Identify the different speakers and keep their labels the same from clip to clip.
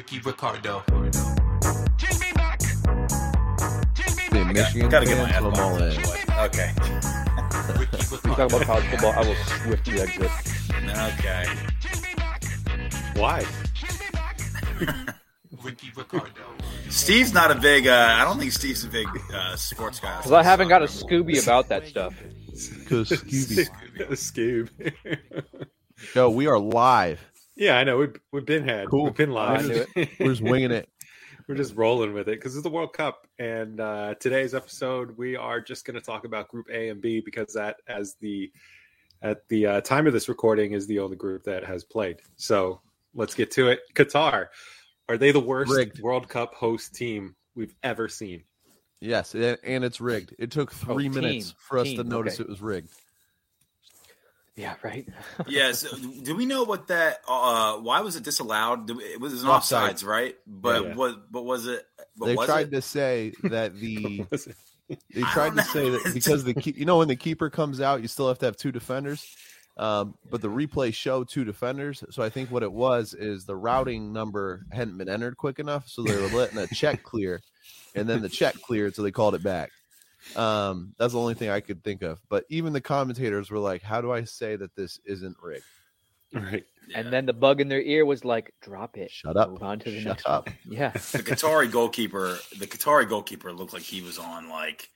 Speaker 1: Cardo.
Speaker 2: Dude, Michigan
Speaker 3: Gotta get my
Speaker 2: fans love all
Speaker 3: headphones.
Speaker 2: that.
Speaker 3: Okay.
Speaker 4: We talk about college football, I will swiftly exit.
Speaker 3: Okay.
Speaker 4: Why?
Speaker 1: Ricky Ricardo.
Speaker 3: Steve's not a big. Uh, I don't think Steve's a big uh, sports guy.
Speaker 4: Because I haven't got a Scooby about that stuff.
Speaker 2: 'Cause Scooby.
Speaker 5: Scoob.
Speaker 2: Yo, we are live.
Speaker 5: yeah, I know. We've, we've been had.
Speaker 2: Cool.
Speaker 5: We've been live.
Speaker 4: I knew
Speaker 2: We're just winging it.
Speaker 5: We're just rolling with it because it's the World Cup. And uh, today's episode, we are just going to talk about Group A and B because that, as the at the uh, time of this recording, is the only group that has played. So let's get to it. Qatar, are they the worst
Speaker 2: Rigged.
Speaker 5: World Cup host team we've ever seen?
Speaker 2: Yes, and, and it's rigged. It took
Speaker 4: Oh,
Speaker 2: three
Speaker 4: team,
Speaker 2: minutes for us to
Speaker 4: team,
Speaker 2: notice
Speaker 4: okay.
Speaker 2: it was rigged.
Speaker 4: Yeah, right.
Speaker 3: Yes. do we know what that? Uh, why was it disallowed? Do we- It was an
Speaker 2: Offside.
Speaker 3: offsides, right? But
Speaker 5: Yeah.
Speaker 3: what? But was it? But
Speaker 2: they
Speaker 3: was
Speaker 2: tried
Speaker 3: it?
Speaker 2: to say that the
Speaker 5: Was it-
Speaker 2: they
Speaker 3: I
Speaker 2: tried to
Speaker 3: don't
Speaker 2: say
Speaker 3: know.
Speaker 2: that because the keep, you know when the keeper comes out, you still have to have two defenders. Um, but the replay showed two defenders, so I think what it was is the routing number hadn't been entered quick enough, so they were letting a check clear, and then the check cleared, so they called it back. Um, that's the only thing I could think of. But even the commentators were like, "How do I say that this isn't rigged?
Speaker 5: Right.
Speaker 3: Yeah.
Speaker 4: And then the bug in their ear was like, drop it.
Speaker 2: Shut up!
Speaker 4: Move on to the
Speaker 2: Shut
Speaker 4: next
Speaker 2: up!"
Speaker 4: one. Yeah.
Speaker 3: the Qatari goalkeeper, the Qatari goalkeeper looked like he was on like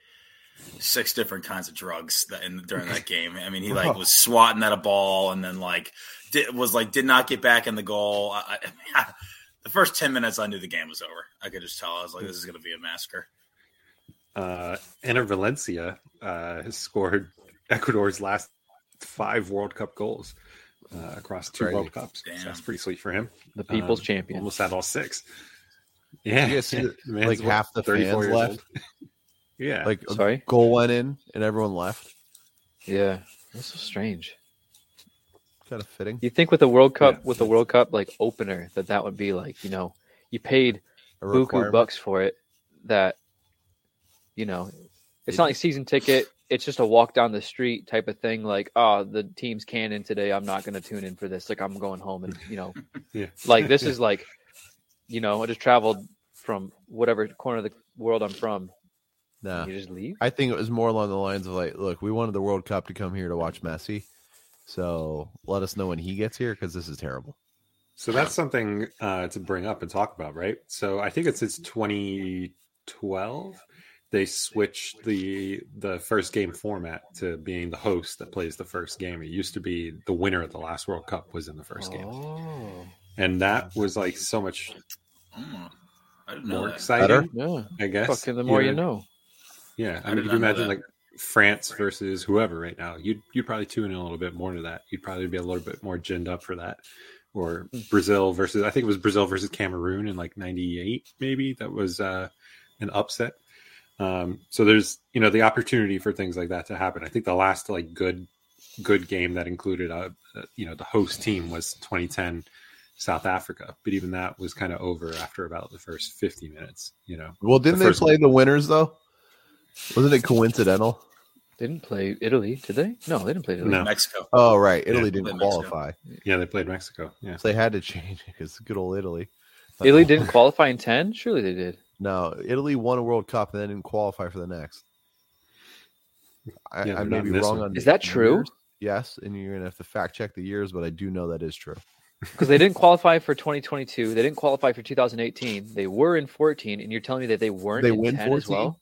Speaker 3: six different kinds of drugs that, in, during that game. I mean, he like was swatting at a ball and then like did, was like did not get back in the goal. I, I, the first ten minutes, I knew the game was over. I could just tell. I was like, this is going to be a massacre.
Speaker 5: uh, Ana Valencia uh, has scored Ecuador's last five World Cup goals uh, across two
Speaker 2: Crazy.
Speaker 5: World Cups. So
Speaker 3: Damn.
Speaker 5: that's pretty sweet for him.
Speaker 4: The people's
Speaker 5: Um,
Speaker 4: champion.
Speaker 5: Almost had all six. Yeah,
Speaker 2: You guys see that,
Speaker 5: The man's,
Speaker 2: like,
Speaker 5: what,
Speaker 2: half the
Speaker 5: 34
Speaker 2: fans
Speaker 5: years
Speaker 2: left?
Speaker 5: old? yeah,
Speaker 2: Like a
Speaker 4: Sorry?
Speaker 2: goal went in, and everyone left.
Speaker 4: Yeah. That's so strange.
Speaker 2: Kind of fitting.
Speaker 4: You think with the World Cup,
Speaker 5: Yeah.
Speaker 4: with the World Cup like opener, that that would be like, you know, you paid
Speaker 2: A
Speaker 4: buku
Speaker 2: requirement.
Speaker 4: bucks for it. That, you know,
Speaker 2: It-
Speaker 4: it's not like season ticket. It's just a walk down the street type of thing. Like, oh, the team's cannon today. I'm not going to tune in for this. Like, I'm going home and you know,
Speaker 5: Yeah.
Speaker 4: like this is like, you know, I just traveled from whatever corner of the world I'm from.
Speaker 2: Nah.
Speaker 4: You just leave.
Speaker 2: I think it was more along the lines of like, look, we wanted the World Cup to come here to watch Messi, so let us know when he gets here because this is terrible.
Speaker 5: So that's something uh, to bring up and talk about, right? So I think it's since 2012 they switched the the first game format to being the host that plays the first game. It used to be the winner of the last World Cup was in the first game,
Speaker 4: Oh,
Speaker 5: and that was like so much
Speaker 3: Mm, I didn't know
Speaker 5: more
Speaker 3: that.
Speaker 5: exciting.
Speaker 2: Better?
Speaker 4: yeah.
Speaker 5: I guess.
Speaker 4: Fucking the more you
Speaker 5: know.
Speaker 4: know.
Speaker 5: Yeah,
Speaker 3: I
Speaker 5: I, mean,
Speaker 3: did
Speaker 5: if you
Speaker 3: not know
Speaker 5: imagine
Speaker 3: that.
Speaker 5: like France versus whoever right now, you'd you'd probably tune in a little bit more to that. You'd probably be a little bit more ginned up for that. Or Brazil versus I think it was Brazil versus Cameroon in like '98, maybe that was uh, an upset. Um, so there's you know the opportunity for things like that to happen. I think the last like good good game that included uh you know the host team was 2010 South Africa, but even that was kind of over after about the first 50 minutes. You know,
Speaker 2: Well, didn't
Speaker 5: The
Speaker 2: they
Speaker 5: first
Speaker 2: play the winners though? Wasn't it coincidental?
Speaker 4: They didn't play Italy, did they? No, they didn't play Italy.
Speaker 5: No.
Speaker 3: Mexico.
Speaker 2: Oh, right, Italy
Speaker 5: Yeah,
Speaker 2: didn't
Speaker 3: played Mexico.
Speaker 2: qualify,
Speaker 5: yeah, they played Mexico. Yeah.
Speaker 2: so they had to change it because good old Italy. Uh,
Speaker 4: Italy didn't qualify in ten. Surely they did.
Speaker 2: No, Italy won a World Cup and then didn't qualify for the next. I,
Speaker 5: Yeah,
Speaker 2: I
Speaker 5: they're
Speaker 2: may
Speaker 5: not
Speaker 2: be
Speaker 5: in this
Speaker 2: wrong
Speaker 5: one.
Speaker 2: on
Speaker 4: Is
Speaker 2: the
Speaker 4: that true?
Speaker 2: years. Yes, and you're gonna have to fact check the years, but I do know that is true.
Speaker 4: because they didn't qualify for 2022. They didn't qualify for 2018. They were in 14, and you're telling me that they weren't.
Speaker 2: They
Speaker 4: in
Speaker 2: win
Speaker 4: 10 as well.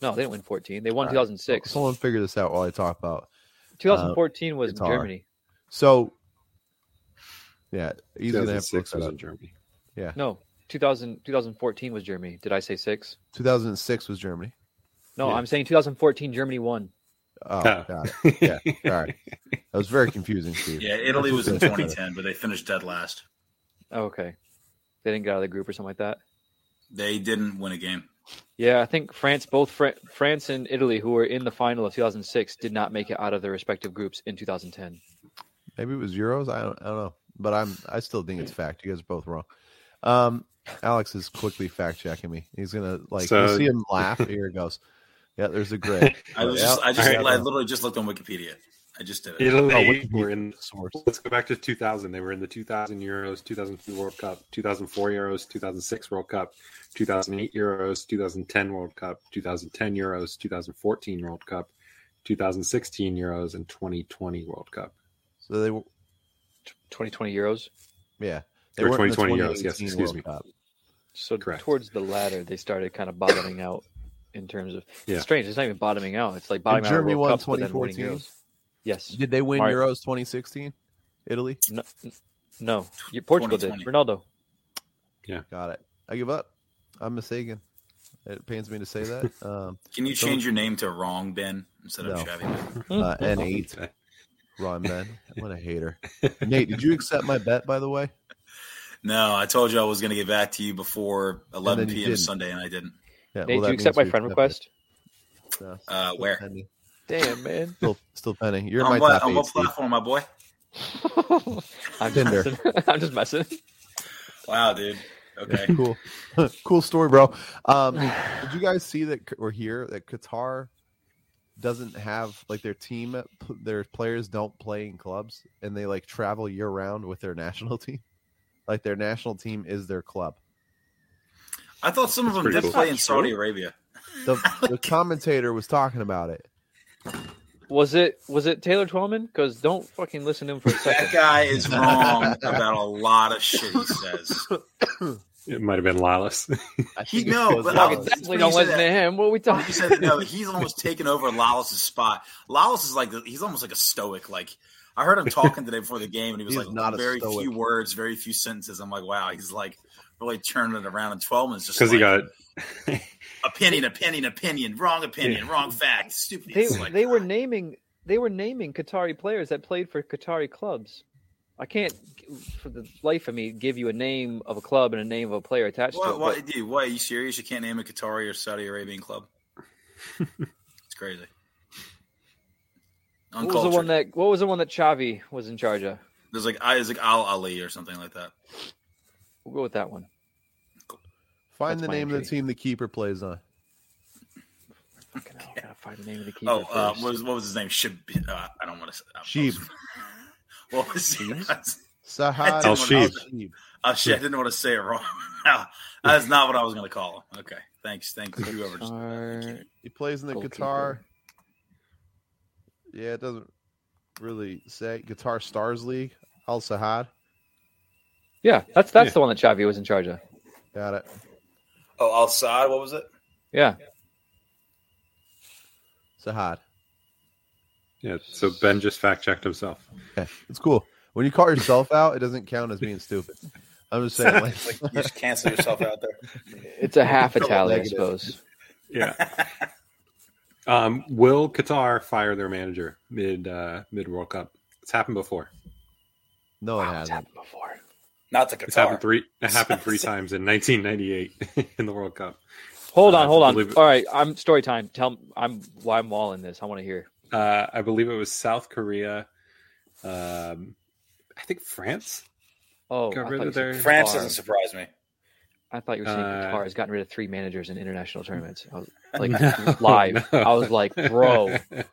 Speaker 4: No, they didn't win 14. They won
Speaker 2: All right.
Speaker 4: 2006.
Speaker 2: Someone figure this out while I talk about
Speaker 4: 2014 was
Speaker 2: it's hard.
Speaker 4: Germany.
Speaker 2: So, yeah, he's gonna have to look
Speaker 5: 2006
Speaker 2: that
Speaker 5: was
Speaker 2: up.
Speaker 5: in Germany.
Speaker 4: No, 2000 2014 was Germany. Did I say six?
Speaker 2: 2006 was Germany.
Speaker 4: No,
Speaker 5: Yeah.
Speaker 4: I'm saying 2014 Germany won.
Speaker 2: Oh,
Speaker 5: Oh.
Speaker 2: got it. Yeah, all right. That was very confusing, Steve.
Speaker 3: Yeah, Italy was in 2010, but they finished dead last.
Speaker 4: Oh, okay, they didn't get out of the group or something like that.
Speaker 3: They didn't win a game.
Speaker 4: Yeah, I think France, both Fran- France and Italy, who were in the final of 2006, did not make it out of their respective groups in 2010.
Speaker 2: Maybe it was Euros. I don't, I don't know, but I'm I still think it's fact. You guys are both wrong. Um, Alex is quickly fact checking me. He's gonna like
Speaker 5: So-
Speaker 2: you see him laugh. Here it goes. Yeah, there's a grid.
Speaker 3: I was just, I just,
Speaker 5: All right.
Speaker 3: I literally just looked on Wikipedia. I just did it.
Speaker 5: Italy were in the source. Let's go back to 2000. They were in the 2000 Euros, 2002 World Cup, 2004 Euros, 2006 World Cup, 2008 Euros, 2010 World Cup, 2010 Euros, 2014 World Cup, 2016 Euros, and 2020 World Cup.
Speaker 2: So they were,
Speaker 4: 2020 euros.
Speaker 2: yeah.
Speaker 5: Or
Speaker 2: weren't in the
Speaker 5: 2020 Euros, yes,
Speaker 2: 2018
Speaker 5: excuse
Speaker 2: World
Speaker 5: me.
Speaker 2: Cup.
Speaker 4: So
Speaker 5: Correct.
Speaker 4: towards the latter, they started kind of bottoming out in terms of.
Speaker 5: Yeah.
Speaker 4: It's strange. It's not even bottoming out. It's like
Speaker 2: And
Speaker 4: bottoming out. at
Speaker 2: Germany
Speaker 4: World
Speaker 2: won
Speaker 4: Cup, but then winning
Speaker 2: 2014?
Speaker 4: Euros. Yes.
Speaker 2: Did they win
Speaker 4: Mar-
Speaker 2: Euros 2016? Italy?
Speaker 4: No. no. Yeah, Portugal did.
Speaker 3: 2020.
Speaker 4: Ronaldo.
Speaker 2: Got it. I give up. I'm mistaken. It pains me to say that. Um,
Speaker 3: Can you
Speaker 2: Don't-
Speaker 3: change your name to Wrong Ben instead of
Speaker 2: No.
Speaker 3: Chevy? Ben?
Speaker 2: uh, and eight, Ron Ben. What a hater. Nate, did you accept my bet? By the way,
Speaker 3: No, I told you I was going to get back to you before 11
Speaker 2: then you
Speaker 3: p.m.
Speaker 2: didn't.
Speaker 3: Sunday, and I didn't.
Speaker 2: yeah.
Speaker 4: Nate,
Speaker 2: well,
Speaker 4: do
Speaker 2: that
Speaker 4: you accept my
Speaker 2: means
Speaker 4: friend
Speaker 2: we accepted.
Speaker 4: request?
Speaker 2: No,
Speaker 3: Uh,
Speaker 2: still
Speaker 3: where?
Speaker 2: pending.
Speaker 4: Damn man.
Speaker 2: Still, still pending. You're in
Speaker 3: On
Speaker 2: my
Speaker 3: what,
Speaker 2: top
Speaker 3: on
Speaker 2: eight.
Speaker 3: what
Speaker 2: Steve.
Speaker 3: platform, my boy?
Speaker 4: I'm
Speaker 2: Tinder.
Speaker 4: just messing. I'm just messing.
Speaker 3: Wow, dude. Okay.
Speaker 2: Yeah, cool, cool story, bro. Um, did you guys see that or hear that Qatar doesn't have like their team, uh, their players don't play in clubs, and they like travel year round with their national team. Like their national team is their club.
Speaker 3: I thought some of
Speaker 5: That's
Speaker 3: them
Speaker 5: pretty
Speaker 3: did
Speaker 5: cool.
Speaker 3: play in Saudi Arabia.
Speaker 2: The, the commentator was talking about it.
Speaker 4: Was it was it Taylor Twellman? Because don't fucking listen to him for a
Speaker 3: That
Speaker 4: second.
Speaker 3: guy is wrong about a lot of shit he says.
Speaker 5: It might have been Lalas.
Speaker 2: I
Speaker 3: He-
Speaker 2: think it
Speaker 3: no,
Speaker 2: was
Speaker 3: but
Speaker 2: Dallas.
Speaker 4: Fucking
Speaker 3: that's
Speaker 4: definitely
Speaker 3: when
Speaker 4: don't
Speaker 3: you said
Speaker 4: listen to him. What are we
Speaker 3: He
Speaker 4: talking?
Speaker 3: said no. He's almost taken over Lawless's spot. Lawless is like he's almost like a stoic. Like I heard him talking today before the game, and he was
Speaker 2: He's
Speaker 3: like
Speaker 2: not a
Speaker 3: very
Speaker 2: stoic.
Speaker 3: few words, very few sentences. I'm like, wow, he's like really turning it around. And twelve minutes just
Speaker 5: Because he
Speaker 3: like,
Speaker 5: got
Speaker 3: opinion, opinion, opinion, wrong opinion, wrong fact, stupid.
Speaker 4: They
Speaker 3: It's like,
Speaker 4: they were naming they were naming Qatari players that played for Qatari clubs. I can't, for the life of me, give you a name of a club and a name of a player attached to
Speaker 3: What,
Speaker 4: it.
Speaker 3: what, dude, what? Are you serious? You can't name a Qatari or Saudi Arabian club. it's crazy.
Speaker 4: but What was the
Speaker 3: Uncultured.
Speaker 4: one that What was the one that Xavi was in charge of?
Speaker 3: There's like Isaac Al Ali or something like that.
Speaker 4: We'll go with that one.
Speaker 2: Find
Speaker 4: That's
Speaker 2: the
Speaker 4: my
Speaker 2: name of the
Speaker 4: entry.
Speaker 2: team the keeper plays on.
Speaker 4: Fucking hell, I gotta find the name of the keeper.
Speaker 3: Oh, uh,
Speaker 4: first.
Speaker 3: what, was, what was his name? Shib. Uh, I don't want to say. I- I
Speaker 2: Sheeb.
Speaker 3: was- What was his?
Speaker 2: Sahad
Speaker 5: Al
Speaker 2: Al-Sheeb.
Speaker 3: Oh shit! I didn't want to say it wrong. No, that's not what I was going to call him. Okay, thanks, thanks whoever. Just,
Speaker 4: Qatar-
Speaker 2: He plays in the
Speaker 4: Goalkeeper.
Speaker 2: guitar. Yeah, it doesn't really say Guitar Stars League. Al Sahad.
Speaker 4: Yeah, that's that's
Speaker 5: Yeah.
Speaker 4: the one that Xavi was in charge of.
Speaker 2: Got it.
Speaker 3: oh, Al Saad. What was it?
Speaker 4: Yeah,
Speaker 2: Sahad.
Speaker 5: yeah. So Ben just fact checked himself.
Speaker 2: Okay. It's cool. When you call yourself out, it doesn't count as being stupid. I'm just saying, like,
Speaker 3: Like you just cancel yourself out there.
Speaker 4: it's a half
Speaker 2: Double
Speaker 4: Italian, I
Speaker 2: negative.
Speaker 4: suppose.
Speaker 5: Yeah. um, will Qatar fire their manager mid uh, mid World Cup? It's happened before.
Speaker 2: no,
Speaker 4: Wow,
Speaker 2: it
Speaker 4: it's
Speaker 2: hasn't.
Speaker 4: happened before.
Speaker 3: Not the
Speaker 5: It's
Speaker 3: Qatar.
Speaker 5: happened three. It happened three times in 1998 in the World Cup.
Speaker 4: Hold
Speaker 5: Uh,
Speaker 4: on, hold on.
Speaker 5: believe it-
Speaker 4: All right, I'm story time. Tell m- I'm why I'm walling this. I want to hear.
Speaker 5: Uh, I believe it was South Korea. Um, I think France.
Speaker 4: Oh,
Speaker 5: Got
Speaker 4: I
Speaker 5: rid
Speaker 4: thought
Speaker 5: of
Speaker 4: you said
Speaker 5: their-
Speaker 3: France
Speaker 4: Qatar.
Speaker 3: doesn't surprise me.
Speaker 4: I thought you were saying
Speaker 5: Uh,
Speaker 4: Qatar has gotten rid of three managers in international tournaments. I was like
Speaker 5: No,
Speaker 4: live.
Speaker 5: no.
Speaker 4: I was like, bro,
Speaker 3: The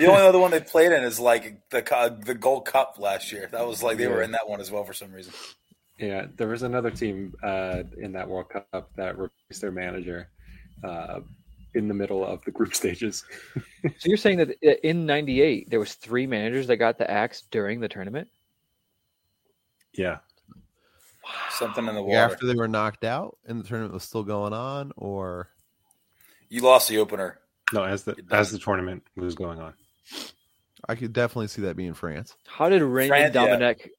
Speaker 3: only other one they played in is like the co- the Gold Cup last year. That was like they were
Speaker 5: Yeah.
Speaker 3: in that one as well for some reason.
Speaker 5: yeah, there was another team uh, in that World Cup that replaced their manager uh, in the middle of the group stages.
Speaker 4: so you're saying that uh, in '98 there was three managers that got the axe during the tournament?
Speaker 5: Yeah,
Speaker 3: Something in the
Speaker 2: Like,
Speaker 3: water.
Speaker 2: After they were knocked out and the tournament was still going on, or
Speaker 3: you lost the opener.
Speaker 5: no, as the as the tournament was going on.
Speaker 2: I could definitely see that being France.
Speaker 4: How did Raymond
Speaker 3: France- yeah.
Speaker 4: Dominic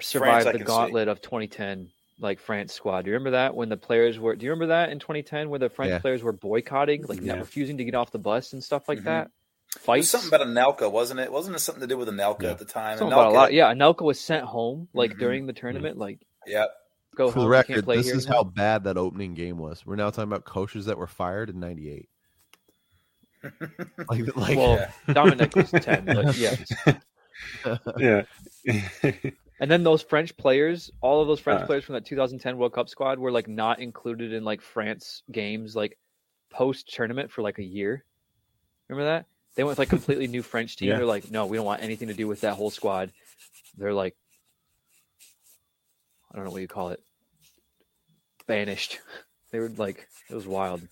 Speaker 4: survive
Speaker 3: France, I
Speaker 4: the
Speaker 3: can see.
Speaker 4: gauntlet of 2010, like France squad? Do you remember that when the players were? Do you remember that in 2010 where the French
Speaker 2: Yeah.
Speaker 4: players were boycotting, like not
Speaker 5: Yeah. Mm-hmm.
Speaker 4: refusing to get off the bus and stuff like
Speaker 3: Mhm.
Speaker 4: that?
Speaker 3: It
Speaker 4: Fights.
Speaker 3: was something about Anelka, wasn't it? Wasn't it something to do with Anelka
Speaker 5: Yeah.
Speaker 3: at the time?
Speaker 4: Something about a
Speaker 3: Anelka-
Speaker 4: lot. Yeah, Anelka was sent home like
Speaker 3: Mhm.
Speaker 4: during the tournament. Like,
Speaker 3: Yeah.
Speaker 4: go
Speaker 2: For
Speaker 4: home.
Speaker 2: the
Speaker 4: you
Speaker 2: record,
Speaker 4: can't play
Speaker 2: this
Speaker 4: here
Speaker 2: is
Speaker 4: anymore.
Speaker 2: how bad that opening game was. We're now talking about coaches that were fired in '98. Like, like
Speaker 4: Well, Dominic was ten, but yeah.
Speaker 5: Yeah,
Speaker 4: And then those French players, all of those French
Speaker 5: Uh.
Speaker 4: players from that 2010 World Cup squad, were like not included in like France games, like post tournament for like a year. Remember that? They went with like completely new French team.
Speaker 5: Yeah.
Speaker 4: They're like, no, we don't want anything to do with that whole squad. They're like, I don't know what you call it, banished. They were like, it was wild.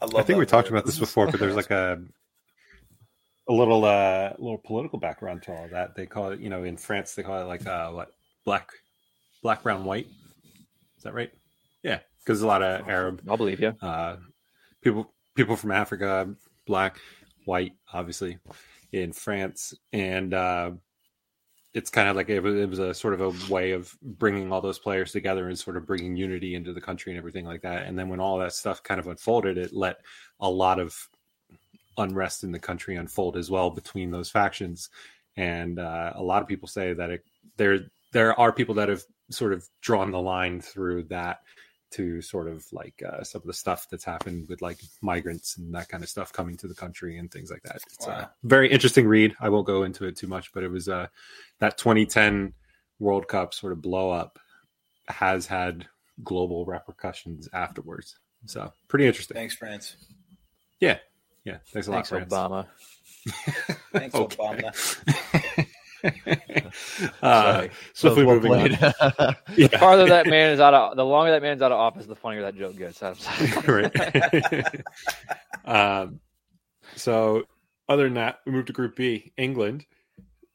Speaker 3: I, love
Speaker 5: I think
Speaker 3: that
Speaker 5: we talked
Speaker 3: word.
Speaker 5: about this before, but there's like a a little uh little political background to all that. They call it, you know, in France they call it like uh what black black brown white. Is that right? Yeah, because a lot of Arab
Speaker 4: I'll believe you.
Speaker 5: uh, people people from Africa, black, white, obviously, in France, and uh, it's kind of like it was, it was a sort of a way of bringing all those players together and sort of bringing unity into the country and everything like that. And then when all that stuff kind of unfolded, it let a lot of unrest in the country unfold as well between those factions. And uh, a lot of people say that it, there there are people that have sort of drawn the line through that to sort of like uh, some of the stuff that's happened with like migrants and that kind of stuff coming to the country and things like that. It's
Speaker 3: Wow.
Speaker 5: a very interesting read. I won't go into it too much, but it was uh, that 2010 World Cup sort of blow up has had global repercussions afterwards. So pretty interesting.
Speaker 3: Thanks, France.
Speaker 5: Yeah, thanks a
Speaker 4: Thanks,
Speaker 5: lot, France.
Speaker 4: Obama.
Speaker 3: Thanks,
Speaker 5: Okay. uh,
Speaker 2: Sorry.
Speaker 5: swiftly
Speaker 2: So, well
Speaker 5: moving on.
Speaker 2: played.
Speaker 4: The
Speaker 5: Yeah,
Speaker 4: farther that man is out of, the longer that man's out of office, the funnier that joke gets. I'm sorry.
Speaker 5: right. um, so, other than that, we moved to Group B. England,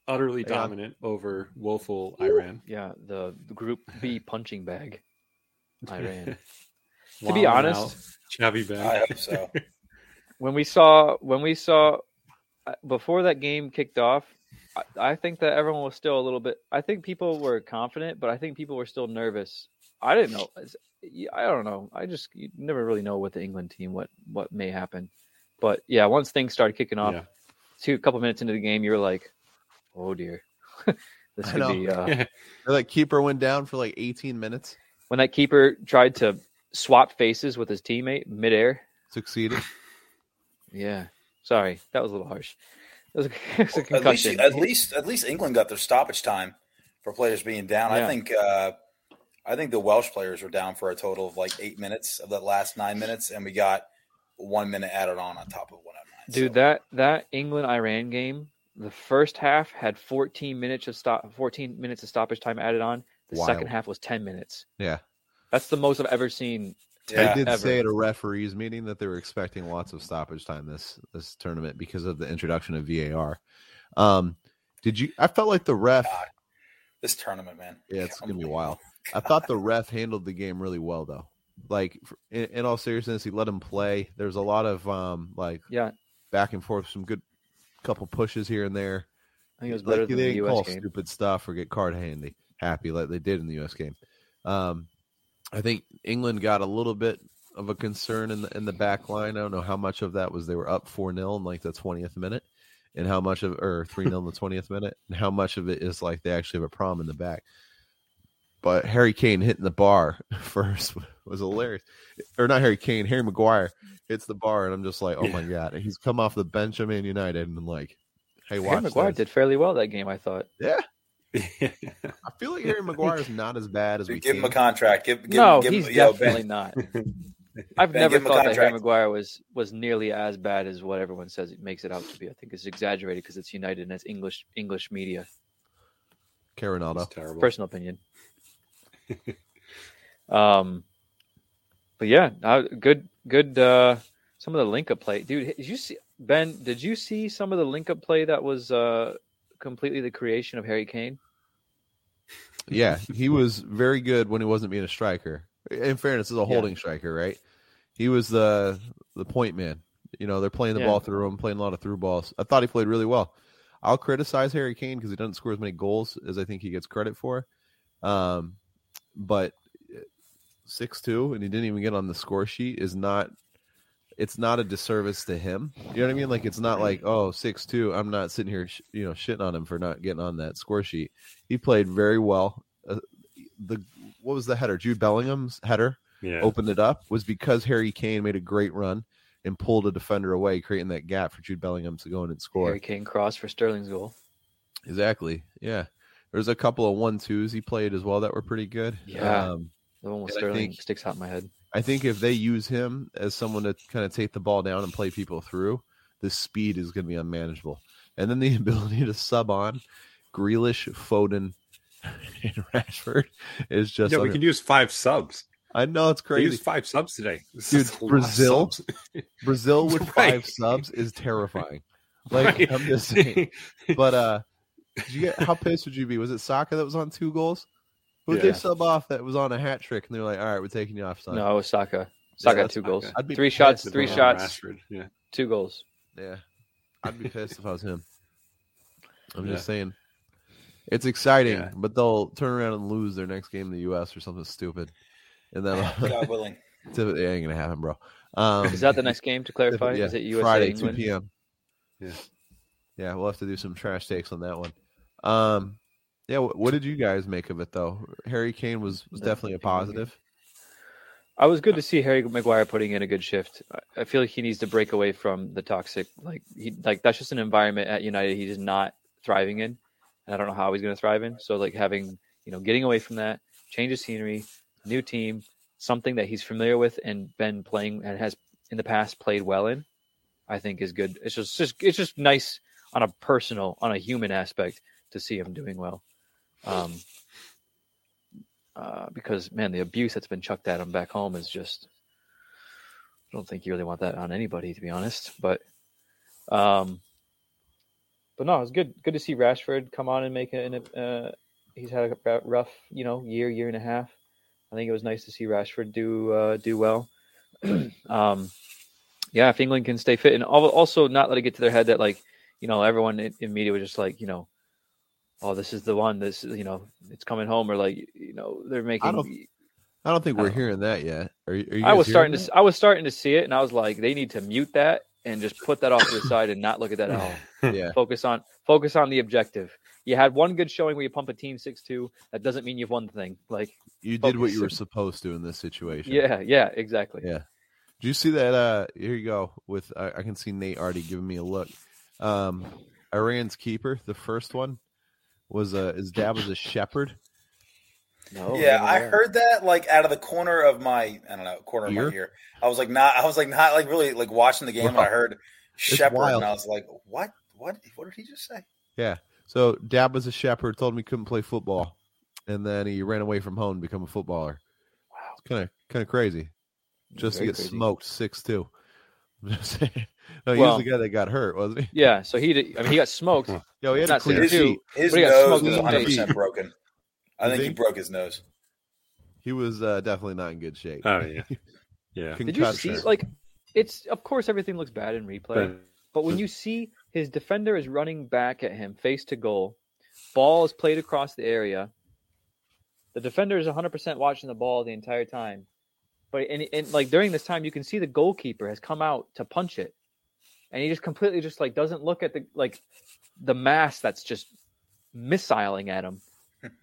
Speaker 5: utterly
Speaker 4: Yeah.
Speaker 5: dominant over woeful Iran.
Speaker 4: Yeah, the, the Group B punching bag. Iran. to
Speaker 5: Wow,
Speaker 4: be
Speaker 5: now,
Speaker 4: honest,
Speaker 5: Chavi
Speaker 3: I
Speaker 5: back.
Speaker 3: hope so.
Speaker 4: when we saw when we saw uh, before that game kicked off I, I think that everyone was still a little bit i think people were confident but i think people were still nervous i didn't know it's- y- i don't know i just you never really know with the england team what what may happen but yeah once things started kicking off
Speaker 5: Yeah.
Speaker 4: two couple minutes into the game you were like oh dear this
Speaker 2: I
Speaker 4: could
Speaker 2: know.
Speaker 4: be uh,
Speaker 2: That keeper went down for like 18 minutes.
Speaker 4: when that keeper tried to swap faces with his teammate midair
Speaker 2: Succeeded.
Speaker 4: yeah sorry that was a little harsh it was a, it was a
Speaker 3: at least,
Speaker 4: concussion
Speaker 3: at least, at least England got their stoppage time for players being down.
Speaker 4: Yeah.
Speaker 3: I think, uh, I think the Welsh players were down for a total of like eight minutes of that last nine minutes, and we got one minute added on on top of one nine.
Speaker 4: Dude, that that England Iran game, the first half had 14 minutes of stop 14 minutes of stoppage time added on. The second
Speaker 2: Wild.
Speaker 4: half was 10 minutes.
Speaker 2: Yeah.
Speaker 4: That's the most I've ever seen.
Speaker 2: They
Speaker 3: yeah.
Speaker 2: did
Speaker 4: Ever.
Speaker 2: say at a referees meeting that they were expecting lots of stoppage time this this tournament because of the introduction of VAR. Um, did you? I felt like the ref.
Speaker 3: God. this tournament, man.
Speaker 2: Yeah, it's gonna be wild. I thought the ref handled the game really well though. Like f- in, in all seriousness, he let him play. There's a lot of um like
Speaker 4: Yeah,
Speaker 2: back and forth, some good couple pushes here and there.
Speaker 4: I think it was
Speaker 2: Like,
Speaker 4: better than
Speaker 2: they
Speaker 4: the
Speaker 2: didn't
Speaker 4: US
Speaker 2: call
Speaker 4: game.
Speaker 2: stupid stuff or get card handy happy like they did in the U.S. game. Um, I think England got a little bit of a concern in the in the back line. I don't know how much of that was they were up four 0 in like the twentieth minute, and how much of or three 0 in the twentieth minute, and how much of it is like they actually have a problem in the back. But Harry Kane hitting the bar first was hilarious, or not Harry Kane, Harry Maguire hits the bar, and I'm just like, oh my god, he's come off the bench of Man United, and like, hey, watch
Speaker 4: Harry Maguire
Speaker 2: this.
Speaker 4: did fairly well that game, I thought.
Speaker 2: I feel like Harry Maguire is not as bad as
Speaker 3: Dude,
Speaker 2: we
Speaker 3: give
Speaker 2: can.
Speaker 3: him a contract. Give, give,
Speaker 4: no,
Speaker 3: give
Speaker 4: he's
Speaker 3: him, yo,
Speaker 4: definitely
Speaker 3: Ben,
Speaker 4: not. I've
Speaker 3: Ben,
Speaker 4: never
Speaker 3: give him a
Speaker 4: thought that
Speaker 3: contract.
Speaker 4: Harry Maguire was was nearly as bad as what everyone says it makes it out to be. I think it's exaggerated because it's United and it's English English media.
Speaker 2: Carinado.
Speaker 5: It's terrible.
Speaker 4: personal opinion. um, but yeah, uh, good, good. Uh, some of the link up play, dude. Did you see Ben? Did you see some of the link up play that was uh, completely the creation of Harry Kane?
Speaker 2: Yeah, he was very good when he wasn't being a striker. In fairness, is a holding striker, right? He was the the point man. You know, they're playing the
Speaker 4: Yeah.
Speaker 2: ball through him, playing a lot of through balls. I thought he played really well. I'll criticize Harry Kane because he doesn't score as many goals as I think he gets credit for. Um, but eh, six two, and he didn't even get on the score sheet is not. It's not a disservice to him. You know what I mean? Like it's not like oh six two. I'm not sitting here, sh- you know, shitting on him for not getting on that score sheet. He played very well. Uh, the what was the header? Jude Bellingham's header
Speaker 5: Yeah.
Speaker 4: Oh,
Speaker 2: opened it up was because Harry Kane made a great run and pulled a defender away, creating that gap for Jude Bellingham to go in and score.
Speaker 4: Harry Kane cross for Sterling's goal.
Speaker 2: Exactly. Yeah. There's a couple of one twos he played as well that were pretty good.
Speaker 4: Yeah.
Speaker 2: Um,
Speaker 4: The one with
Speaker 2: And I
Speaker 4: Sterling
Speaker 2: think-
Speaker 4: sticks out in my head.
Speaker 2: I think if they use him as someone to kind of take the ball down and play people through, the speed is going to be unmanageable. And then the ability to sub on Grealish, Foden, and Rashford is just.
Speaker 5: yeah, we
Speaker 2: under-
Speaker 5: can use five subs.
Speaker 2: I know it's
Speaker 5: They
Speaker 2: crazy.
Speaker 5: Use five subs today. This
Speaker 2: Dude,
Speaker 5: is a lot of
Speaker 2: Brazil?
Speaker 5: subs.
Speaker 2: Brazil with
Speaker 5: Right.
Speaker 2: five subs is terrifying. Like
Speaker 5: Right.
Speaker 2: I'm just saying. But uh, did you get how pissed would you be? Was it Saka that was on two goals? Who would they
Speaker 5: Yeah.
Speaker 2: sub off that was on a hat trick? And they're like, "All right, we're taking you off, son."
Speaker 4: No, it was Saka. Saka
Speaker 2: that's
Speaker 4: two
Speaker 5: Saka.
Speaker 4: goals,
Speaker 2: I'd be
Speaker 4: three
Speaker 2: pissed
Speaker 4: shots,
Speaker 2: if
Speaker 4: three
Speaker 2: I were
Speaker 4: shots,
Speaker 5: Rashford. Yeah.
Speaker 4: two goals.
Speaker 2: Yeah, I'd be pissed if I was him. I'm
Speaker 5: Yeah.
Speaker 2: just saying, it's exciting,
Speaker 5: Yeah.
Speaker 2: but they'll turn around and lose their next game in the U.S. or something stupid, and then
Speaker 3: God willing.
Speaker 2: it ain't gonna happen, bro. Um,
Speaker 4: Is that the next game to clarify?
Speaker 2: Yeah,
Speaker 4: Is it USA
Speaker 2: Friday,
Speaker 4: England?
Speaker 2: two p.m.
Speaker 5: Yeah.
Speaker 2: yeah, we'll have to do some trash takes on that one. Um, yeah, what, what did you guys make of it though? Harry Kane was was
Speaker 4: Yeah.
Speaker 2: definitely a positive.
Speaker 4: I was good to see Harry Maguire putting in a good shift. I- I feel like he needs to break away from the toxic, like he like that's just an environment at United he's just not thriving in, and I don't know how he's going to thrive in. So like having you know getting away from that, change of scenery, new team, something that he's familiar with and been playing and has in the past played well in, I think is good. It's just just it's just nice on a personal, on a human aspect to see him doing well. Um, uh, because man, the abuse that's been chucked at him back home is just. I don't think you really want that on anybody, to be honest. But, um, but no, it was good. Good to see Rashford come on and make it. an- Uh, he's had a r- rough, you know, year, year and a half. I think it was nice to see Rashford do uh, do well. um, yeah, if England can stay fit, and al- also not let it get to their head that like, you know, everyone in, in media was just like, you know, oh, this is the one. This, you know, it's coming home, or like, you know, they're making.
Speaker 2: don't- I don't think
Speaker 4: I
Speaker 2: we're
Speaker 4: don't-
Speaker 2: hearing that yet. Are, you- are you
Speaker 4: Oh. I
Speaker 2: guys
Speaker 4: was
Speaker 2: hearing
Speaker 4: starting to
Speaker 2: that?
Speaker 4: s- I was starting to see it, and I was like, they need to mute that and just put that off to the side and not look at that at all.
Speaker 2: yeah,
Speaker 4: Focus on focus on the objective. You had one good showing where you pump a team six two. That doesn't mean you've won the thing. Like,
Speaker 2: you did what you were
Speaker 4: focus.
Speaker 2: supposed to in this situation.
Speaker 4: yeah, yeah, exactly.
Speaker 2: Yeah. Do you see that? Uh, here you go. With I, I can see Nate already giving me a look. Um, Iran's keeper, the first one, was uh, his dad was a shepherd. Oh,
Speaker 4: No,
Speaker 3: yeah,
Speaker 4: no,
Speaker 3: I
Speaker 4: no.
Speaker 3: heard that like out of the corner of my I don't know corner
Speaker 2: Ear?
Speaker 3: of my ear. I was like not I was like not like really like watching the game and I
Speaker 2: Bro,
Speaker 3: heard Shepard
Speaker 2: wild.
Speaker 3: and I was like what what what did he just say?
Speaker 2: So dad was a shepherd. Told him he couldn't play football, and then he ran away from home to become a footballer.
Speaker 4: Wow.
Speaker 2: It's kind of kind of crazy. Just
Speaker 4: Very
Speaker 2: to get
Speaker 4: crazy.
Speaker 2: smoked six two. no, he
Speaker 4: Well-
Speaker 2: was the guy that got hurt, wasn't he?
Speaker 4: Yeah, so he did, I mean he got smoked.
Speaker 2: Yo, he had a
Speaker 4: Not
Speaker 2: clean
Speaker 4: six two.
Speaker 2: sheet.
Speaker 3: His
Speaker 4: But he got
Speaker 3: nose
Speaker 4: smoked
Speaker 3: was
Speaker 2: in the
Speaker 3: 100 percent
Speaker 2: feet.
Speaker 3: broken. I
Speaker 2: You
Speaker 3: think, he
Speaker 2: think?
Speaker 3: broke his nose.
Speaker 2: He was uh, definitely not in good shape.
Speaker 5: Oh yeah. Yeah.
Speaker 4: Did you
Speaker 2: Concussion.
Speaker 4: see like it's of course everything looks bad in replay.
Speaker 5: But
Speaker 4: But when you see his defender is running back at him, face to goal, ball is played across the area. The defender is 100% watching the ball the entire time. But and, and like during this time, you can see the goalkeeper has come out to punch it, and he just completely just like doesn't look at the like the mass that's just missiling at him.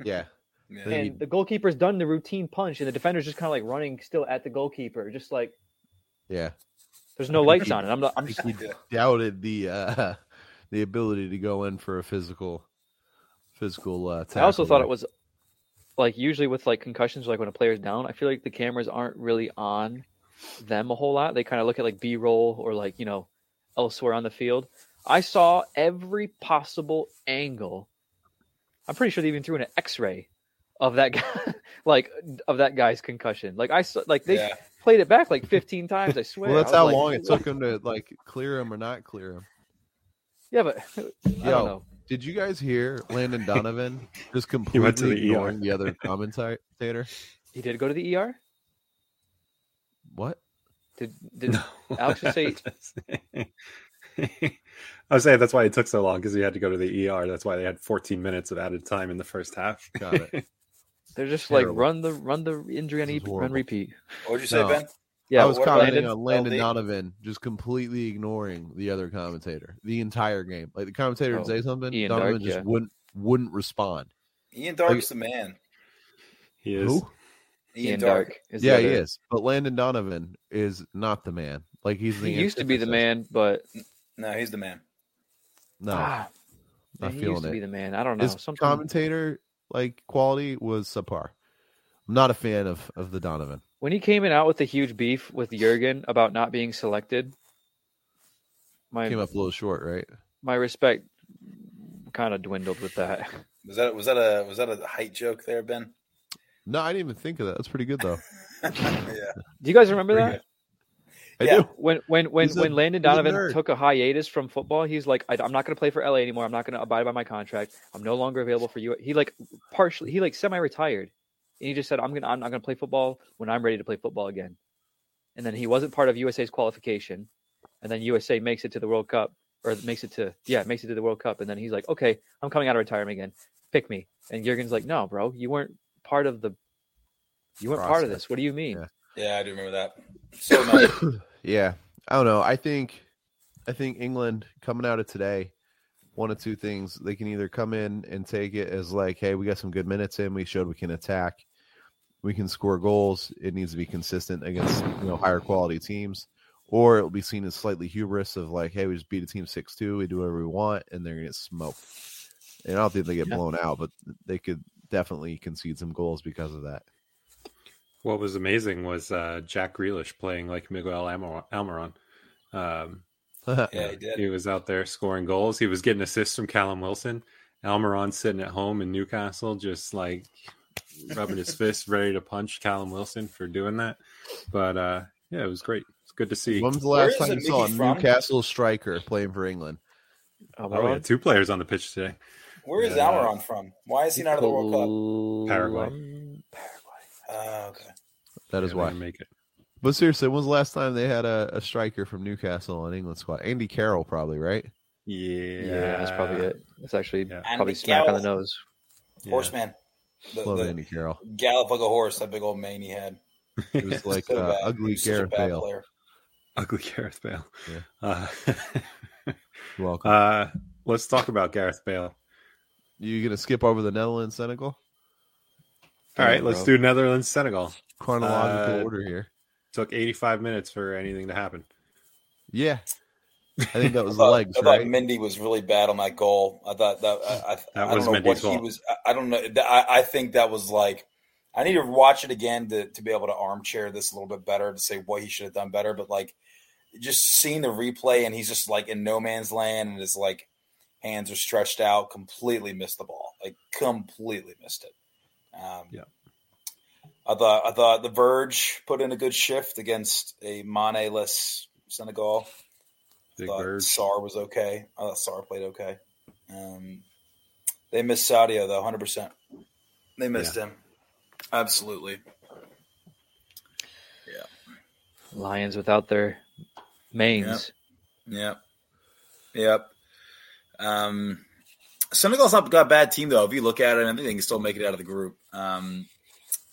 Speaker 2: Yeah.
Speaker 3: Yeah.
Speaker 2: Then he-
Speaker 4: And the goalkeeper's done the routine punch, and the defender's just kind of like running still at the goalkeeper, just like
Speaker 2: Yeah.
Speaker 4: there's no lights on it. I'm not. I'm just,
Speaker 2: He doubted the uh, the ability to go in for a physical physical uh,
Speaker 4: I also
Speaker 2: tackle
Speaker 4: thought
Speaker 2: there.
Speaker 4: it was like usually with like concussions, like when a player's down, I feel like the cameras aren't really on them a whole lot. They kind of look at like B roll or like, you know, elsewhere on the field. I saw every possible angle. I'm pretty sure they even threw in an x ray of that guy, like of that guy's concussion. Like I saw, like they
Speaker 3: Yeah.
Speaker 4: played it back like 15 times. I swear.
Speaker 2: Well, that's
Speaker 4: I was
Speaker 2: how
Speaker 4: like,
Speaker 2: long it took him to like clear him or not clear him.
Speaker 4: Yeah, but I
Speaker 2: Yo.
Speaker 4: don't know.
Speaker 2: Did you guys hear Landon Donovan just
Speaker 5: He went to
Speaker 2: completely
Speaker 5: the ER.
Speaker 2: ignoring the other commentator?
Speaker 4: He did go to the ER.
Speaker 2: What?
Speaker 4: Did did Alex just say-
Speaker 5: I was saying that's why it took so long because he had to go to the ER. That's why they had 14 minutes of added time in the first half.
Speaker 2: Got it.
Speaker 4: they're just
Speaker 2: Terrible.
Speaker 4: like run the run the injury on,
Speaker 2: This is
Speaker 4: e- on
Speaker 2: horrible.
Speaker 4: repeat?
Speaker 3: What would you say,
Speaker 2: No.
Speaker 3: Ben?
Speaker 4: Yeah,
Speaker 2: I was
Speaker 3: what about
Speaker 2: commenting
Speaker 4: Landon?
Speaker 2: on Landon
Speaker 3: LD?
Speaker 2: Donovan just completely ignoring the other commentator the entire game. Like the commentator would
Speaker 4: Oh,
Speaker 2: say something,
Speaker 4: Ian
Speaker 2: Donovan
Speaker 4: Dark,
Speaker 2: just
Speaker 4: yeah.
Speaker 2: wouldn't wouldn't respond.
Speaker 3: Ian Dark's the man.
Speaker 5: He is.
Speaker 2: Who?
Speaker 3: Ian, Dark.
Speaker 4: Is
Speaker 2: yeah,
Speaker 4: the
Speaker 2: he
Speaker 4: other-
Speaker 2: is. But Landon Donovan is not the man. Like he's the
Speaker 4: He used to be the
Speaker 2: antithesis.
Speaker 4: man, but
Speaker 3: No, he's the man.
Speaker 2: No,
Speaker 4: ah,
Speaker 2: not
Speaker 4: man, he
Speaker 2: feeling
Speaker 4: used to
Speaker 2: it.
Speaker 4: be the man. I don't know.
Speaker 2: his
Speaker 4: Something
Speaker 2: commentator like quality was subpar. I'm not a fan of of the Donovan.
Speaker 4: When he came in out with the huge beef with Jurgen about not being selected, my
Speaker 2: Came up a little short, right?
Speaker 4: my respect kind of dwindled with that.
Speaker 3: Was that was that a was that a height joke there, Ben?
Speaker 2: No, I didn't even think of that. That's pretty good though.
Speaker 3: yeah.
Speaker 4: Do you guys remember
Speaker 5: Pretty
Speaker 4: that?
Speaker 2: I
Speaker 3: Yeah.
Speaker 2: do.
Speaker 4: When when when
Speaker 2: He's a-
Speaker 4: when Landon
Speaker 2: he's a
Speaker 4: Donovan
Speaker 2: nerd.
Speaker 4: took a hiatus from football, he's like, I, am not going to play for LA anymore. I'm not going to abide by my contract. I'm no longer available for you. He like partially, he like semi-retired, and he just said, I'm gonna, I'm not going to play football when I'm ready to play football again. And then he wasn't part of USA's qualification, and then USA makes it to the World Cup or makes it to yeah makes it to the World Cup, and then he's like, okay, I'm coming out of retirement again. Pick me. And Jurgen's like, no, bro, you weren't part of the, you weren't part of
Speaker 2: Process.
Speaker 4: this. What do you mean?
Speaker 2: Yeah.
Speaker 3: Yeah, I do remember that. So nice.
Speaker 2: yeah, I don't know. I think, I think England coming out of today, one of two things: they can either come in and take it as like, "Hey, we got some good minutes in. We showed we can attack, we can score goals. It needs to be consistent against you know higher quality teams." Or it'll be seen as slightly hubris of like, "Hey, we just beat a team six two. We do whatever we want, and they're gonna get smoked." And I don't think they get
Speaker 4: Yeah.
Speaker 2: blown out, but they could definitely concede some goals because of that.
Speaker 5: What was amazing was uh, Jack Grealish playing like Miguel Almar- Almiron. Um,
Speaker 3: Yeah, he did.
Speaker 5: he was out there scoring goals. He was getting assists from Callum Wilson. Almiron sitting at home in Newcastle, just like rubbing his fist, ready to punch Callum Wilson for doing that. But uh, yeah, it was great. It's good to see.
Speaker 2: When was the
Speaker 3: Where
Speaker 2: last
Speaker 3: is
Speaker 2: time
Speaker 3: it
Speaker 2: you saw a
Speaker 3: Mickey from?
Speaker 2: Newcastle striker playing for England?
Speaker 5: Oh, we had two players on the pitch today.
Speaker 3: Where is
Speaker 2: Yeah.
Speaker 3: Almiron from? Why is he not at the World Cup?
Speaker 5: Paraguay.
Speaker 3: Oh, okay.
Speaker 2: That is
Speaker 5: Yeah, they're
Speaker 2: why.
Speaker 5: gonna make it.
Speaker 2: But seriously, when's the last time they had a, a striker from Newcastle on England squad? Andy Carroll, probably, right?
Speaker 5: Yeah,
Speaker 4: Yeah, that's probably it. It's actually
Speaker 5: Yeah.
Speaker 4: probably
Speaker 3: And
Speaker 4: smack on the
Speaker 3: Miguel.
Speaker 4: nose.
Speaker 5: Yeah.
Speaker 3: Horseman. The,
Speaker 2: Love
Speaker 3: the
Speaker 2: Andy Carroll.
Speaker 3: gallop like a horse, that big old mane he had.
Speaker 2: He was like
Speaker 3: So
Speaker 2: uh,
Speaker 3: bad.
Speaker 2: ugly
Speaker 3: He's such a
Speaker 2: Gareth
Speaker 3: bad
Speaker 2: Bale.
Speaker 3: player.
Speaker 5: Ugly Gareth Bale.
Speaker 2: Yeah.
Speaker 5: Uh,
Speaker 2: You're welcome.
Speaker 5: uh, let's talk about Gareth Bale.
Speaker 2: you gonna skip over the Netherlands, Senegal?
Speaker 5: All right, let's do Netherlands Senegal.
Speaker 2: Chronological
Speaker 5: Uh,
Speaker 2: order here.
Speaker 5: Took 85 minutes for anything to happen.
Speaker 2: Yeah, I think that
Speaker 3: I
Speaker 2: was the
Speaker 3: thought,
Speaker 2: legs,
Speaker 3: I thought
Speaker 2: right?
Speaker 3: Mindy was really bad on that goal. I thought that I, I, I don't
Speaker 5: was
Speaker 3: know what
Speaker 5: Mindy's
Speaker 3: he
Speaker 5: fault.
Speaker 3: was. I, I don't know. Th- I, I think that was like. I need to watch it again to, to be able to armchair this a little bit better to say what he should have done better. But like, just seeing the replay and he's just like in no man's land and his like hands are stretched out, completely missed the ball. Like completely missed it. Um,
Speaker 5: Yeah.
Speaker 3: I thought I thought the Verge put in a good shift against a Mane-less Senegal
Speaker 5: Big
Speaker 3: thought
Speaker 5: bird.
Speaker 3: Sar was okay. I thought Sar played okay. Um, they missed Sadio though, hundred percent. They missed him. Absolutely.
Speaker 4: Lions without their manes.
Speaker 3: Yep. Yep. Um, Senegal's not got a bad team though. If you look at it, I think they can still make it out of the group. Um,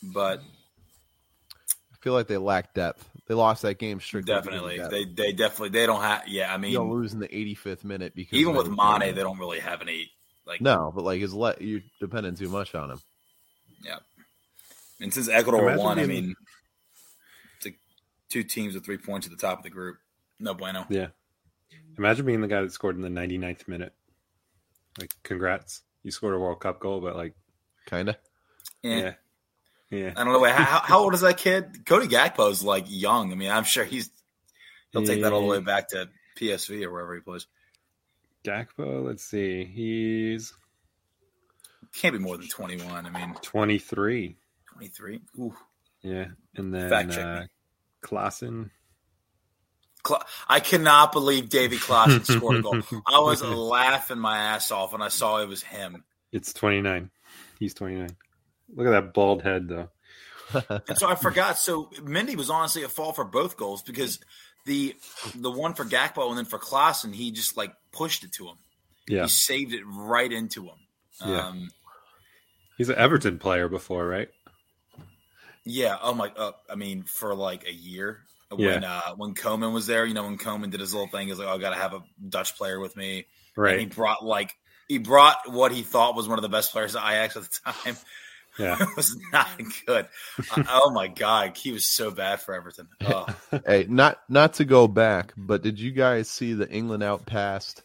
Speaker 3: but
Speaker 2: I feel like they lacked depth. They lost that game strictly. because of
Speaker 3: definitely,
Speaker 2: depth.
Speaker 3: they they definitely they don't have. Yeah, I
Speaker 2: you don't
Speaker 3: mean,
Speaker 2: lose in the 85th minute because
Speaker 3: even
Speaker 2: they
Speaker 3: with
Speaker 2: were-
Speaker 3: Mane, they don't really have any like.
Speaker 2: No, but like his let you're depending too much on him.
Speaker 3: And since Ecuador
Speaker 5: Imagine
Speaker 3: won, I
Speaker 5: being-
Speaker 3: mean, it's like two teams with three points at the top of the group. No bueno.
Speaker 5: Yeah. Imagine being the guy that scored in the 99th minute. Like, congrats. You scored a World Cup goal, but like,
Speaker 2: Kinda.
Speaker 3: Eh.
Speaker 5: yeah. Yeah.
Speaker 3: I don't know. Wait, how, how old is that kid? Cody Gakpo's like young. I mean, I'm sure he's he'll take that all the way back to PSV or wherever he plays.
Speaker 5: Gakpo, let's see. He's
Speaker 3: Can't be more than 21. I mean,
Speaker 5: 23.
Speaker 3: 23. Ooh.
Speaker 5: Yeah. And then
Speaker 3: Fact check
Speaker 5: uh, Klassen.
Speaker 3: Cla- I cannot believe Davy Klaassen scored a goal. I was laughing my ass off when I saw it was him.
Speaker 5: It's 29. He's 29. Look at that bald head, though.
Speaker 3: And so I forgot. So Mindy was honestly a fall for both goals because the the one for Gakpo and then for Klaassen, he just like pushed it to him.
Speaker 5: Yeah.
Speaker 3: He saved it right into him.
Speaker 5: Yeah.
Speaker 3: Um,
Speaker 5: He's an Everton player before, right?
Speaker 3: Yeah. Oh my. Uh, I mean, for like a year when uh, when Komen was there, you know, when Komen did his little thing, he's like, oh, "I got to have a Dutch player with me." And he
Speaker 5: Right.
Speaker 3: brought like he brought what he thought was one of the best players at Ajax at the time.
Speaker 5: Yeah.
Speaker 3: it was not good. Uh, oh my god, he was so bad for Everton. Oh,
Speaker 2: Hey, not not to go back, but did you guys see the England out passed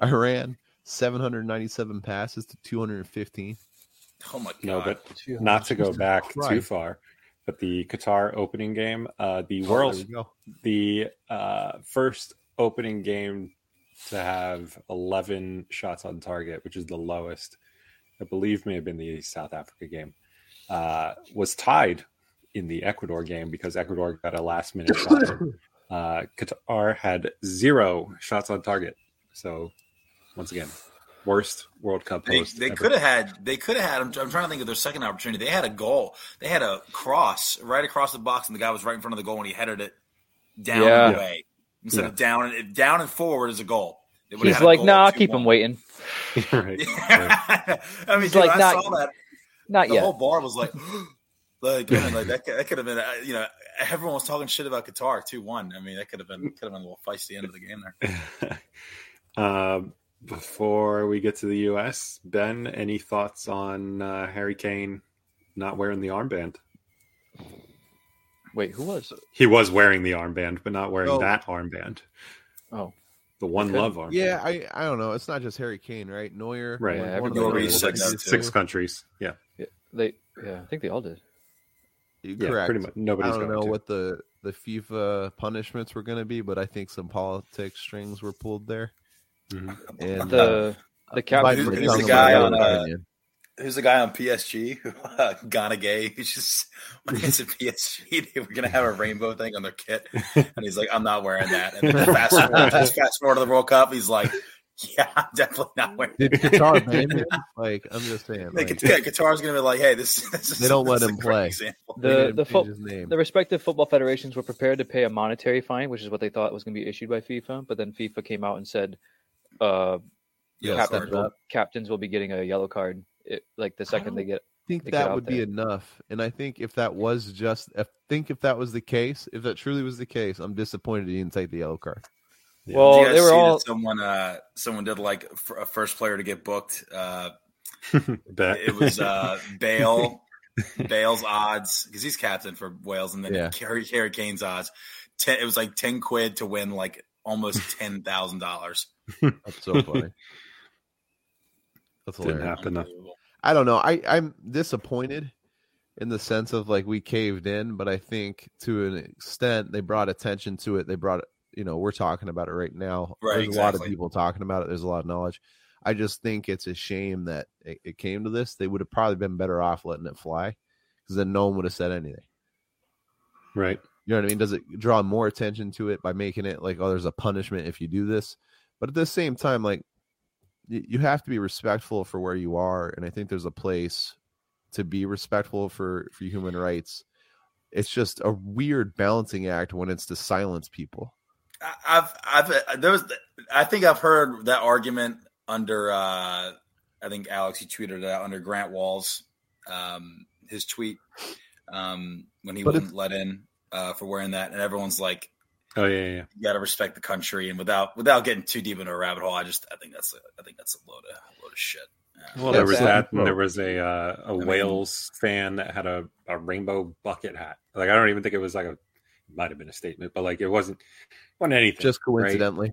Speaker 2: Iran 797 passes to 215?
Speaker 3: Oh my god!
Speaker 5: No, but not to go back too
Speaker 2: Christ.
Speaker 5: far. But the Qatar opening game, uh, the
Speaker 2: Oh,
Speaker 5: world,
Speaker 2: there we go.
Speaker 5: the uh, first opening game to have 11 shots on target, which is the lowest, I believe may have been the South Africa game, uh, was tied in the Ecuador game because Ecuador got a last minute shot. Uh, Qatar had zero shots on target. So, once again, worst World Cup
Speaker 3: They,
Speaker 5: host
Speaker 3: they
Speaker 5: ever.
Speaker 3: could have had they could have had I'm, I'm trying to think of their second opportunity. They had a goal. They had a cross right across the box, and the guy was right in front of the goal, and he headed it down
Speaker 4: Yeah.
Speaker 3: and away instead of down and if down and forward is a goal. They would've
Speaker 4: He's
Speaker 3: had a
Speaker 4: like,
Speaker 3: goal
Speaker 4: nah,
Speaker 3: at
Speaker 4: I'll keep him
Speaker 3: 2-1.
Speaker 4: waiting.
Speaker 5: right. right.
Speaker 3: I mean,
Speaker 4: He's
Speaker 3: dude,
Speaker 4: like,
Speaker 3: I
Speaker 4: "Not
Speaker 3: saw that.
Speaker 4: Not
Speaker 3: The
Speaker 4: yet.
Speaker 3: whole bar was like, like, man, like that. Could, that could have been, uh, you know, everyone was talking shit about Qatar two one. I mean, that could have been could have been a little feisty end of the game there.
Speaker 5: um, before we get to the U.S., Ben, any thoughts on uh, Harry Kane not wearing the armband?
Speaker 4: Wait, who was?
Speaker 5: He was wearing the armband, but not wearing
Speaker 2: No.
Speaker 5: that armband,
Speaker 4: Oh,
Speaker 5: the one love armband.
Speaker 2: Yeah, I I don't know. It's not just Harry Kane, right? Neuer,
Speaker 5: Right.
Speaker 4: Yeah,
Speaker 2: one of
Speaker 3: everybody
Speaker 2: those
Speaker 3: said
Speaker 2: guys
Speaker 3: that
Speaker 2: too.
Speaker 5: six, six countries. Yeah,
Speaker 4: they. Yeah, I think they all did.
Speaker 2: You
Speaker 5: yeah,
Speaker 2: correct.
Speaker 5: pretty much. Nobody's
Speaker 2: I don't
Speaker 5: going
Speaker 2: know
Speaker 5: to.
Speaker 2: what the the FIFA punishments were going to be, but I think some politics strings were pulled there.
Speaker 5: Mhm.
Speaker 2: And uh,
Speaker 4: The the captain
Speaker 3: Who's-
Speaker 4: was
Speaker 3: who's the
Speaker 4: talking
Speaker 3: guy
Speaker 4: about
Speaker 3: on,
Speaker 4: it.
Speaker 3: uh, Who's the guy on PSG? Uh, Ghana gay. He's just when he's at PSG, they were gonna have a rainbow thing on their kit, and he's like, "I'm not wearing that." And then fast forward, just fast forward to the World Cup, he's like, "Yeah, I'm definitely not wearing."
Speaker 2: did Qatar ban him? Like, I'm just saying.
Speaker 3: Like,
Speaker 2: Like,
Speaker 3: yeah, Qatar's gonna be like, "Hey, this." this is,
Speaker 2: They don't let
Speaker 3: this is
Speaker 2: him
Speaker 3: a great
Speaker 2: play.
Speaker 3: example.
Speaker 2: they
Speaker 4: The-
Speaker 2: made him
Speaker 4: the
Speaker 2: change
Speaker 4: fo-
Speaker 2: his name.
Speaker 4: The respective football federations were prepared to pay a monetary fine, which is what they thought was going to be issued by FIFA. But then FIFA came out and said, uh,
Speaker 3: Yeah,
Speaker 4: captains,
Speaker 3: sorry.
Speaker 4: will, captains will be getting a yellow card it, like the second they get.
Speaker 2: I think
Speaker 4: to get
Speaker 2: that
Speaker 4: out
Speaker 2: would be
Speaker 4: there.
Speaker 2: enough. And I think if that was just, I think if that was the case, if that truly was the case, I'm disappointed he didn't take the yellow card.
Speaker 5: Yeah.
Speaker 4: Well,
Speaker 3: Did you guys
Speaker 4: they were
Speaker 3: see that
Speaker 4: all.
Speaker 3: someone. Uh, someone did like f- a first player to get booked. Uh,
Speaker 5: Bet.
Speaker 3: it was uh, Bale. Bale's odds because he's captain for Wales, and then
Speaker 2: Yeah.
Speaker 3: Harry, Harry Kane's odds. Ten, it was like ten quid to win like almost ten thousand dollars.
Speaker 2: That's so funny. That's
Speaker 5: Didn't
Speaker 2: hilarious.
Speaker 5: happen. Enough.
Speaker 2: I don't know. I I'm disappointed in the sense of like we caved in, but I think to an extent they brought attention to it. They brought you know we're talking about it right now.
Speaker 3: Right,
Speaker 2: There's a lot of
Speaker 3: exactly.
Speaker 2: people talking about it. There's a lot of knowledge. I just think it's a shame that it, it came to this. They would have probably been better off letting it fly because then no one would have said anything.
Speaker 5: right.
Speaker 2: You know what I mean? Does it draw more attention to it by making it like, oh, there's a punishment if you do this? But at the same time, like, y- you have to be respectful for where you are, and I think there's a place to be respectful for for human rights. It's just a weird balancing act when it's to silence people.
Speaker 3: I've I've uh, there was I think I've heard that argument under uh, I think Alex he tweeted it out under Grant Wall's um, his tweet um, when he
Speaker 2: But
Speaker 3: wasn't let in uh, for wearing that, and everyone's like,
Speaker 5: Oh yeah, yeah, yeah.
Speaker 3: you got to respect the country, and without without getting too deep into a rabbit hole, I just I think that's a, I think that's a load of load of shit. Yeah.
Speaker 4: Oh,
Speaker 5: Well, there
Speaker 2: That's
Speaker 5: was
Speaker 2: bad.
Speaker 5: that, and there was a uh, a
Speaker 3: mean-
Speaker 5: Wales fan that had a, a rainbow bucket hat. Like I don't even think it was like a it might have been a statement, but like it wasn't wasn't anything.
Speaker 2: Just coincidentally,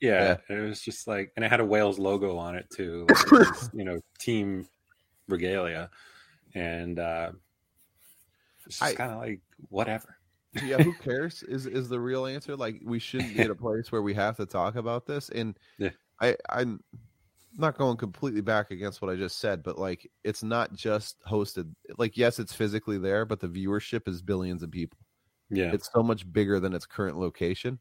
Speaker 5: yeah, and it was just like, and it had a Wales logo on it too, like, it was, you know, team regalia, and uh, it's
Speaker 2: I-
Speaker 5: just kind of like whatever.
Speaker 2: yeah. Who cares? Is is the real answer? Like, we shouldn't be at a place where we have to talk about this. And
Speaker 5: Yeah.
Speaker 2: I I'm not going completely back against what I just said, but like it's not just hosted. Like, yes, it's physically there, but the viewership is billions of people.
Speaker 5: Yeah,
Speaker 2: It's so much bigger than its current location.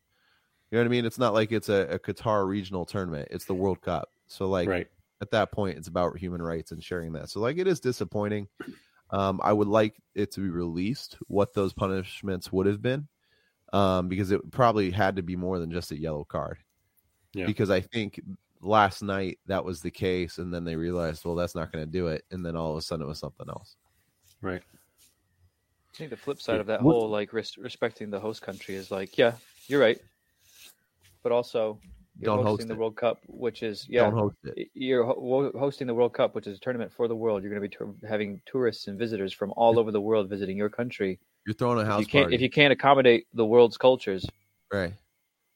Speaker 2: You know what I mean? It's not like it's a, a Qatar regional tournament, it's the World Cup. So, like,
Speaker 5: right.
Speaker 2: at that point, it's about human rights and sharing that. So, like, it is disappointing. Um, I would like it to be released what those punishments would have been, um, because it probably had to be more than just a yellow card.
Speaker 5: Yeah.
Speaker 2: Because I think last night that was the case, and then they realized, well, that's not going to do it, and then all of a sudden it was something else.
Speaker 4: I think the flip side of that
Speaker 5: What-
Speaker 4: whole like res- respecting the host country is like, yeah, you're right, but also you're
Speaker 2: Don't host
Speaker 4: hosting the
Speaker 2: it.
Speaker 4: World Cup, which is yeah,
Speaker 2: Don't host it.
Speaker 4: you're ho- wo- hosting the World Cup, which is a tournament for the world. You're going to be tur- having tourists and visitors from all over the world visiting your country.
Speaker 2: You're throwing a
Speaker 4: If
Speaker 2: house
Speaker 4: you can't
Speaker 2: party,
Speaker 4: if you can't accommodate the world's cultures,
Speaker 2: right?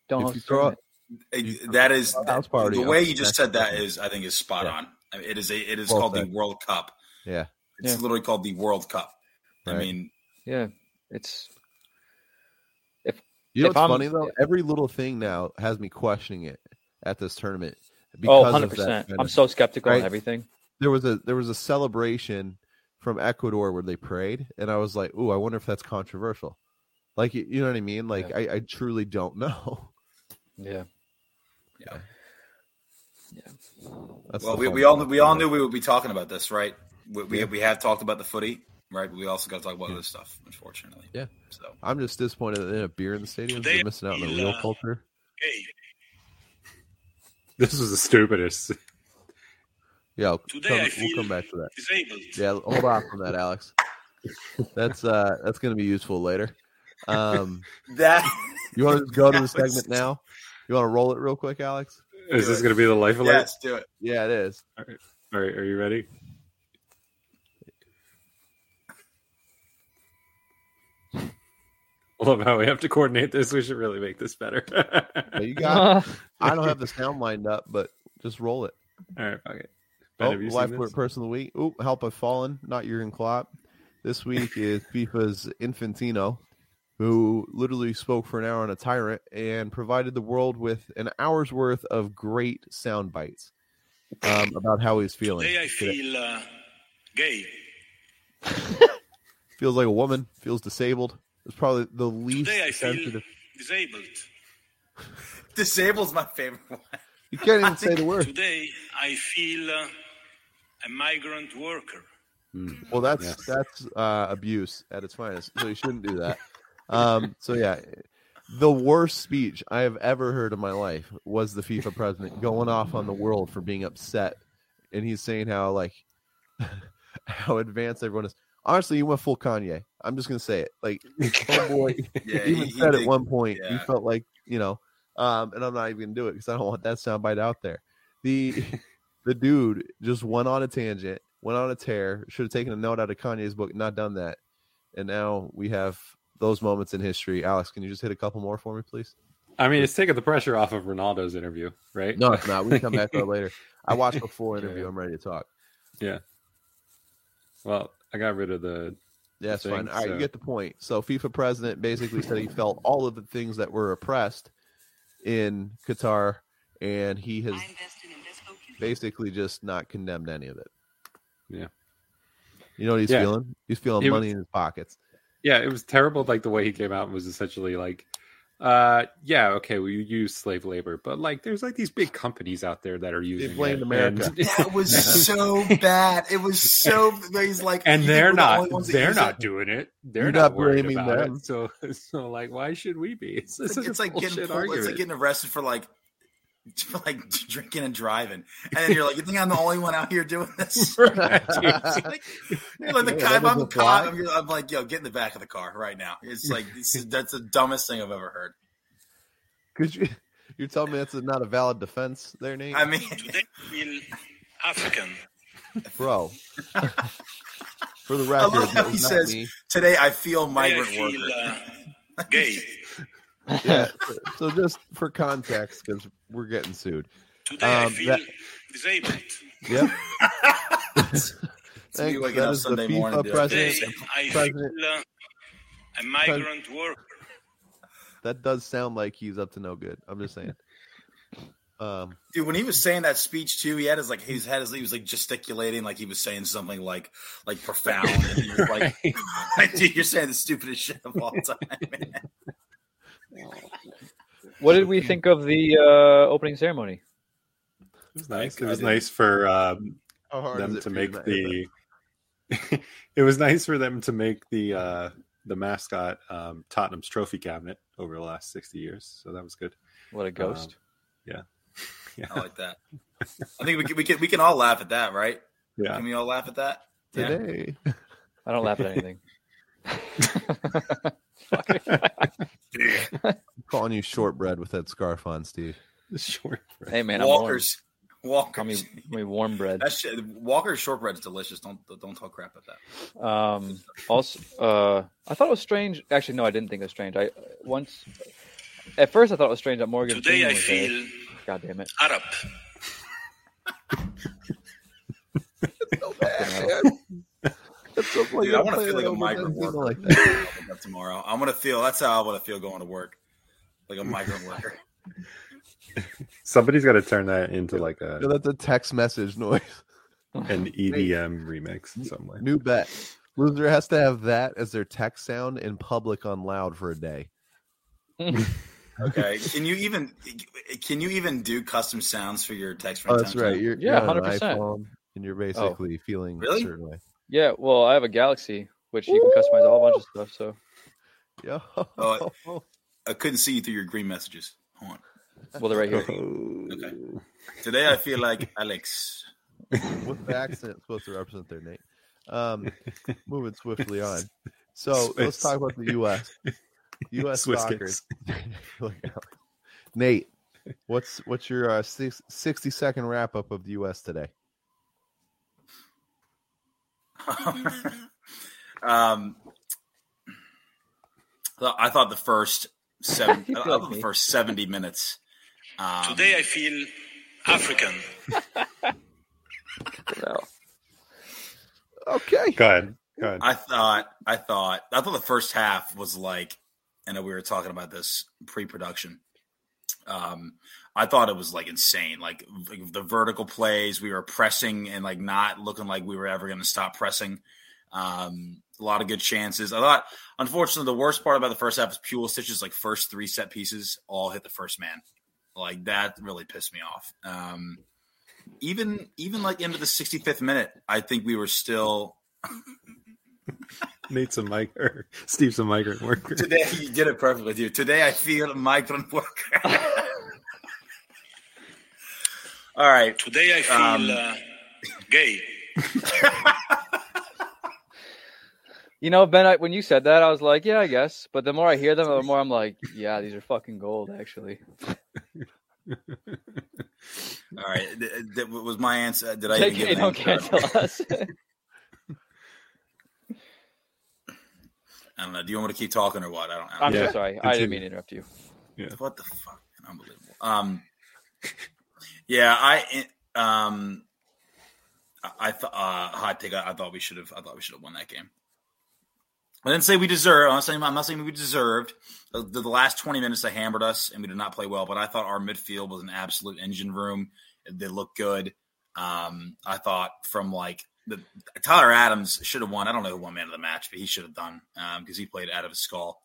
Speaker 4: don't
Speaker 2: If
Speaker 4: host
Speaker 2: you
Speaker 4: the
Speaker 2: throw
Speaker 4: tournament.
Speaker 3: It- that is
Speaker 2: House party
Speaker 3: the way
Speaker 2: on
Speaker 3: you just
Speaker 2: the
Speaker 3: said that
Speaker 2: next-
Speaker 3: is I think is spot
Speaker 2: Yeah.
Speaker 3: on. I mean, it is a it is
Speaker 2: Well
Speaker 3: called the
Speaker 2: said.
Speaker 3: World Cup.
Speaker 2: Yeah.
Speaker 3: It's
Speaker 4: Yeah.
Speaker 3: literally called the World Cup. I
Speaker 2: Right.
Speaker 3: mean,
Speaker 4: Yeah, it's oh,
Speaker 2: You know
Speaker 4: If
Speaker 2: what's
Speaker 4: I'm-
Speaker 2: funny though? Every little thing now has me questioning it at this tournament
Speaker 4: oh,
Speaker 2: because of
Speaker 4: 100
Speaker 2: that.
Speaker 4: percent. I'm
Speaker 2: finish.
Speaker 4: so skeptical
Speaker 2: Right?
Speaker 4: on everything.
Speaker 2: there was a there was a celebration from Ecuador where they prayed, and I was like, "Ooh, I wonder if that's controversial." Like, you, you know what I mean? Like,
Speaker 4: Yeah.
Speaker 2: I, I truly don't know.
Speaker 4: Yeah,
Speaker 2: That's
Speaker 3: well,
Speaker 2: the
Speaker 3: we,
Speaker 2: fun
Speaker 3: we all
Speaker 2: part.
Speaker 3: we all knew we would be talking about this, right? We we,
Speaker 2: Yeah.
Speaker 3: we have talked about the footy, right? But we also got to talk about other stuff, unfortunately.
Speaker 2: Yeah.
Speaker 3: So
Speaker 2: I'm just disappointed that they didn't have beer in the stadium.
Speaker 1: They-
Speaker 2: They're missing out on the real
Speaker 1: uh,
Speaker 2: culture.
Speaker 1: Hey,
Speaker 5: This was the stupidest.
Speaker 2: Yeah, I'll
Speaker 1: Today
Speaker 2: come-
Speaker 1: I
Speaker 2: we'll
Speaker 1: feel-
Speaker 2: come back to that.
Speaker 1: disabled.
Speaker 2: Yeah, hold off on that, Alex. That's uh that's gonna be useful later. Um
Speaker 3: that
Speaker 2: you wanna just go to the
Speaker 3: Alex.
Speaker 2: segment now? You wanna roll it real quick, Alex?
Speaker 5: Is this going to be the life alert?
Speaker 3: yes, do it.
Speaker 2: Yeah, it is.
Speaker 5: All right, are you ready? I Love how we have to coordinate this. We should really make this better.
Speaker 2: Yeah, you got
Speaker 4: yeah.
Speaker 2: I don't have the sound lined up, but just roll it.
Speaker 5: All right, fuck it. Ben,
Speaker 2: Oh,
Speaker 5: have you
Speaker 2: life
Speaker 5: seen
Speaker 2: alert
Speaker 5: this?
Speaker 2: person of the week. Oop, help I've fallen, not Jurgen Klopp. This week is FIFA's Infantino, who literally spoke for an hour on a tyrant and provided the world with an hour's worth of great sound bites um, about how he's feeling.
Speaker 1: Today I
Speaker 2: Today.
Speaker 1: feel uh, gay.
Speaker 2: Feels like a woman, feels disabled. It's probably the least
Speaker 1: Today I feel
Speaker 2: sensitive.
Speaker 1: disabled.
Speaker 3: Disabled's my favorite one.
Speaker 2: You can't even say the word.
Speaker 1: Today I feel uh, a migrant worker.
Speaker 2: Well, that's that's uh, abuse at its finest. So you shouldn't do that. Um, so yeah, the worst speech I have ever heard in my life was the FIFA president going off on the world for being upset, and he's saying how like how advanced everyone is. Honestly, you went full Kanye. I'm just gonna say it. Like, oh boy,
Speaker 3: Yeah,
Speaker 2: even
Speaker 3: he- he
Speaker 2: said at
Speaker 3: did-
Speaker 2: one point you
Speaker 3: yeah.
Speaker 2: felt like you know um and i'm not even gonna do it because i don't want that soundbite out there the the dude just went on a tangent went on a tear should have taken a note out of kanye's book not done that and now we have those moments in history alex can you just hit a couple more for me please
Speaker 5: I mean, it's taking the pressure off of Ronaldo's interview, right?
Speaker 2: no it's not we can come back to it later i watched the full interview
Speaker 5: Yeah.
Speaker 2: i'm ready to talk
Speaker 5: Well, I got rid of the.
Speaker 2: Yeah, that's fine.
Speaker 5: thing,
Speaker 2: All right,
Speaker 5: so-
Speaker 2: you get the point. So FIFA president basically said he felt all of the things that were oppressed in Qatar, and he has basically just not condemned any of it.
Speaker 5: Yeah.
Speaker 2: You know what he's
Speaker 5: Yeah.
Speaker 2: feeling? He's feeling
Speaker 5: It-
Speaker 2: money in his pockets.
Speaker 5: Yeah, it was terrible. Like the way he came out was essentially like, uh, yeah, okay, we use slave labor, but like, there's like these big companies out there that are using.
Speaker 2: blamed
Speaker 5: it,
Speaker 2: America.
Speaker 5: and-
Speaker 3: That was so bad. It was so. He's like,
Speaker 5: and
Speaker 3: you think
Speaker 5: they're
Speaker 3: we're the
Speaker 5: not
Speaker 3: only ones that
Speaker 5: they're
Speaker 3: use
Speaker 5: not
Speaker 3: it?
Speaker 5: doing it. They're
Speaker 2: You're
Speaker 5: not,
Speaker 2: not
Speaker 5: worried
Speaker 2: blaming
Speaker 5: about
Speaker 2: them.
Speaker 5: it. So so like why should we be? It's,
Speaker 3: It's
Speaker 5: such
Speaker 3: like,
Speaker 5: a
Speaker 3: it's like getting pulled-
Speaker 5: bullshit
Speaker 3: it's like
Speaker 5: argument.
Speaker 3: getting arrested for like like drinking and driving, and then you're like, you think I'm the only one out here doing this?
Speaker 5: Right, dude.
Speaker 3: Like, you're
Speaker 2: Yeah, that
Speaker 3: like the cop. I'm the
Speaker 2: doesn't fly.
Speaker 3: cop. I'm, I'm like, yo, get in the back of the car right now. It's like this is, that's the dumbest thing I've ever heard.
Speaker 2: Could you? You're telling me that's not a valid defense, there, Nate?
Speaker 3: I mean,
Speaker 1: Today I feel African.
Speaker 2: bro. For the
Speaker 3: I
Speaker 2: record,
Speaker 3: love how
Speaker 2: that
Speaker 3: he
Speaker 2: was not
Speaker 3: says
Speaker 2: me.
Speaker 3: today I feel
Speaker 1: Today I
Speaker 3: migrant
Speaker 1: feel
Speaker 3: worker.
Speaker 1: uh, gay.
Speaker 2: Yeah. So just for context, because we're getting sued.
Speaker 1: Today I
Speaker 2: Um,
Speaker 1: feel
Speaker 2: that-
Speaker 1: disabled.
Speaker 2: Yep.
Speaker 3: It's me
Speaker 2: Thanks.
Speaker 3: waking
Speaker 2: That
Speaker 3: up
Speaker 2: is the
Speaker 3: Sunday
Speaker 2: FIFA
Speaker 3: morning. to be like,
Speaker 2: president.
Speaker 1: Today
Speaker 2: President-
Speaker 1: I
Speaker 2: President-
Speaker 1: feel uh, a migrant worker.
Speaker 2: That does sound like he's up to no good. I'm just saying. Um,
Speaker 3: Dude, when he was saying that speech too, he had his like his head is he was like gesticulating, like he was saying something like like profound. And he was like,
Speaker 5: Right.
Speaker 3: dude, you're saying the stupidest shit of all time. Man.
Speaker 4: What did we think of the uh, opening ceremony?
Speaker 5: It was nice. It
Speaker 2: I
Speaker 5: was
Speaker 2: didn't-
Speaker 5: nice for um,
Speaker 2: how hard is
Speaker 5: them
Speaker 2: it for
Speaker 5: to
Speaker 2: you
Speaker 5: make
Speaker 2: not hit that?
Speaker 5: the it was nice for them to make the uh the mascot um Tottenham's trophy cabinet over the last 60 years so that was good
Speaker 4: What
Speaker 2: Um,
Speaker 4: a ghost!
Speaker 3: I like that. I think we can, we can we can all laugh at that, right?
Speaker 5: yeah
Speaker 3: Can we all laugh at that? Yeah.
Speaker 2: today?
Speaker 4: I don't laugh at anything.
Speaker 2: I'm calling you shortbread with that scarf on, Steve.
Speaker 5: sure right.
Speaker 4: hey man, I'm warm.
Speaker 3: Walker's
Speaker 4: Call me,
Speaker 3: Walker's
Speaker 4: call me warm bread.
Speaker 3: that shit, Walker's shortbread is delicious. Don't don't talk crap about that.
Speaker 4: Um, also, uh, I thought it was strange. Actually, no, I didn't think it was strange. I once, at first, I thought it was strange that Morgan
Speaker 1: Today
Speaker 4: Freeman
Speaker 1: I
Speaker 4: was
Speaker 1: feel
Speaker 4: there. God damn it!
Speaker 1: Arab.
Speaker 2: That's so funny.
Speaker 3: Dude, I
Speaker 2: I'm
Speaker 3: want
Speaker 2: playing
Speaker 3: to feel like
Speaker 2: it
Speaker 3: a
Speaker 2: over
Speaker 3: migrant
Speaker 2: and over
Speaker 3: worker
Speaker 2: like that.
Speaker 3: tomorrow. I want to feel. That's how I want to feel going to work, like a migrant worker.
Speaker 5: Somebody's got to turn that into like a
Speaker 2: No, that's a text message noise.
Speaker 5: an EDM remix in some way.
Speaker 2: New bet. Loser has to have that as their text sound in public on loud for a day.
Speaker 3: Okay. Can you even can you even do custom sounds for your text?
Speaker 2: Oh,
Speaker 3: ringtone
Speaker 2: that's right.
Speaker 3: now?
Speaker 2: You're,
Speaker 4: Yeah,
Speaker 2: you're on an
Speaker 4: 100%.
Speaker 2: iPhone and you're basically feeling
Speaker 3: Really?
Speaker 2: a certain way.
Speaker 4: Yeah, well, I have a Galaxy, which you can customize a whole bunch of stuff. So
Speaker 2: Yo.
Speaker 3: Oh, I couldn't see you through your green messages. Hold on.
Speaker 4: well, they're right here.
Speaker 5: Okay.
Speaker 3: Today I feel like Alex.
Speaker 2: What's the accent supposed to represent there, Nate? Um, moving swiftly on. So let's
Speaker 5: Swiss.
Speaker 2: talk about the U.S. U.S.
Speaker 5: Swiss
Speaker 2: soccer.
Speaker 5: kicks.
Speaker 2: Nate, what's what's your uh, six, sixty second wrap up of the U.S. today?
Speaker 3: um, I thought the first seven.
Speaker 4: You
Speaker 3: I
Speaker 4: feel
Speaker 3: thought
Speaker 4: me.
Speaker 3: the first seventy minutes. Um,
Speaker 1: Today I feel African.
Speaker 4: No.
Speaker 2: Okay,
Speaker 5: Go ahead. Go ahead.
Speaker 3: I thought, I thought, I thought the first half was like, I know we were talking about this pre-production. Um, I thought it was like insane, like, like the vertical plays. We were pressing and like not looking like we were ever going to stop pressing. Um, a lot of good chances. I thought, unfortunately, the worst part about the first half is Pulisic's like first three set pieces all hit the first man. Like that really pissed me off. Um, even even like into the 65th minute, I think we were still
Speaker 5: Nate's a migrant. Steve's a migrant worker.
Speaker 3: Today you did it perfectly, dude. Today I feel migrant worker. All right.
Speaker 1: Today I feel
Speaker 3: Um,
Speaker 1: uh, gay.
Speaker 4: You know, Ben, I, when you said that, I was like, yeah, I guess. But the more I hear them, the more I'm like, yeah, these are fucking gold, actually.
Speaker 3: All right. Th- th- was my answer. Did I even give
Speaker 4: JK,
Speaker 3: an
Speaker 4: don't
Speaker 3: answer?
Speaker 4: cancel us.
Speaker 3: I don't know. Do you want me to keep talking or what? I don't, I
Speaker 4: I'm
Speaker 3: don't
Speaker 5: Yeah,
Speaker 4: so sorry. I didn't
Speaker 5: continue.
Speaker 4: mean to interrupt you.
Speaker 3: What the fuck? Unbelievable. Um, yeah, I um, I- I thought uh, hot take. I, I thought we should have. I thought we should have won that game. I didn't say we deserve. I'm not saying, I'm not saying we deserved. The, the last 20 minutes they hammered us and we did not play well. But I thought our midfield was an absolute engine room. They looked good. Um, I thought from like the Tyler Adams should have won. I don't know who won man of the match, but he should have done because he played out of his skull.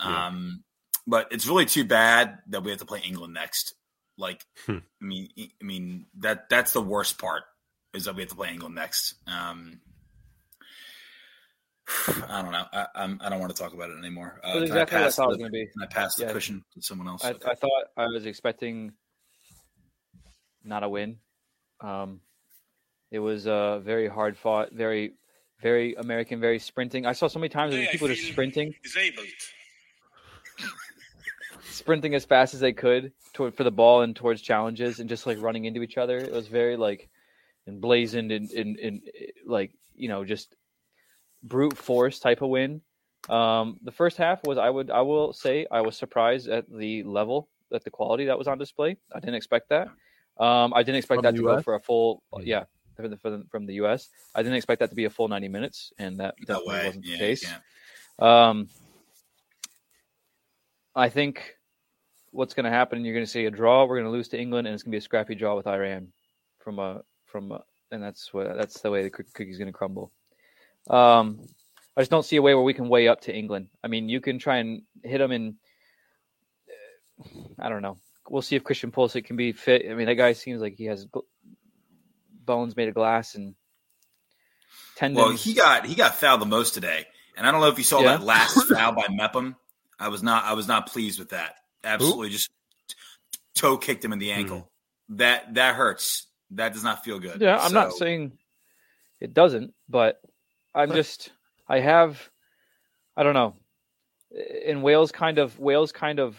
Speaker 5: Yeah.
Speaker 3: Um, but it's really too bad that we have to play England next. Like,
Speaker 5: Hmm.
Speaker 3: I mean, e, I mean that that's the worst part is that we have to play England next. Um, I don't know. I, I'm, I don't want to talk about it anymore. Uh,
Speaker 4: That's
Speaker 3: can I
Speaker 4: exactly what I
Speaker 3: pass
Speaker 4: thought it was
Speaker 3: the-
Speaker 4: going to be.
Speaker 3: Can I pass the
Speaker 4: Yeah.
Speaker 3: cushion to someone else?
Speaker 4: I,
Speaker 3: Okay.
Speaker 4: I thought I was expecting not a win. Um, it was uh, very hard fought, very, very American, very sprinting. I saw so many times
Speaker 1: Today
Speaker 4: of
Speaker 1: I
Speaker 4: people just
Speaker 1: feel
Speaker 4: sprinting,
Speaker 1: Disabled.
Speaker 4: sprinting as fast as they could toward, for the ball and towards challenges, and just like running into each other. It was very like emblazoned and, and, and eh, like you know just brute force type of win. Um, the first half was I would I will say I was surprised at the level at the quality that was on display. I didn't expect that. Um, I didn't expect
Speaker 2: From
Speaker 4: that
Speaker 2: the
Speaker 4: to go
Speaker 2: US?
Speaker 4: for a full yeah from the, from the- from the U.S. I didn't expect that to be a full ninety minutes, and that
Speaker 3: No
Speaker 4: definitely
Speaker 3: way.
Speaker 4: wasn't
Speaker 3: Yeah,
Speaker 4: the
Speaker 3: you
Speaker 4: case.
Speaker 3: can't.
Speaker 4: Um, I think what's going to happen, you're going to see a draw. We're going to lose to England, and it's going to be a scrappy draw with Iran from a from a, and that's what that's the way the cook- cookie's going to crumble. Um, I just don't see a way where we can weigh up to England. I mean, you can try and hit them in. uh, I don't know. We'll see if Christian Pulisic can be fit. I mean, that guy seems like he has gl- bones made of glass and tendons.
Speaker 3: Well, he got he got fouled the most today, and I don't know if you saw
Speaker 4: Yeah.
Speaker 3: that last foul by Mepham. I was not I was not pleased with that. Absolutely, just t- toe kicked him in
Speaker 4: Hmm.
Speaker 3: the ankle. That that hurts. That does not feel good.
Speaker 4: Yeah, I'm not
Speaker 3: So-
Speaker 4: saying it doesn't, but I'm just I have I don't know. In Wales kind of Wales kind of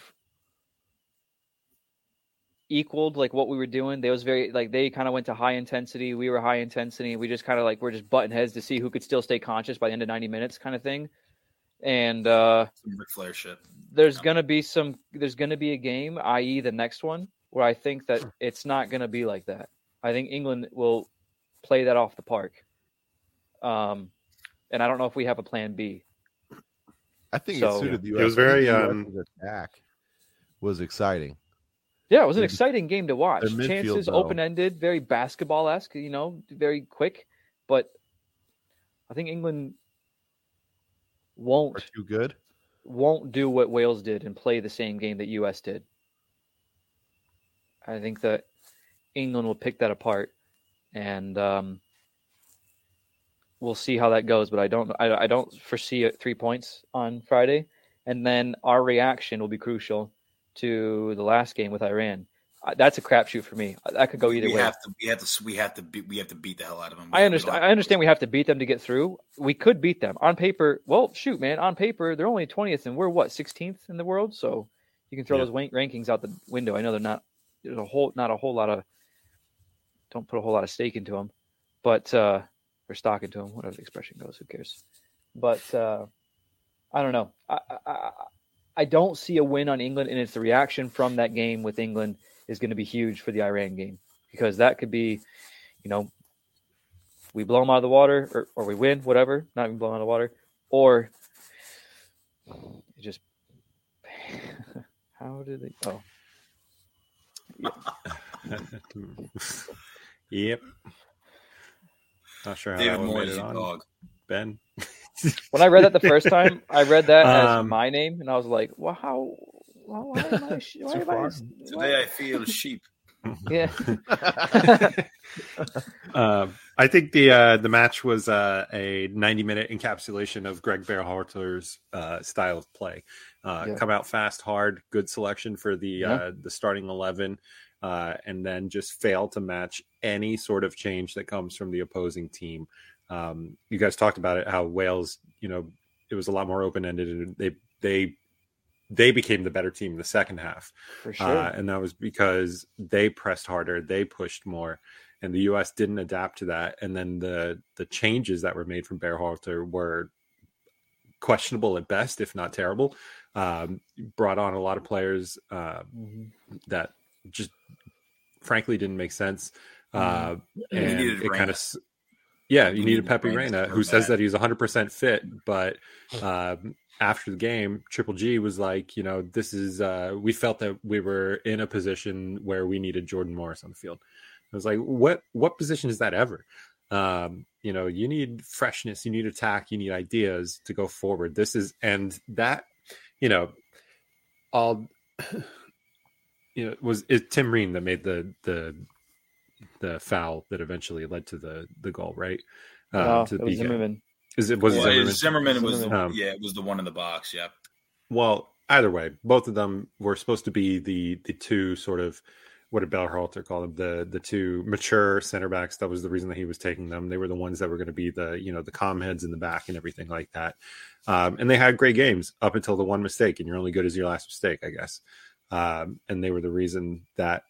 Speaker 4: equaled like what we were doing. They was very like they kind of went to high intensity, we were high intensity, we just kind of like we're just button heads to see who could still stay conscious by the end of 90 minutes kind of thing. And uh
Speaker 3: some Ric Flair shit.
Speaker 4: there's
Speaker 3: Yeah.
Speaker 4: gonna be some there's gonna be a game i.e the next one where i think that
Speaker 2: Hmm.
Speaker 4: it's not gonna be like that i think england will play that off the park um and I don't know if we have a plan B.
Speaker 2: I think it
Speaker 4: So-
Speaker 2: suited the
Speaker 6: It
Speaker 2: US.
Speaker 6: was very,
Speaker 2: I think
Speaker 6: um,
Speaker 2: US's attack was exciting.
Speaker 4: Yeah, it was an
Speaker 2: Their-
Speaker 4: exciting game to watch.
Speaker 2: their midfield,
Speaker 4: Chances
Speaker 2: though-
Speaker 4: open ended, very basketball esque, you know, very quick. But I think England
Speaker 2: Are
Speaker 4: won't
Speaker 2: too good.
Speaker 4: won't do what Wales did and play the same game that US did. I think that England will pick that apart, and um, we'll see how that goes. But I don't, I, I don't foresee it three points on Friday, and then our reaction will be crucial to the last game with Iran. I- That's a crapshoot for me. Uh, That could go either
Speaker 3: we
Speaker 4: way.
Speaker 3: have to we have to we have to be, we have to beat the hell out of them.
Speaker 4: I understand. I understand. We have to beat them to get through. We could beat them on paper. Well, shoot, man. On paper, they're only twentieth, and we're what sixteenth in the world. So you can throw
Speaker 2: Yeah.
Speaker 4: those rank- rankings out the window. I know they're not. There's a whole not a whole lot of. Don't put a whole lot of stake into them, but uh, or stock into them. Whatever the expression goes, who cares? But uh, I don't know. I, I- I I don't see a win on England, and it's the reaction from that game with England is going to be huge for the Iran game because that could be, you know, we blow them out of the water or, or we win, whatever, not even blow 'em out of the water, or it just how did they? Oh,
Speaker 5: yep. Not sure how
Speaker 3: David
Speaker 5: that one made
Speaker 3: Moyes,
Speaker 5: it
Speaker 3: you
Speaker 5: on.
Speaker 3: dog.
Speaker 5: Ben.
Speaker 4: when I read that the first time, I read that as
Speaker 5: Um,
Speaker 4: my name, and I was like, well, how? Why, why am I? Why am I
Speaker 3: Today I
Speaker 4: why?
Speaker 3: feel sheep.
Speaker 4: Yeah,
Speaker 5: Uh, I think the uh, the match was uh, a 90 minute encapsulation of Greg Berhalter's uh, style of play. Uh,
Speaker 4: Yeah.
Speaker 5: Come out fast, hard, good selection for the
Speaker 4: Yeah.
Speaker 5: uh, the starting eleven, uh, and then just fail to match any sort of change that comes from the opposing team. Um, you guys talked about it, how Wales, you know, it was a lot more open ended, and they they they became the better team in the second half.
Speaker 4: for sure.
Speaker 5: Uh, and that was because they pressed harder, they pushed more, and the U.S. didn't adapt to that. And then the the changes that were made from Bearhalter were questionable at best, if not terrible. Um, brought on a lot of players uh,
Speaker 4: Mhm.
Speaker 5: that just frankly didn't make sense.
Speaker 4: Mm-hmm.
Speaker 5: Uh,
Speaker 3: You
Speaker 5: and
Speaker 3: needed
Speaker 5: it kind
Speaker 3: Reina.
Speaker 5: of, yeah, you,
Speaker 3: You
Speaker 5: needed
Speaker 3: needed
Speaker 5: Pepe
Speaker 3: Reina
Speaker 5: Reina,
Speaker 3: so
Speaker 5: who says
Speaker 3: bad.
Speaker 5: that he's 100% fit, but um, after the game, Triple G was like, you know, this is, uh, we felt that we were in a position where we needed Jordan Morris on the field. I was like, what, what position is that ever? Um, you know, you need freshness, you need attack, you need ideas to go forward. This is, and that, you know, all you know, it was it Tim Ream that made the the the foul that eventually led to the the goal, right? Uh,
Speaker 4: No,
Speaker 5: to
Speaker 4: it
Speaker 5: the
Speaker 4: Oh, was
Speaker 5: PK.
Speaker 4: Zimmerman.
Speaker 5: Is it was it
Speaker 3: Well,
Speaker 5: Zimmerman?
Speaker 3: Zimmerman was the,
Speaker 5: Um,
Speaker 3: yeah, it was the one in the box. Yeah,
Speaker 5: Well, either way, both of them were supposed to be the the two sort of what did Bellhalter call them the the two mature center backs. That was the reason that he was taking them. They were the ones that were going to be the you know the calm heads in the back and everything like that. Um, and they had great games up until the one mistake, and you're only good as your last mistake, I guess. Um, and they were the reason that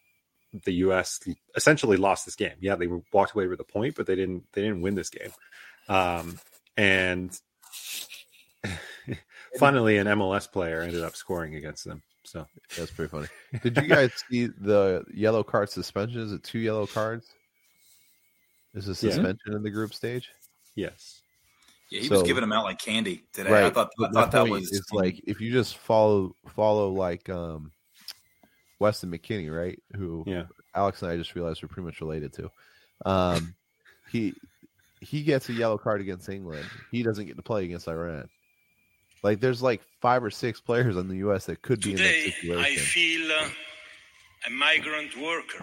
Speaker 5: the U.S. essentially lost this game. Yeah, they walked away with a point, but they didn't they didn't win this game. Um, and Funnily, an MLS player ended up scoring against them. So
Speaker 2: That's pretty funny. Did you guys see the yellow card suspension? Is it two yellow cards? Is a
Speaker 5: Yeah.
Speaker 2: suspension in the group stage?
Speaker 5: yes,
Speaker 3: yeah, he
Speaker 2: So-
Speaker 3: was giving them out like candy today. I thought, I
Speaker 2: But my
Speaker 3: thought that
Speaker 2: point
Speaker 3: was
Speaker 2: is like if you just follow follow like um Weston McKinney, right? Who
Speaker 5: Yeah.
Speaker 2: Alex and I just realized we're pretty much related to. Um he he gets a yellow card against England. He doesn't get to play against Iran. Like there's like five or six players on the US that could be in
Speaker 1: Today
Speaker 2: that
Speaker 1: I
Speaker 2: situation.
Speaker 1: feel uh, a migrant worker.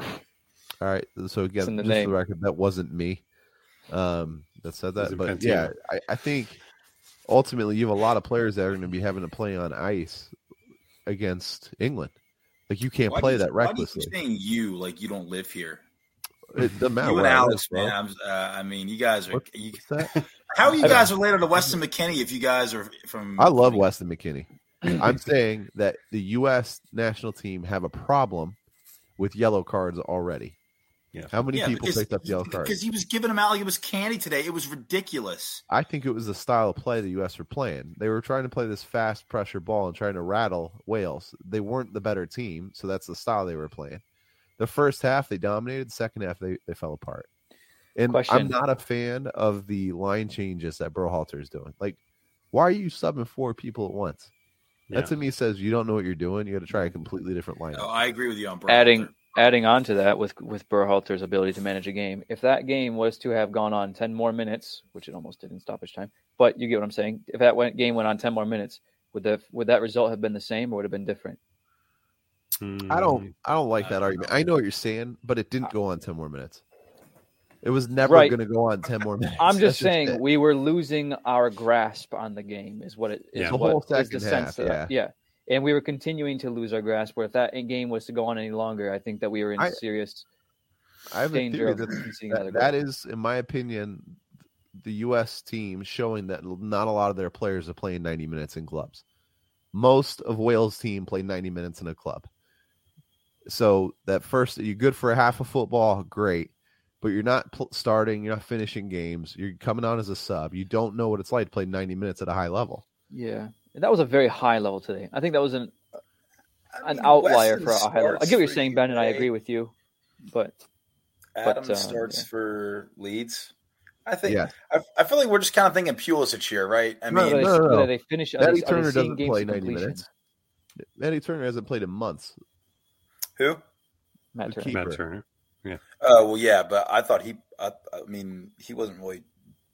Speaker 2: All right. So
Speaker 4: It's in
Speaker 2: again,
Speaker 4: the
Speaker 2: just for
Speaker 4: name.
Speaker 2: the record, that wasn't me um, that said that.
Speaker 5: Wasn't
Speaker 2: But
Speaker 5: Pantino.
Speaker 2: yeah, I, I think ultimately you have a lot of players that are going to be having to play on ice against England. Like you can't
Speaker 3: why do
Speaker 2: play
Speaker 3: you-
Speaker 2: that
Speaker 3: why do you
Speaker 2: recklessly.
Speaker 3: keep saying you like you don't live here.
Speaker 2: It doesn't matter
Speaker 3: you and
Speaker 2: where I live,
Speaker 3: Alex,
Speaker 2: bro.
Speaker 3: man. I'm, uh, I mean, you guys are.
Speaker 2: What-
Speaker 3: You,
Speaker 2: What's that?
Speaker 3: how are you
Speaker 4: I-
Speaker 3: guys related to Weston McKinney if you guys are from?
Speaker 2: I love Weston McKinney. I'm saying that the U.S. national team have a problem with yellow cards already.
Speaker 5: Yeah.
Speaker 2: How many
Speaker 3: Yeah,
Speaker 2: people
Speaker 3: because-
Speaker 2: picked up yellow cards?
Speaker 3: because he was giving them out like it was candy today. It was ridiculous.
Speaker 2: I think it was the style of play the U.S. were playing. They were trying to play this fast pressure ball and trying to rattle Wales. They weren't the better team, so that's the style they were playing. The first half they dominated. Second half they, they fell apart. And I'm
Speaker 4: Question.
Speaker 2: not a fan of the line changes that Brohalter is doing. Like, why are you subbing four people at once? That to me says you don't know what you're doing. You got to try a completely different lineup.
Speaker 3: Oh, I agree with you on Brock.
Speaker 4: adding adding on to that with with Burhalter's ability to manage a game. If that game was to have gone on ten more minutes, which it almost did in stoppage time, but you get what I'm saying. If that went, game went on ten more minutes, would the would that result have been the same or would it have been different?
Speaker 2: I don't I don't like
Speaker 3: Mm-hmm.
Speaker 2: that
Speaker 3: I don't
Speaker 2: argument.
Speaker 3: know.
Speaker 2: I know what you're saying, but it didn't go on 10 more minutes. It was never
Speaker 4: Right.
Speaker 2: going to go on 10 more minutes.
Speaker 4: I'm
Speaker 2: That's
Speaker 4: just saying
Speaker 2: it.
Speaker 4: we were losing our grasp on the game is what it is
Speaker 5: Yeah.
Speaker 2: The
Speaker 4: what
Speaker 2: whole
Speaker 4: is the
Speaker 2: second
Speaker 4: sense
Speaker 2: half,
Speaker 4: of that. yeah. And we were continuing to lose our grasp where if that game was to go on any longer, I think that we were in
Speaker 2: I-
Speaker 4: serious
Speaker 2: I have a
Speaker 4: danger
Speaker 2: theory
Speaker 4: of
Speaker 2: that,
Speaker 4: conceding another
Speaker 2: that, that
Speaker 4: goal.
Speaker 2: is, in my opinion, the U.S. team showing that not a lot of their players are playing 90 minutes in clubs. Most of Wales' team play 90 minutes in a club. So that first, you're good for half of football, great, but you're not pl- starting, you're not finishing games, you're coming on as a sub. You don't know what it's like to play 90 minutes at a high level.
Speaker 4: Yeah. And that was a very high level today. I think that was an
Speaker 3: I
Speaker 4: an
Speaker 3: mean,
Speaker 4: outlier
Speaker 3: Weston
Speaker 4: for a high level. I
Speaker 3: starts
Speaker 4: get what you're
Speaker 3: for
Speaker 4: saying, Ben, and I
Speaker 3: UK.
Speaker 4: agree with you. But
Speaker 3: Adam
Speaker 4: but, uh,
Speaker 3: starts
Speaker 4: yeah.
Speaker 3: for Leeds. I think.
Speaker 2: Yeah.
Speaker 3: I, I feel like we're just kind of thinking Pulisic here, right? I
Speaker 2: No,
Speaker 3: mean,
Speaker 4: whether,
Speaker 2: no,
Speaker 4: they,
Speaker 2: no.
Speaker 4: whether they finish, are
Speaker 2: Matty
Speaker 4: they, are
Speaker 2: Turner
Speaker 4: they
Speaker 2: doesn't
Speaker 4: seeing games
Speaker 2: play
Speaker 4: to
Speaker 2: 90
Speaker 4: completion?
Speaker 2: minutes. Matty Turner hasn't played in months.
Speaker 3: who?
Speaker 4: Matt
Speaker 2: The
Speaker 4: Turner.
Speaker 2: key-
Speaker 5: Matt
Speaker 2: keeper.
Speaker 5: Turner.
Speaker 3: Oh well, yeah, but I thought he. I, I mean, he wasn't really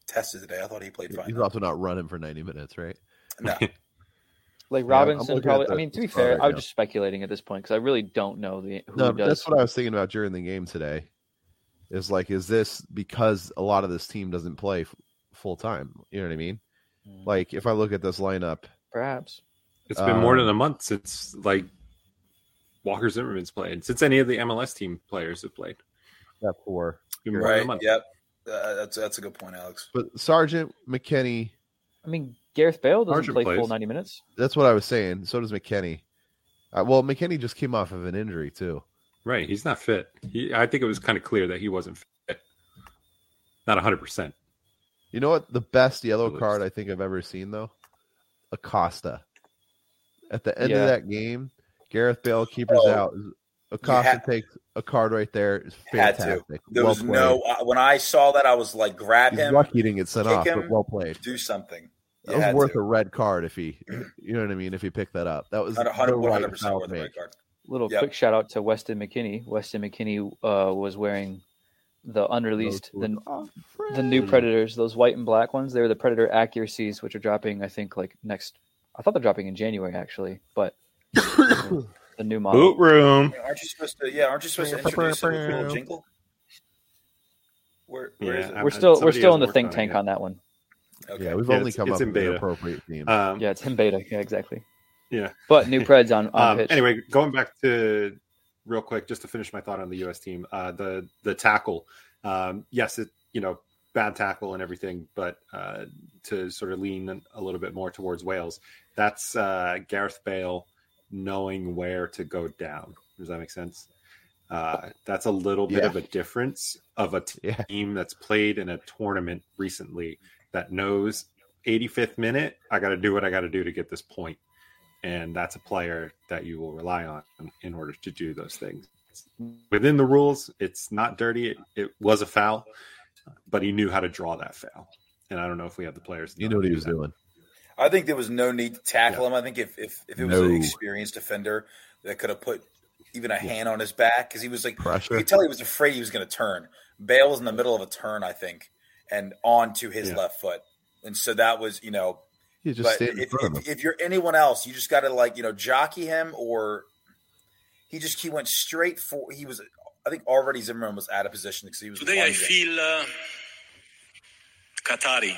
Speaker 3: tested today. I thought he played fine.
Speaker 2: He's also not running for 90 minutes, right?
Speaker 3: No,
Speaker 4: Like
Speaker 2: Yeah, I'm- I'm
Speaker 4: Robinson,
Speaker 2: looking at
Speaker 4: probably.
Speaker 2: the-
Speaker 4: I mean, to be
Speaker 2: the squad
Speaker 4: fair,
Speaker 2: right
Speaker 4: I'm
Speaker 2: now.
Speaker 4: just speculating at this point because I really don't know the who
Speaker 2: No, but
Speaker 4: does.
Speaker 2: that's what I was thinking about during the game today. Is like, is this because a lot of this team doesn't play f- full time? You know what I mean?
Speaker 4: Mm.
Speaker 2: Like, if I look at this lineup,
Speaker 4: Perhaps
Speaker 5: It's been more than
Speaker 2: Um,
Speaker 5: a month since like Walker Zimmerman's played, since any of the MLS team players have played.
Speaker 2: that four.
Speaker 5: It's been more than a
Speaker 3: right?
Speaker 5: month.
Speaker 3: Yep. Uh, that's that's a good point, Alex.
Speaker 2: But Sergeant McKinney,
Speaker 4: I mean Gareth Bale doesn't
Speaker 5: Archer
Speaker 4: play full
Speaker 5: plays.
Speaker 4: 90 minutes.
Speaker 2: that's what I was saying. So does McKinney. Uh, well, McKinney just came off of an injury too.
Speaker 5: Right. He's not fit. He, I think it was kind of clear that he wasn't fit. Not 100%.
Speaker 2: You know what? The best yellow
Speaker 5: At
Speaker 2: card I think I've ever seen, though, Acosta. At the end
Speaker 4: Yeah.
Speaker 2: of that game, Gareth Bale keepers
Speaker 3: Oh.
Speaker 2: out. Acosta
Speaker 3: had-
Speaker 2: takes a card right there. It's
Speaker 3: Had to.
Speaker 2: fantastic.
Speaker 3: There
Speaker 2: well
Speaker 3: was
Speaker 2: played.
Speaker 3: no. Uh, when I saw that, I was like, grab
Speaker 2: He's
Speaker 3: him,
Speaker 2: lucky he didn't get sent
Speaker 3: kick
Speaker 2: off,
Speaker 3: him.
Speaker 2: but well played.
Speaker 3: do something. You
Speaker 2: That was
Speaker 3: had
Speaker 2: worth
Speaker 3: to.
Speaker 2: a red card if he, you know what I mean, if he picked that up. That was
Speaker 3: Not a hundred-
Speaker 2: the right
Speaker 3: 100%
Speaker 2: foul
Speaker 3: worth
Speaker 2: to
Speaker 3: the
Speaker 2: make.
Speaker 3: red card.
Speaker 4: Little
Speaker 3: Yep.
Speaker 4: quick shout out to Weston McKinney. Weston McKinney uh, was wearing the unreleased
Speaker 2: Those
Speaker 4: the
Speaker 2: were our
Speaker 4: Oh, the new
Speaker 2: friends.
Speaker 4: predators those white and black ones they were the predator accuracies which are dropping i think like next i thought they're dropping in january actually but the new model
Speaker 5: room.
Speaker 3: Yeah, Aren't you supposed to? Yeah, aren't you supposed to introduce it with a little jingle? Where, where is
Speaker 5: Yeah, I-
Speaker 4: we're still we're
Speaker 5: somebody
Speaker 4: still
Speaker 5: hasn't
Speaker 4: in the
Speaker 5: worked
Speaker 4: think
Speaker 5: on it
Speaker 4: tank
Speaker 5: yet.
Speaker 4: on that one
Speaker 3: it? Okay.
Speaker 2: Yeah, we've
Speaker 5: Yeah,
Speaker 2: only
Speaker 5: it's-
Speaker 2: come
Speaker 5: it's
Speaker 2: up
Speaker 5: in
Speaker 2: with an
Speaker 5: beta.
Speaker 2: appropriate theme.
Speaker 5: Um,
Speaker 4: yeah it's him beta yeah exactly
Speaker 5: Yeah.
Speaker 4: but new preds on, on
Speaker 5: Um,
Speaker 4: pitch
Speaker 5: anyway, going back to real quick, just to finish my thought on the U.S. team, uh, the the tackle. Um, yes, it you know bad tackle and everything, but uh, to sort of lean a little bit more towards Wales, that's uh, Gareth Bale knowing where to go down. Does that make sense? Uh, that's a little bit
Speaker 2: Yeah.
Speaker 5: of a difference of a t-
Speaker 2: Yeah.
Speaker 5: team that's played in a tournament recently that knows 85th minute, I got to do what I got to do to get this point and that's a player that you will rely on in order to do those things. Within the rules, it's not dirty. It, it was a foul, but he knew how to draw that foul. And I don't know if we have the players.
Speaker 2: you know what he was
Speaker 5: to do
Speaker 2: doing.
Speaker 3: I think there was no need to tackle him. I think if if, if it was an
Speaker 2: No.
Speaker 3: experienced defender that could have put even a hand on his back because he was like you
Speaker 2: Pressure.
Speaker 3: could tell he was afraid he was going to turn. Bale was in the middle of a turn, I think, and onto his
Speaker 5: Yeah.
Speaker 3: left foot, and so that was you know.
Speaker 2: He's just
Speaker 3: but
Speaker 2: standing in
Speaker 3: if,
Speaker 2: front of him.
Speaker 3: if, if you're anyone else, you just got to like you know jockey him or he just he went straight for he was. I think already Zimmerman was out of position because he was.
Speaker 1: Today I
Speaker 3: lunging.
Speaker 1: feel uh, Qatari.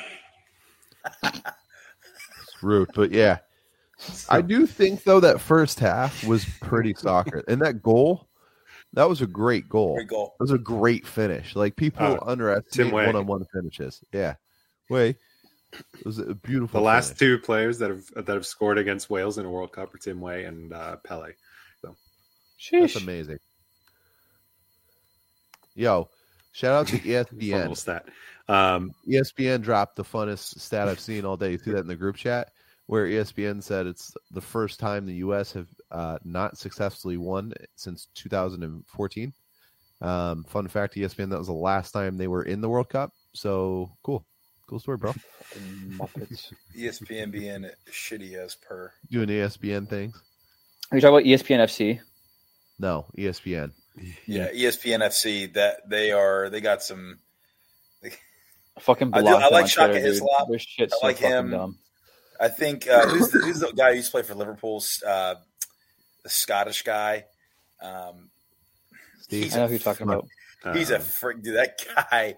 Speaker 2: route. But yeah, I do think though that first half was pretty soccer, and that goal, that was a great goal.
Speaker 3: Great
Speaker 2: It
Speaker 3: goal.
Speaker 2: was a great finish. Like people
Speaker 5: Uh, Tim
Speaker 2: underestimate
Speaker 5: Way.
Speaker 2: one-on-one finishes. Yeah, way. It was a beautiful.
Speaker 5: The last
Speaker 2: finish.
Speaker 5: two players that have that have scored against Wales in a World Cup are Tim Way and uh, Pele.
Speaker 2: That's
Speaker 4: Sheesh.
Speaker 2: amazing. Yo, shout out to E
Speaker 5: Fun
Speaker 2: ESPN.
Speaker 5: little stat. Um,
Speaker 2: ESPN dropped the funnest stat I've seen all day. You see that in the group chat where E ESPN said it's the first time the U.S. have uh, not successfully won since 2014. Um, fun fact, ESPN, that was the last time they were in the World Cup. So cool. Cool story, bro.
Speaker 4: Muppets.
Speaker 3: ESPN being shitty as per.
Speaker 2: Doing E ESPN things.
Speaker 4: Are you talking about E ESPN FC?
Speaker 2: No, E ESPN.
Speaker 3: Yeah, E ESPN FC. That they are. They got some.
Speaker 4: Fucking
Speaker 3: I do-
Speaker 4: blocked
Speaker 3: I
Speaker 4: I
Speaker 3: like
Speaker 4: like
Speaker 3: Shaka
Speaker 4: Twitter, dude.
Speaker 3: Hislop.
Speaker 4: Their shit's
Speaker 3: I
Speaker 4: so
Speaker 3: like
Speaker 4: fucking
Speaker 3: him.
Speaker 4: dumb.
Speaker 3: I think uh, who's, the, who's the guy who used to play for Liverpool's uh, the Scottish guy. Um,
Speaker 2: Steve?
Speaker 3: He's
Speaker 4: I know who you're talking about. Uh-huh.
Speaker 3: He's
Speaker 5: uh,
Speaker 3: a freak, dude. That guy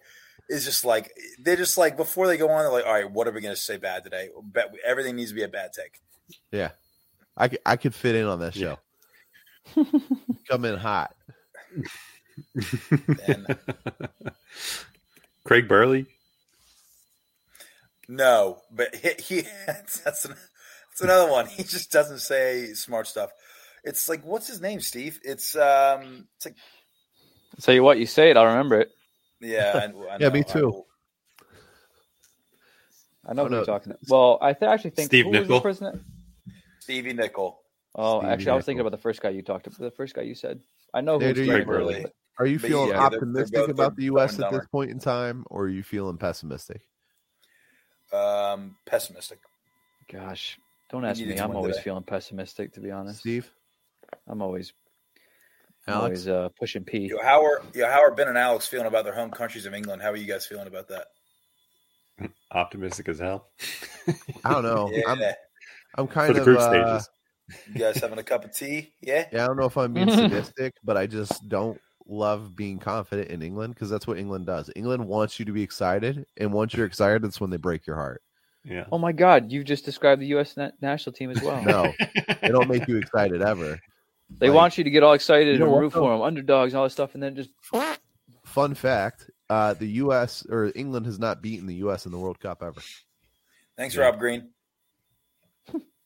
Speaker 3: is just like they're just like before they go on, they're like, all right, what are we going to say bad today? Bet everything needs to be a bad take.
Speaker 2: I, c- I could fit in on that
Speaker 5: Yeah.
Speaker 2: show. Come in hot.
Speaker 3: And
Speaker 5: Craig Burley.
Speaker 3: no, but he, he that's an, that's another one. He just doesn't say smart stuff. It's like what's his name, Steve? It's um, it's like
Speaker 4: Tell you what, you say it, I'll remember it.
Speaker 3: yeah, I, I
Speaker 2: Yeah, me
Speaker 3: know, I
Speaker 2: too.
Speaker 3: will-
Speaker 4: I know
Speaker 2: Oh,
Speaker 4: who
Speaker 2: no.
Speaker 4: you're talking about. Well, I th- actually think
Speaker 5: Steve
Speaker 4: who was the
Speaker 5: Nichol.
Speaker 4: person that-
Speaker 3: Stevie Nickel.
Speaker 4: Oh,
Speaker 5: Steve
Speaker 4: actually, I was thinking
Speaker 5: Nichol.
Speaker 4: about the first guy you talked about. The first guy you said. I know
Speaker 2: Yeah,
Speaker 4: who's
Speaker 2: dude,
Speaker 4: Greg
Speaker 5: Greg Burley.
Speaker 4: Burley. but-
Speaker 2: Are you
Speaker 3: But
Speaker 2: feeling
Speaker 3: yeah, they're- they're
Speaker 2: optimistic
Speaker 3: both-
Speaker 2: about the
Speaker 3: they're
Speaker 2: U.S.
Speaker 3: going
Speaker 2: at this
Speaker 3: dumber.
Speaker 2: point in time, or are you feeling pessimistic?
Speaker 3: Um, pessimistic.
Speaker 4: Gosh, don't ask
Speaker 3: needed
Speaker 4: me.
Speaker 3: to
Speaker 4: I'm
Speaker 3: win
Speaker 4: always
Speaker 3: today.
Speaker 4: feeling pessimistic, to be honest.
Speaker 2: Steve,
Speaker 4: I'm always, I'm
Speaker 2: Alex,
Speaker 4: always uh, pushing P.
Speaker 3: Yo, how are yo, how are Ben and Alex feeling about their home countries of England? How are you guys feeling about that?
Speaker 5: Optimistic as hell.
Speaker 2: I don't
Speaker 5: Oh,
Speaker 2: know.
Speaker 3: Yeah,
Speaker 2: I'm, I'm kind
Speaker 5: For the
Speaker 2: of
Speaker 5: group
Speaker 2: uh,
Speaker 5: stages.
Speaker 3: you guys having a cup of tea? Yeah.
Speaker 2: Yeah, I don't know if I'm being sadistic, but I just don't love being confident in England because that's what England does. England wants you to be excited, and once you're excited, that's when they break your heart.
Speaker 5: Yeah.
Speaker 4: Oh my God, you just described the U.S. Na- national team as well.
Speaker 2: No, they don't make you excited ever.
Speaker 4: They
Speaker 2: Like,
Speaker 4: want you to get all excited
Speaker 2: you know
Speaker 4: and
Speaker 2: what,
Speaker 4: root for them, underdogs, and all this stuff, and then just
Speaker 2: Fun fact: uh, the U.S. or England has not beaten the U.S. in the World Cup ever.
Speaker 3: Thanks,
Speaker 5: Yeah.
Speaker 3: Rob Green.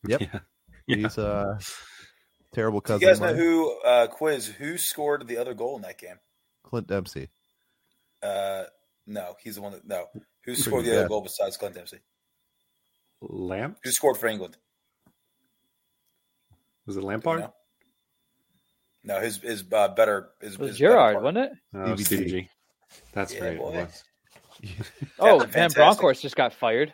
Speaker 2: Yep.
Speaker 5: Yeah. Yeah.
Speaker 2: He's a terrible
Speaker 3: Do you
Speaker 2: cousin.
Speaker 3: guys
Speaker 2: of
Speaker 3: know
Speaker 2: mine,
Speaker 3: who uh, quiz who scored the other goal in that game?
Speaker 2: Clint Dempsey.
Speaker 3: Uh, no, he's the one that no. Who scored the other
Speaker 2: Yeah.
Speaker 3: goal besides Clint Dempsey?
Speaker 5: Lamp
Speaker 3: Who scored for England?
Speaker 5: was it
Speaker 3: Do you
Speaker 5: Lampard?
Speaker 3: know? No, his his uh, better his,
Speaker 4: it was
Speaker 3: his
Speaker 4: Gerard,
Speaker 3: better part.
Speaker 4: wasn't it?
Speaker 5: Oh,
Speaker 2: DVD.
Speaker 5: CG. That's
Speaker 3: Yeah,
Speaker 5: right. it
Speaker 3: boy.
Speaker 5: was.
Speaker 4: Oh, Van
Speaker 3: fantastic.
Speaker 4: Bronckhorst just got fired.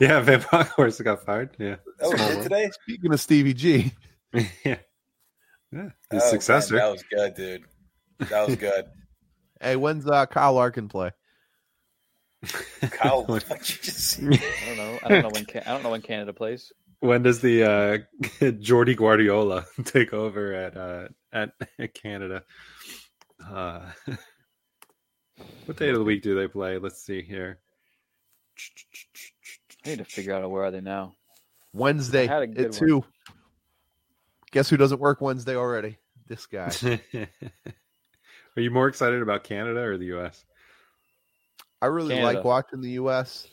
Speaker 5: Yeah, Van Bronckhorst got fired. Yeah.
Speaker 3: That was
Speaker 5: Small
Speaker 3: it
Speaker 5: one.
Speaker 3: today.
Speaker 2: Speaking of Stevie G,
Speaker 5: yeah. Yeah.
Speaker 3: Oh, man,
Speaker 5: His successor.
Speaker 3: that was good, dude. That was good.
Speaker 2: hey, when's uh, Kyle Larkin play?
Speaker 3: Kyle, what you just
Speaker 4: I don't know. I don't know when. Ca- I don't know when Canada plays.
Speaker 5: when does the uh Jordi Guardiola take over at uh at, at Canada? Uh what day of the week do they play? Let's see here.
Speaker 4: I need to figure out where are they now.
Speaker 2: Wednesday
Speaker 4: I had a
Speaker 2: at
Speaker 4: good one.
Speaker 2: two. Guess who doesn't work Wednesday already? This guy.
Speaker 5: Are you more excited about Canada or the US?
Speaker 2: I really like
Speaker 4: Canada.
Speaker 2: watching the U.S.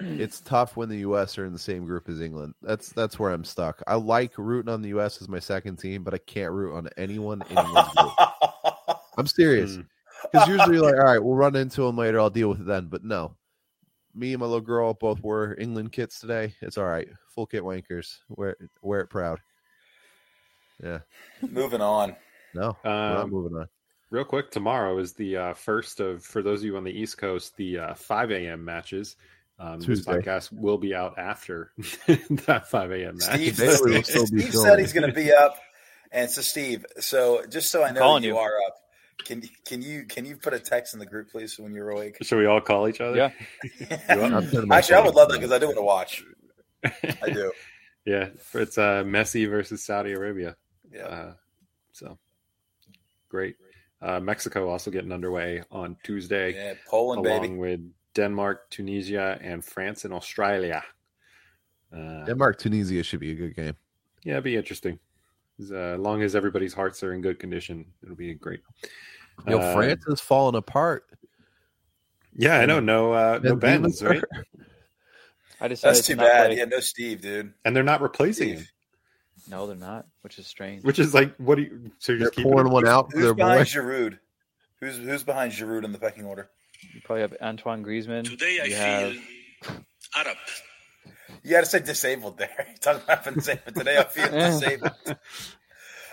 Speaker 2: It's tough when the U.S. are in the same group as England. That's that's where I'm stuck. I like rooting on the U.S. as my second team, but I can't root on anyone in England's group. I'm serious
Speaker 5: Hmm.
Speaker 2: because usually you're like, all right, we'll run into them later. I'll deal with it then. But no, me and my little girl both wore England kits today. It's all right. Full kit wankers. Wear wear it proud. Yeah.
Speaker 3: moving on.
Speaker 2: No. we're not
Speaker 5: Um,
Speaker 2: moving on.
Speaker 5: Real quick, tomorrow is the uh, first of for those of you on the East Coast, the uh, 5 a.m. matches. Um, this
Speaker 2: Tuesday.
Speaker 5: podcast will be out after that 5 a.m. match.
Speaker 3: Steve,
Speaker 2: Today we will still be
Speaker 3: Steve
Speaker 2: filming.
Speaker 3: said he's going to be up, and so Steve. So just so I know
Speaker 4: calling
Speaker 3: you,
Speaker 4: you.
Speaker 3: are up, can can you can you put a text in the group, please, when you're awake?
Speaker 5: Should we all call each other?
Speaker 4: Yeah.
Speaker 3: Actually,
Speaker 2: I'm sending my
Speaker 3: I would
Speaker 2: phone.
Speaker 3: love that because I do want to watch. I do.
Speaker 5: yeah. It's uh, Messi versus Saudi Arabia.
Speaker 3: Yeah.
Speaker 5: Uh, so great. Uh, Mexico also getting underway on Tuesday,
Speaker 3: yeah Poland,
Speaker 5: along
Speaker 3: baby.
Speaker 5: with Denmark, Tunisia, and France and Australia. Uh,
Speaker 2: Denmark Tunisia should be a good game.
Speaker 5: Yeah, it'd be interesting. As uh, long as everybody's hearts are in good condition, it'll be great.
Speaker 2: Yo,
Speaker 5: Uh,
Speaker 2: France is falling apart.
Speaker 5: Yeah, I know. No, uh, no
Speaker 2: Ben
Speaker 5: Ben's
Speaker 2: Beaver.
Speaker 5: right,
Speaker 4: I decided
Speaker 3: That's
Speaker 4: to
Speaker 3: too
Speaker 4: not
Speaker 3: bad.
Speaker 4: play-
Speaker 3: Yeah, no Steve, dude.
Speaker 5: and they're not replacing him,
Speaker 3: Steve.
Speaker 4: No, they're not, which is strange.
Speaker 5: which is like, what do you? So you're
Speaker 2: They're
Speaker 5: just keeping
Speaker 2: pouring
Speaker 5: him-
Speaker 2: one out for
Speaker 3: Who's
Speaker 2: their boy.
Speaker 3: behind Giroud? Who's who's behind Giroud in the pecking order?
Speaker 4: You probably have Antoine Griezmann.
Speaker 1: Today I
Speaker 4: you have-
Speaker 1: feel Arab.
Speaker 3: You got to say disabled there. You're talking about been disabled today. Oh, I feel disabled.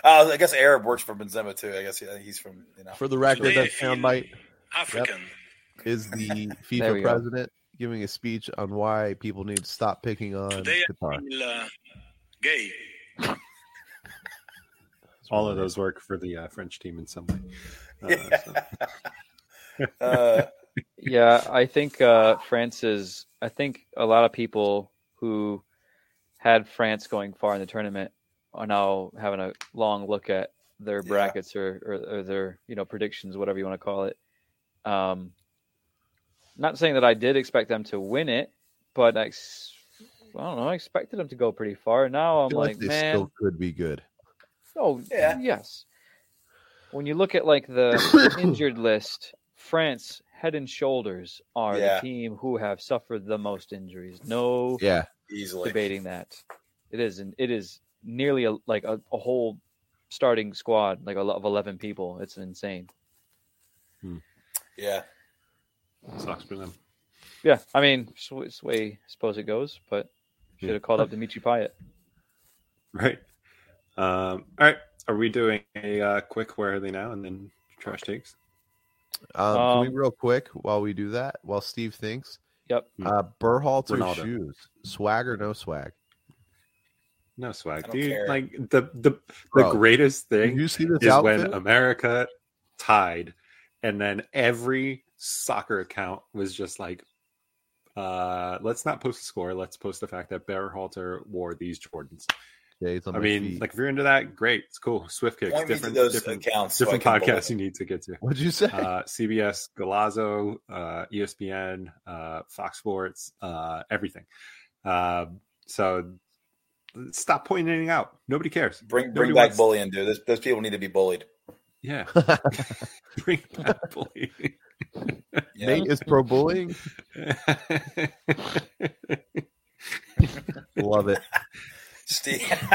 Speaker 6: Uh, I guess Arab works for Benzema too. I guess yeah, he's from you know.
Speaker 2: For the record, that soundbite
Speaker 1: African.
Speaker 2: is the
Speaker 4: There we
Speaker 2: FIFA
Speaker 4: go.
Speaker 2: president giving a speech on why people need to stop picking on
Speaker 1: Today I
Speaker 2: Qatar.
Speaker 1: feel uh, gay.
Speaker 5: All of those work for the uh, French team in some way. Uh, so-
Speaker 6: Uh,
Speaker 4: Yeah, I think uh, France is. I think a lot of people who had France going far in the tournament are now having a long look at their
Speaker 6: Yeah.
Speaker 4: brackets or, or, or their you know predictions, whatever you want to call it. Um, not saying that I did expect them to win it, but I, ex- I don't know. I expected them to go pretty far. Now
Speaker 2: I
Speaker 4: I'm
Speaker 2: feel
Speaker 4: like,
Speaker 2: like they
Speaker 4: man,
Speaker 2: still could be good.
Speaker 4: Oh
Speaker 6: Yeah.
Speaker 4: yes. When you look at like the injured list, France head and shoulders are
Speaker 6: Yeah.
Speaker 4: the team who have suffered the most injuries. No
Speaker 2: Yeah,
Speaker 6: easily.
Speaker 4: debating that. It is an, it is nearly a, like a, a whole starting squad like a lot of 11 people. It's insane.
Speaker 6: Yeah.
Speaker 5: sucks for them.
Speaker 4: Yeah, I mean, it's the way- it's the way I suppose it goes, but should have called up Dimitri Payet.
Speaker 5: Right. Um, all right. Are we doing a uh, quick where are they now and then trash takes?
Speaker 2: um, can
Speaker 4: Um,
Speaker 2: we real quick while we do that? While Steve thinks,
Speaker 4: Yep.
Speaker 2: uh, Berhalter
Speaker 5: Hmm. Ronaldo.
Speaker 2: shoes, swag or no swag?
Speaker 5: No swag,
Speaker 6: I don't
Speaker 5: dude.
Speaker 6: care.
Speaker 5: Like the the the
Speaker 2: Bro,
Speaker 5: greatest
Speaker 2: Did
Speaker 5: thing
Speaker 2: you see this
Speaker 5: is
Speaker 2: outfit?
Speaker 5: when America tied, and then every soccer account was just like, uh, "Let's not post the score. Let's post the fact that Berhalter wore these Jordans."
Speaker 2: Shades on
Speaker 5: I
Speaker 2: Oh, my
Speaker 5: mean,
Speaker 2: feet.
Speaker 5: like if you're into that, great. It's cool. Swift kicks,
Speaker 6: Point me to
Speaker 5: different
Speaker 6: those
Speaker 5: different
Speaker 6: accounts. so I
Speaker 5: different
Speaker 6: can believe
Speaker 5: podcasts
Speaker 6: it.
Speaker 5: you need to get to.
Speaker 2: what'd you say?
Speaker 5: Uh, CBS, Galazzo, uh, ESPN, uh, Fox Sports, uh, everything. Uh, so stop pointing anything out. Nobody cares.
Speaker 6: Bring bring
Speaker 5: Nobody
Speaker 6: back
Speaker 5: wants-
Speaker 6: bullying, dude. Those, those people need to be bullied.
Speaker 5: Yeah. Bring back bullying.
Speaker 6: Yeah.
Speaker 2: Nate is pro bullying. Love it.
Speaker 6: Steve.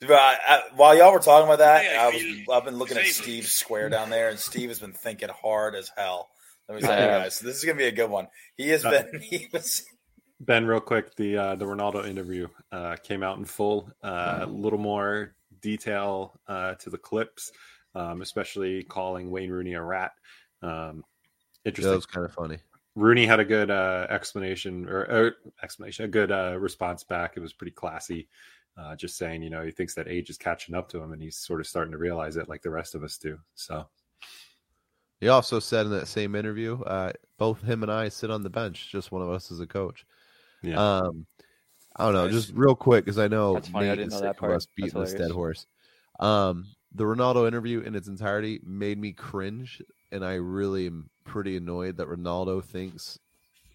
Speaker 6: But I- I- while y'all were talking about that,
Speaker 1: Hey, I
Speaker 6: I was,
Speaker 1: feel
Speaker 6: I've been looking at
Speaker 1: disabled.
Speaker 6: Steve's square down there, and Steve has been thinking hard as hell. Let me
Speaker 4: I
Speaker 6: tell you
Speaker 4: have.
Speaker 6: guys, this is gonna be a good one. He has
Speaker 5: Uh,
Speaker 6: been. He was.
Speaker 5: ben, real quick, the uh, the Ronaldo interview uh, came out in full. Uh, A little more detail uh, to the clips, um, especially calling Wayne Rooney a rat. Um,
Speaker 2: That
Speaker 5: interesting.
Speaker 2: was kind of funny.
Speaker 5: Rooney had a good uh, explanation or, or explanation, a good uh, response back. It was pretty classy. Uh, just saying, you know, he thinks that age is catching up to him, and he's sort of starting to realize it, like the rest of us do. So,
Speaker 2: He also said in that same interview, uh, both him and I sit on the bench. Just one of us is a coach.
Speaker 5: yeah,
Speaker 2: Um, I don't know,
Speaker 6: Nice.
Speaker 2: just real quick because I know
Speaker 4: That's funny, I
Speaker 2: Nate is
Speaker 4: didn't know
Speaker 2: sick
Speaker 4: that
Speaker 2: of
Speaker 4: part.
Speaker 2: us
Speaker 4: That's
Speaker 2: beating this dead
Speaker 4: hilarious.
Speaker 2: horse. Um, the Ronaldo interview in its entirety made me cringe, and I really am pretty annoyed that Ronaldo thinks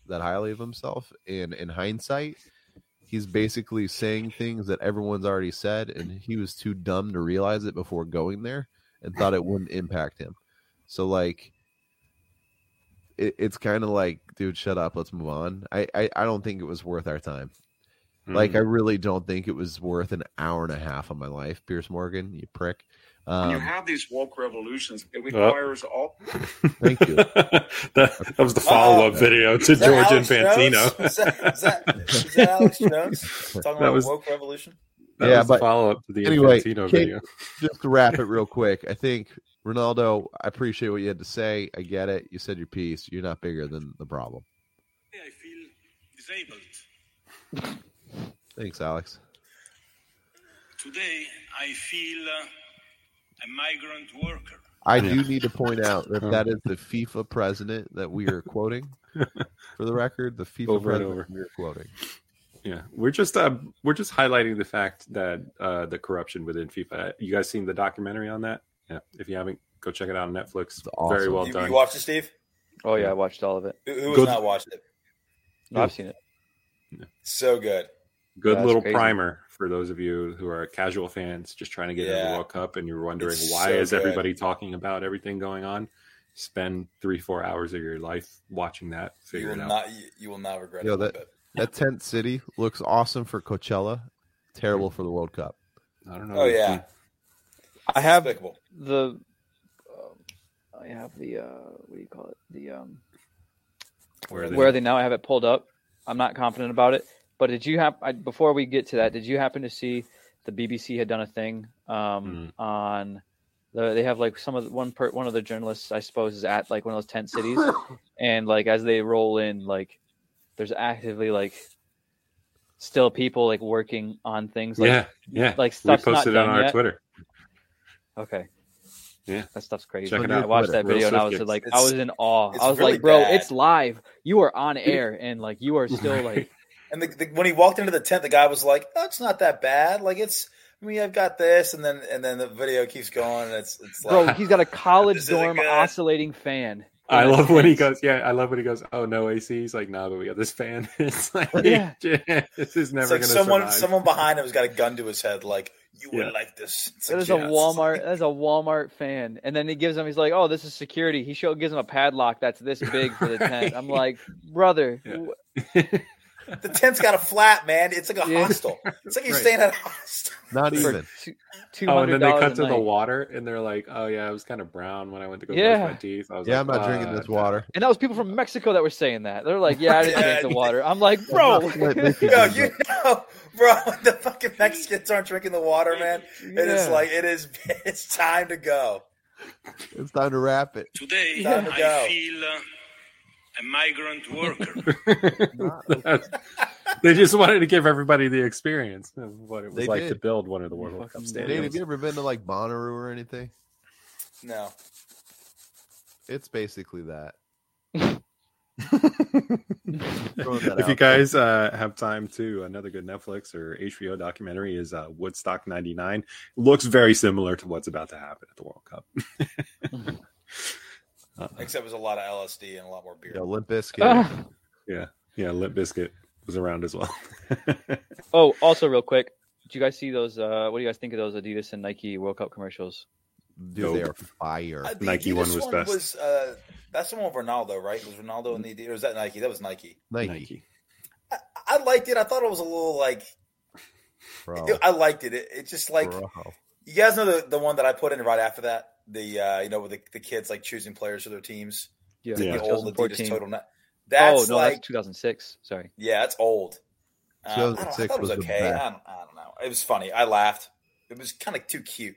Speaker 2: that highly of himself. And in hindsight, he's basically saying things that everyone's already said, and he was too dumb to realize it before going there and thought it wouldn't impact him. So like it, it's kind of like, dude, shut up, let's move on. I, I I don't think it was worth our time.
Speaker 5: Mm-hmm.
Speaker 2: Like I really don't think it was worth an hour and a half of my life, Pierce Morgan, you prick.
Speaker 7: When you
Speaker 2: Um,
Speaker 7: have these woke revolutions, it requires all
Speaker 2: thank you.
Speaker 5: that, that was the follow up
Speaker 6: Uh,
Speaker 5: video to
Speaker 6: Is that
Speaker 5: George
Speaker 6: Alex Jones?
Speaker 5: Infantino.
Speaker 6: Is that, is that, is that Alex Jones talking
Speaker 5: That
Speaker 6: about
Speaker 5: was-
Speaker 6: woke revolution?
Speaker 5: That
Speaker 2: Yeah,
Speaker 5: was
Speaker 2: but-
Speaker 5: the follow up to the
Speaker 2: anyway,
Speaker 5: Infantino
Speaker 2: Kate-
Speaker 5: video.
Speaker 2: Just to wrap it real quick, I think Ronaldo, I appreciate what you had to say. I get it. You said your piece. You're not bigger than the problem.
Speaker 1: Today I feel disabled.
Speaker 2: Thanks, Alex.
Speaker 1: Today I feel uh, a migrant worker.
Speaker 2: I do need to point out that that is the FIFA president that we are quoting. For the record, the FIFA
Speaker 5: Over and
Speaker 2: president
Speaker 5: over.
Speaker 2: we are quoting.
Speaker 5: Yeah, we're just uh, we're just highlighting the fact that uh, the corruption within FIFA. You guys seen the documentary on that? Yeah, if you haven't, go check it out on Netflix.
Speaker 2: It's awesome.
Speaker 5: Very well
Speaker 6: you,
Speaker 5: done.
Speaker 6: you watched it, Steve?
Speaker 4: Oh yeah, I watched all of it.
Speaker 6: Who, who has
Speaker 5: Good.
Speaker 6: not watched it?
Speaker 4: No, I've seen it.
Speaker 6: So good.
Speaker 5: Good
Speaker 4: That's
Speaker 5: little
Speaker 4: crazy.
Speaker 5: primer for those of you who are casual fans just trying to get into
Speaker 6: Yeah.
Speaker 5: the World Cup and you're wondering
Speaker 6: It's
Speaker 5: why
Speaker 6: so
Speaker 5: is
Speaker 6: good.
Speaker 5: everybody talking about everything going on. Spend three four hours of your life watching that.
Speaker 6: You
Speaker 5: Figure
Speaker 6: will
Speaker 5: it out.
Speaker 6: not. You, you will not regret
Speaker 2: Yo,
Speaker 6: it.
Speaker 2: that- That tent city looks awesome for Coachella, terrible
Speaker 5: Mm.
Speaker 2: for the World Cup.
Speaker 5: I don't know.
Speaker 6: Oh yeah,
Speaker 4: I have
Speaker 6: despicable.
Speaker 4: the um, I have the uh, what do you call it? The um,
Speaker 5: Where are they?
Speaker 4: where are they now? I have it pulled up. I'm not confident about it. But did you have I, before we get to that? Did you happen to see the BBC had done a thing
Speaker 5: Mm.
Speaker 4: um, on. The, they have like some of the, one per, one of the journalists, I suppose, is at like one of those tent cities, and like as they roll in, like there's actively like still people like working on things like
Speaker 5: yeah, yeah. we
Speaker 4: like stuff's not
Speaker 5: posted it on
Speaker 4: done
Speaker 5: our
Speaker 4: yet.
Speaker 5: Twitter.
Speaker 4: Okay.
Speaker 5: Yeah.
Speaker 4: That stuff's crazy.
Speaker 5: Check it
Speaker 4: I
Speaker 5: out.
Speaker 4: watched that
Speaker 5: Real
Speaker 4: video and I was
Speaker 5: Swift
Speaker 4: like,
Speaker 6: Kicks.
Speaker 4: I was in awe.
Speaker 6: It's
Speaker 4: I was
Speaker 6: really
Speaker 4: like, bro,
Speaker 6: bad.
Speaker 4: it's live. You are on air and like you are still like,
Speaker 6: And the, the, when he walked into the tent, the guy was like, "Oh, it's not that bad. Like it's, I mean, I've got this." And then and then the video keeps going, and it's it's
Speaker 4: bro,
Speaker 6: like,
Speaker 4: he's got a college
Speaker 6: This isn't
Speaker 4: dorm
Speaker 6: good.
Speaker 4: oscillating fan.
Speaker 5: I
Speaker 4: in the
Speaker 5: love when he
Speaker 4: tents.
Speaker 5: goes. Yeah, I love when he goes. Oh no, AC. He's like, nah, but we got this fan. It's like,
Speaker 4: Oh, Yeah.
Speaker 5: this is never
Speaker 6: it's like
Speaker 5: gonna
Speaker 6: someone
Speaker 5: survive.
Speaker 6: someone behind him has got a gun to his head, like you
Speaker 5: Yeah.
Speaker 6: would like this. It's
Speaker 4: That
Speaker 6: like,
Speaker 4: is
Speaker 6: yeah,
Speaker 4: a
Speaker 6: it's-
Speaker 4: Walmart. That is a Walmart fan, and then he gives him. He's like, "Oh, this is security." He show gives him a padlock that's this big for the tent. I'm like, brother,
Speaker 5: Yeah.
Speaker 4: w-
Speaker 6: The tent's got a flat, man. It's like a
Speaker 4: Yeah.
Speaker 6: hostel. It's like you're
Speaker 5: Right.
Speaker 6: staying at a hostel.
Speaker 2: Not
Speaker 4: for
Speaker 2: even.
Speaker 4: two
Speaker 5: Oh, and
Speaker 4: hundred
Speaker 5: then they cut
Speaker 4: dollars
Speaker 5: to
Speaker 4: a
Speaker 5: the
Speaker 4: night.
Speaker 5: water, and they're like, "Oh yeah, I was kind of brown when I went to go
Speaker 4: Yeah.
Speaker 5: brush my teeth." I was
Speaker 2: Yeah, I'm
Speaker 5: like,
Speaker 2: not drinking this
Speaker 5: "Uh,
Speaker 2: water.
Speaker 4: And that was people from Mexico that were saying that. They're like, "Yeah, I didn't
Speaker 6: Yeah.
Speaker 4: drink the water." I'm like, "Bro,
Speaker 6: Yo, you know, bro, the fucking Mexicans aren't drinking the water, man. It is
Speaker 4: Yeah.
Speaker 6: like it is. It's time to go.
Speaker 2: It's time to wrap it.
Speaker 1: Today,
Speaker 6: Time to go.
Speaker 1: I feel uh, a migrant worker.
Speaker 5: they just wanted to give everybody the experience of what it was
Speaker 2: They
Speaker 5: like to
Speaker 2: did.
Speaker 5: build one of the World Cup
Speaker 2: Dave, have you
Speaker 5: stadiums.
Speaker 2: ever been to like Bonnaroo or anything?
Speaker 6: No,
Speaker 2: It's basically that.
Speaker 5: If you guys uh, have time to another good Netflix or HBO documentary is uh, Woodstock '99. Looks very similar to what's about to happen at the World Cup.
Speaker 6: except it was a lot of LSD and a lot more beer.
Speaker 2: Yo, Limp Bizkit.
Speaker 4: Ah.
Speaker 5: Yeah, Limp Biscuit was around as well.
Speaker 4: Oh, also real quick, did you guys see those? Uh, what do you guys think of those Adidas and Nike World Cup commercials?
Speaker 2: Dude, they are
Speaker 5: Dope.
Speaker 2: fire.
Speaker 6: Uh, the
Speaker 5: Nike
Speaker 6: Adidas
Speaker 5: one was best.
Speaker 6: Was, uh, that's the one with Ronaldo, right? Was Ronaldo in the Adidas? Or was that Nike? That was Nike.
Speaker 2: Nike,
Speaker 6: I, I liked it. I thought it was a little like
Speaker 5: Oh.
Speaker 2: bro.
Speaker 6: I liked it. it. It just like
Speaker 2: bro.
Speaker 6: you guys know the, the one that I put in right after that. The uh, you know with the, the kids like choosing players for their teams.
Speaker 5: Yeah.
Speaker 6: The old Adidas
Speaker 4: 2014.
Speaker 6: total. Net.
Speaker 4: Oh
Speaker 6: That's
Speaker 4: no,
Speaker 6: like
Speaker 4: that's 2006. Sorry.
Speaker 6: yeah, that's old. Uh, I, don't, I
Speaker 2: 2006
Speaker 6: thought it was
Speaker 2: was the
Speaker 6: okay.
Speaker 2: best.
Speaker 6: I don't, I don't know. It was funny. I laughed. It was kind of too cute.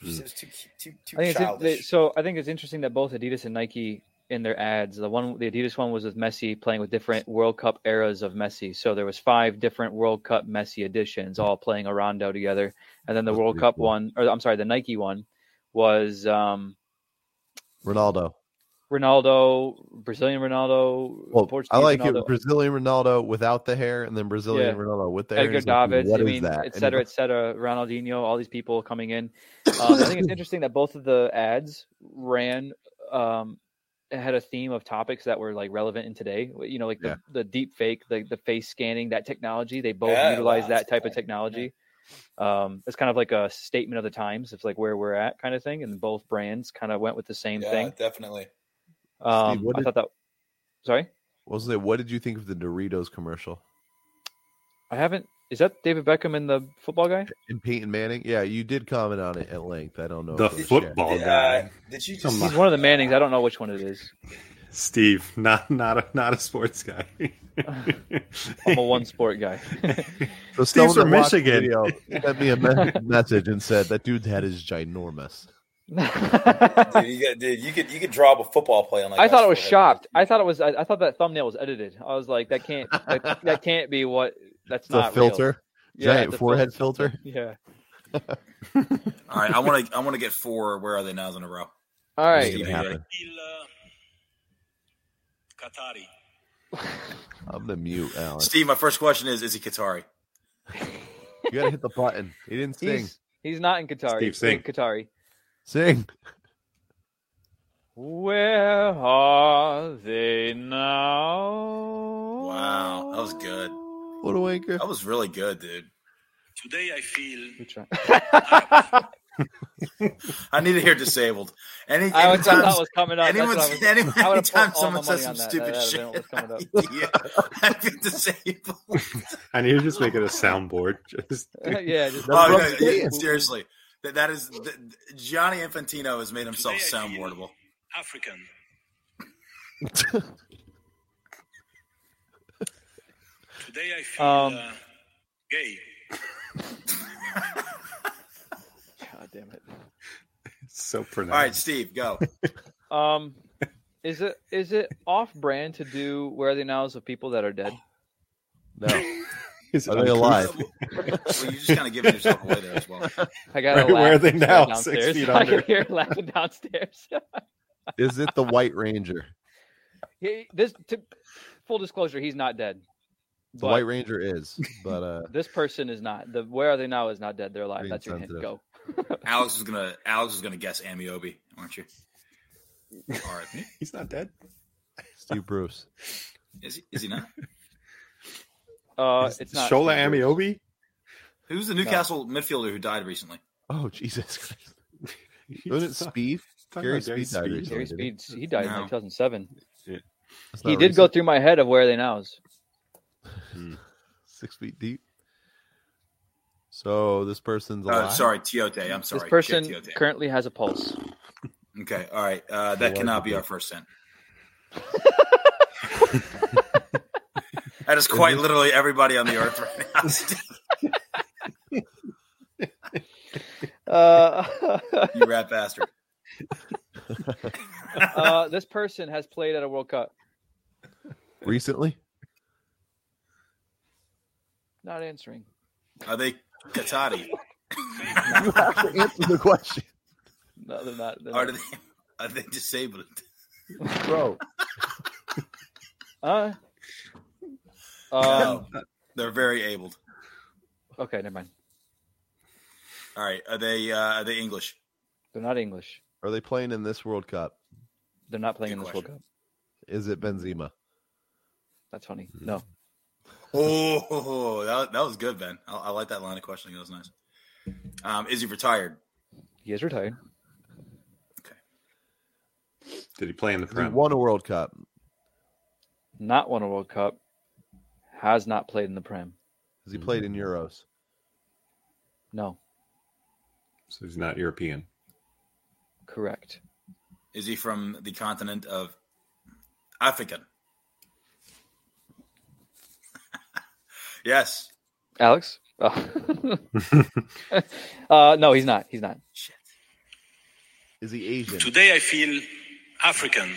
Speaker 6: It
Speaker 5: Mm.
Speaker 6: was, it was too cute- too too
Speaker 4: I think it's, they,
Speaker 6: childish.
Speaker 4: so. I think it's interesting that both Adidas and Nike in their ads, the one the Adidas one was with Messi playing with different World Cup eras of Messi. So there was five different World Cup Messi editions, all playing a rondo together. And then the
Speaker 2: That's
Speaker 4: World
Speaker 2: pretty
Speaker 4: Cup
Speaker 2: cool.
Speaker 4: one, or I'm sorry, the Nike one was um,
Speaker 2: Ronaldo.
Speaker 4: Ronaldo, Brazilian Ronaldo,
Speaker 2: Well,
Speaker 4: Portuguese
Speaker 2: I like
Speaker 4: Ronaldo.
Speaker 2: it. Brazilian Ronaldo without the hair, and then Brazilian
Speaker 4: Yeah.
Speaker 2: Ronaldo with the hair.
Speaker 4: Edgar
Speaker 2: It's like,
Speaker 4: Davids,
Speaker 2: what
Speaker 4: I
Speaker 2: is
Speaker 4: mean,
Speaker 2: that?
Speaker 4: et cetera, et cetera, Ronaldinho, all these people coming in. Um, I think it's interesting that both of the ads ran um, had a theme of topics that were like relevant in today. You know, like the,
Speaker 2: Yeah.
Speaker 4: the deep fake, the, the face scanning, that technology. They both
Speaker 6: Yeah,
Speaker 4: utilize
Speaker 6: wow,
Speaker 4: that
Speaker 6: that's
Speaker 4: type of
Speaker 6: cool.
Speaker 4: technology. Um, it's kind of like a statement of the times. It's like where we're at, kind of thing. And both brands kind of went with the same
Speaker 6: yeah,
Speaker 4: thing.
Speaker 6: definitely.
Speaker 4: Um,
Speaker 2: what
Speaker 4: I
Speaker 2: did-
Speaker 4: thought that. Sorry,
Speaker 2: Well, say, what did you think of the Doritos commercial?
Speaker 4: I haven't. Is that David Beckham and the football guy?
Speaker 2: And Peyton Manning? Yeah, you did comment on it at length. I don't know.
Speaker 5: The
Speaker 2: if it was shared.
Speaker 5: football guy,
Speaker 6: Uh, did you just
Speaker 5: Come
Speaker 4: He's one of the Mannings. I don't know which one it is.
Speaker 5: Steve, not not a not a sports guy.
Speaker 4: I'm a one sport guy.
Speaker 2: So someone
Speaker 5: Steve's from
Speaker 2: that watched the
Speaker 5: Michigan.
Speaker 2: video sent me a me- message and said that dude's head is ginormous.
Speaker 4: I
Speaker 6: dude, you, got, dude, you could you could draw up a football play on like
Speaker 4: thought I was
Speaker 6: forehead.
Speaker 4: shocked. I thought it was. I, I thought that thumbnail was edited. I was like, that can't. That, that can't be what. That's
Speaker 2: It's
Speaker 4: not
Speaker 2: a filter,
Speaker 4: Real. Yeah,
Speaker 2: giant
Speaker 4: it's a
Speaker 2: forehead filter.
Speaker 4: filter. Yeah.
Speaker 3: All right, I want to I want to get four. Where are they now in a row?
Speaker 4: All
Speaker 2: It's
Speaker 4: right.
Speaker 2: gonna
Speaker 3: Yeah.
Speaker 2: happen.
Speaker 1: feel uh, Qatari.
Speaker 2: I'm the mute, Alan.
Speaker 3: Steve, my first question is: Is he Qatari?
Speaker 2: You gotta hit the button. He didn't sing.
Speaker 4: He's he's not in Qatari.
Speaker 5: Steve,
Speaker 4: He's
Speaker 5: sing.
Speaker 4: in Qatari.
Speaker 2: Sing.
Speaker 4: Where are they now?
Speaker 3: Wow, that was good.
Speaker 2: What a wanker.
Speaker 3: That was really good, dude.
Speaker 1: Today, I feel
Speaker 4: Good try.
Speaker 3: I need to hear disabled. Any
Speaker 4: I was- I
Speaker 3: anytime-
Speaker 4: thought that was coming up.
Speaker 3: anyone's-
Speaker 4: That's what I was,
Speaker 3: anyone-
Speaker 4: I would've put
Speaker 3: anytime
Speaker 4: all my
Speaker 3: someone says
Speaker 4: money on
Speaker 3: some
Speaker 4: that.
Speaker 3: stupid
Speaker 4: That would've been
Speaker 3: shit,
Speaker 4: what was coming up.
Speaker 3: yeah, I feel disabled.
Speaker 5: I need to just make it a soundboard. Just
Speaker 4: yeah. Just,
Speaker 2: That's
Speaker 3: Oh,
Speaker 2: what
Speaker 3: no,
Speaker 2: I'm
Speaker 3: yeah,
Speaker 2: saying.
Speaker 3: seriously, that, that is th Johnny Infantino has made himself
Speaker 1: Today I feel-
Speaker 3: soundboardable.
Speaker 1: African. Today, I feel
Speaker 4: Um,
Speaker 1: uh, gay.
Speaker 4: God damn it.
Speaker 5: So
Speaker 6: All right,
Speaker 5: pronounced.
Speaker 6: Steve, go.
Speaker 4: Um, is it is it off brand to do worthy nows of people that are dead?
Speaker 2: No,
Speaker 5: Is it
Speaker 2: Are they
Speaker 5: uncouth?
Speaker 2: alive?
Speaker 6: well, you just kind of giving yourself away there as well.
Speaker 4: I got
Speaker 5: Where-
Speaker 4: to laugh.
Speaker 5: where are they
Speaker 4: They're
Speaker 5: now? Six
Speaker 4: Downstairs.
Speaker 5: feet
Speaker 4: I can
Speaker 5: under.
Speaker 4: hear laughing downstairs.
Speaker 2: is it the White Ranger?
Speaker 4: He- this to, full disclosure, he's not dead.
Speaker 2: The
Speaker 4: But
Speaker 2: White Ranger is, but uh,
Speaker 4: this person is not. The where are they now is not dead. They're alive.
Speaker 2: Being
Speaker 4: That's your hint.
Speaker 2: sensitive.
Speaker 4: Go.
Speaker 3: Alex was gonna Alex was gonna guess Amiobi, aren't you? All right,
Speaker 5: He's not dead.
Speaker 2: Steve Bruce.
Speaker 3: is he, is he not?
Speaker 4: Uh,
Speaker 5: Is
Speaker 4: it's not
Speaker 5: Shola Amiobi.
Speaker 3: Who's the Newcastle midfielder who died recently?
Speaker 2: Oh Jesus Christ! Wasn't it Speed? Gary Speed died recently.
Speaker 4: Gary Speed. He died
Speaker 3: No.
Speaker 4: in 2007.
Speaker 2: That's
Speaker 4: He
Speaker 2: not
Speaker 4: did go
Speaker 2: recent.
Speaker 4: through my head of where are they nows.
Speaker 2: six feet deep. So this person's alive.
Speaker 3: Uh, sorry, Tiote. I'm sorry.
Speaker 4: This person
Speaker 3: Shit, Tiote.
Speaker 4: currently has a pulse.
Speaker 3: Okay, all right. Uh, that
Speaker 2: Why
Speaker 3: cannot
Speaker 2: did
Speaker 3: be
Speaker 2: you-
Speaker 3: our first sin. that is quite literally everybody on the earth right now.
Speaker 4: Uh,
Speaker 3: you rat bastard.
Speaker 4: uh, this person has played at a World Cup.
Speaker 2: Recently,
Speaker 4: Not answering.
Speaker 3: Are they Katati?
Speaker 2: you have to answer the question,
Speaker 4: No, they're not. They're
Speaker 3: Are
Speaker 4: not.
Speaker 3: they are they disabled?
Speaker 2: bro.
Speaker 4: Uh, um,
Speaker 3: No, they're very abled.
Speaker 4: okay, never mind.
Speaker 3: All right. Are they uh, are they English?
Speaker 4: They're not English.
Speaker 2: Are they playing in this World Cup?
Speaker 4: They're not playing
Speaker 3: Good
Speaker 4: in this World Cup.
Speaker 3: question.
Speaker 2: Is it Benzema?
Speaker 4: That's funny.
Speaker 5: Hmm.
Speaker 4: No.
Speaker 3: Oh, that, that was good, Ben. I, I like that line of questioning. That was nice. Um, is he retired?
Speaker 4: He is retired.
Speaker 5: Did he play in the
Speaker 2: Has He
Speaker 5: Prem?
Speaker 2: won a World Cup.
Speaker 4: Not won a World Cup. Has not played in the Prem.
Speaker 2: Has he played in Euros?
Speaker 4: No.
Speaker 5: So he's not European.
Speaker 4: Correct.
Speaker 3: Is he from the continent of Africa? yes.
Speaker 4: Alex? Oh. uh, no, he's not. He's not.
Speaker 2: Is he Asian,
Speaker 1: Today I feel African.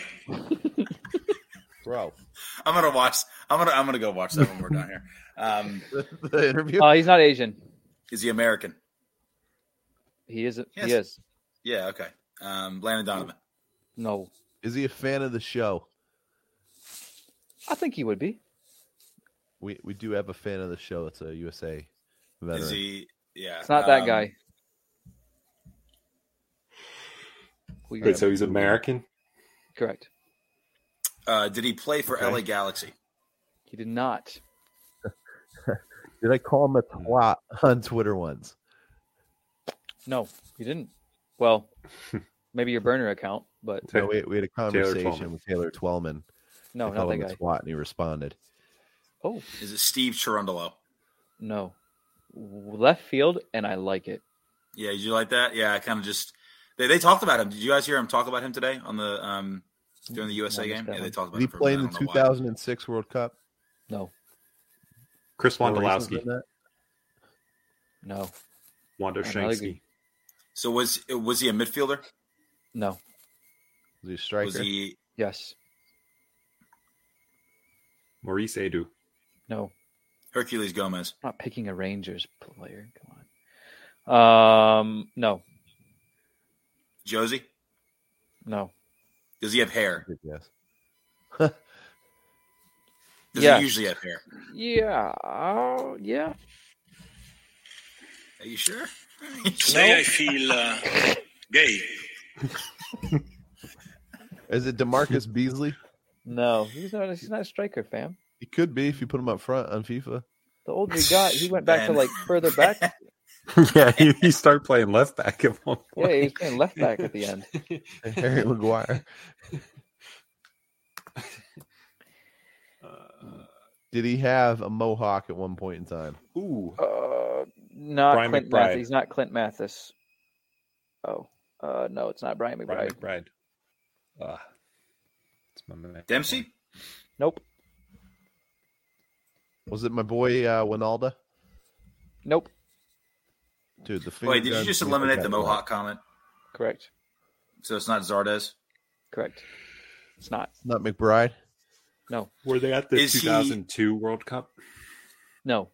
Speaker 2: bro?
Speaker 3: I'm gonna watch. I'm gonna. I'm gonna go watch that when we're done here. Um,
Speaker 2: the interview.
Speaker 4: Uh, he's not Asian.
Speaker 3: is he American?
Speaker 4: He is.
Speaker 3: Yes.
Speaker 4: He is.
Speaker 3: Yeah. Okay. Um, Landon Donovan.
Speaker 4: No.
Speaker 2: Is he a fan of the show?
Speaker 4: I think he would be.
Speaker 2: We we do have a fan of the show. It's a USA veteran.
Speaker 3: Is he? Yeah.
Speaker 4: It's not that
Speaker 3: um,
Speaker 4: guy. Who you
Speaker 5: Wait,
Speaker 4: got?
Speaker 5: so he's American?
Speaker 4: Correct.
Speaker 3: Uh, did he play for
Speaker 5: Okay.
Speaker 3: LA Galaxy?
Speaker 4: He did not.
Speaker 2: Did I call him a twat Mm. on Twitter once?
Speaker 4: No, he didn't. Well, maybe your burner account, but
Speaker 2: No, we, we had a conversation
Speaker 5: Twellman.
Speaker 2: with Taylor Twellman.
Speaker 4: no,
Speaker 2: I
Speaker 4: not
Speaker 2: called
Speaker 4: that
Speaker 2: him a
Speaker 4: guy.
Speaker 2: twat, and he responded.
Speaker 4: Oh,
Speaker 3: Is it Steve Cherundolo?
Speaker 4: no. Left field, and I like it.
Speaker 3: Yeah. Did you like that? Yeah. I kind of just. They, they talked about him. Did you guys hear him talk about him today on the um during the USA
Speaker 4: I missed
Speaker 3: game?
Speaker 4: that
Speaker 3: Yeah, they
Speaker 4: one.
Speaker 3: talked
Speaker 2: Did
Speaker 3: about.
Speaker 2: he
Speaker 3: him for a
Speaker 2: play in the
Speaker 3: minute. I don't know why.
Speaker 2: 2006 World Cup?
Speaker 4: No,
Speaker 5: Chris
Speaker 2: No racism
Speaker 5: Wondolowski.
Speaker 2: in that?
Speaker 4: no,
Speaker 5: Wondoshansky.
Speaker 3: So was was he a midfielder?
Speaker 4: no.
Speaker 2: Was he a striker?
Speaker 3: Was he?
Speaker 4: Yes,
Speaker 5: Maurice Adu.
Speaker 4: no.
Speaker 3: Hercules Gomez.
Speaker 4: I'm not picking a Rangers player. Come on. Um, no,
Speaker 3: Josie?
Speaker 4: no.
Speaker 3: Does he have hair?
Speaker 2: Yes.
Speaker 3: Does
Speaker 4: Yes.
Speaker 3: he usually have hair?
Speaker 4: Yeah, uh, yeah.
Speaker 3: Are you sure?
Speaker 1: Today I feel uh, gay.
Speaker 2: Is it Demarcus Beasley?
Speaker 4: No, he's not. He's not a striker, fam.
Speaker 2: He could be if you put him up front on FIFA.
Speaker 4: The older he got, he went back to
Speaker 3: Man.
Speaker 4: like further back.
Speaker 5: yeah, he, he started playing left back at one
Speaker 4: Yeah, he was
Speaker 5: point.
Speaker 4: playing left back at the end.
Speaker 2: Harry Maguire.
Speaker 3: Uh,
Speaker 2: Did he have a mohawk at one point in time?
Speaker 5: ooh.
Speaker 4: Uh, not
Speaker 5: Brian
Speaker 4: Clint
Speaker 5: McBride.
Speaker 4: Mathis. He's not Clint Mathis. Oh, uh, no, it's not Brian McBride.
Speaker 5: Brian McBride. Ah, it's my man.
Speaker 3: Dempsey?
Speaker 4: Nope,
Speaker 2: Was it my boy uh, Winalda?
Speaker 4: nope.
Speaker 2: Dude, the finger
Speaker 3: Wait, did you
Speaker 2: guns
Speaker 3: just
Speaker 2: make
Speaker 3: eliminate
Speaker 2: that
Speaker 3: the
Speaker 2: block.
Speaker 3: Mohawk comment?
Speaker 4: Correct.
Speaker 3: So it's not Zardes.
Speaker 4: Correct. It's not.
Speaker 2: It's Not McBride.
Speaker 5: Were they at the
Speaker 3: Is he-
Speaker 5: 2002 World Cup?
Speaker 4: No.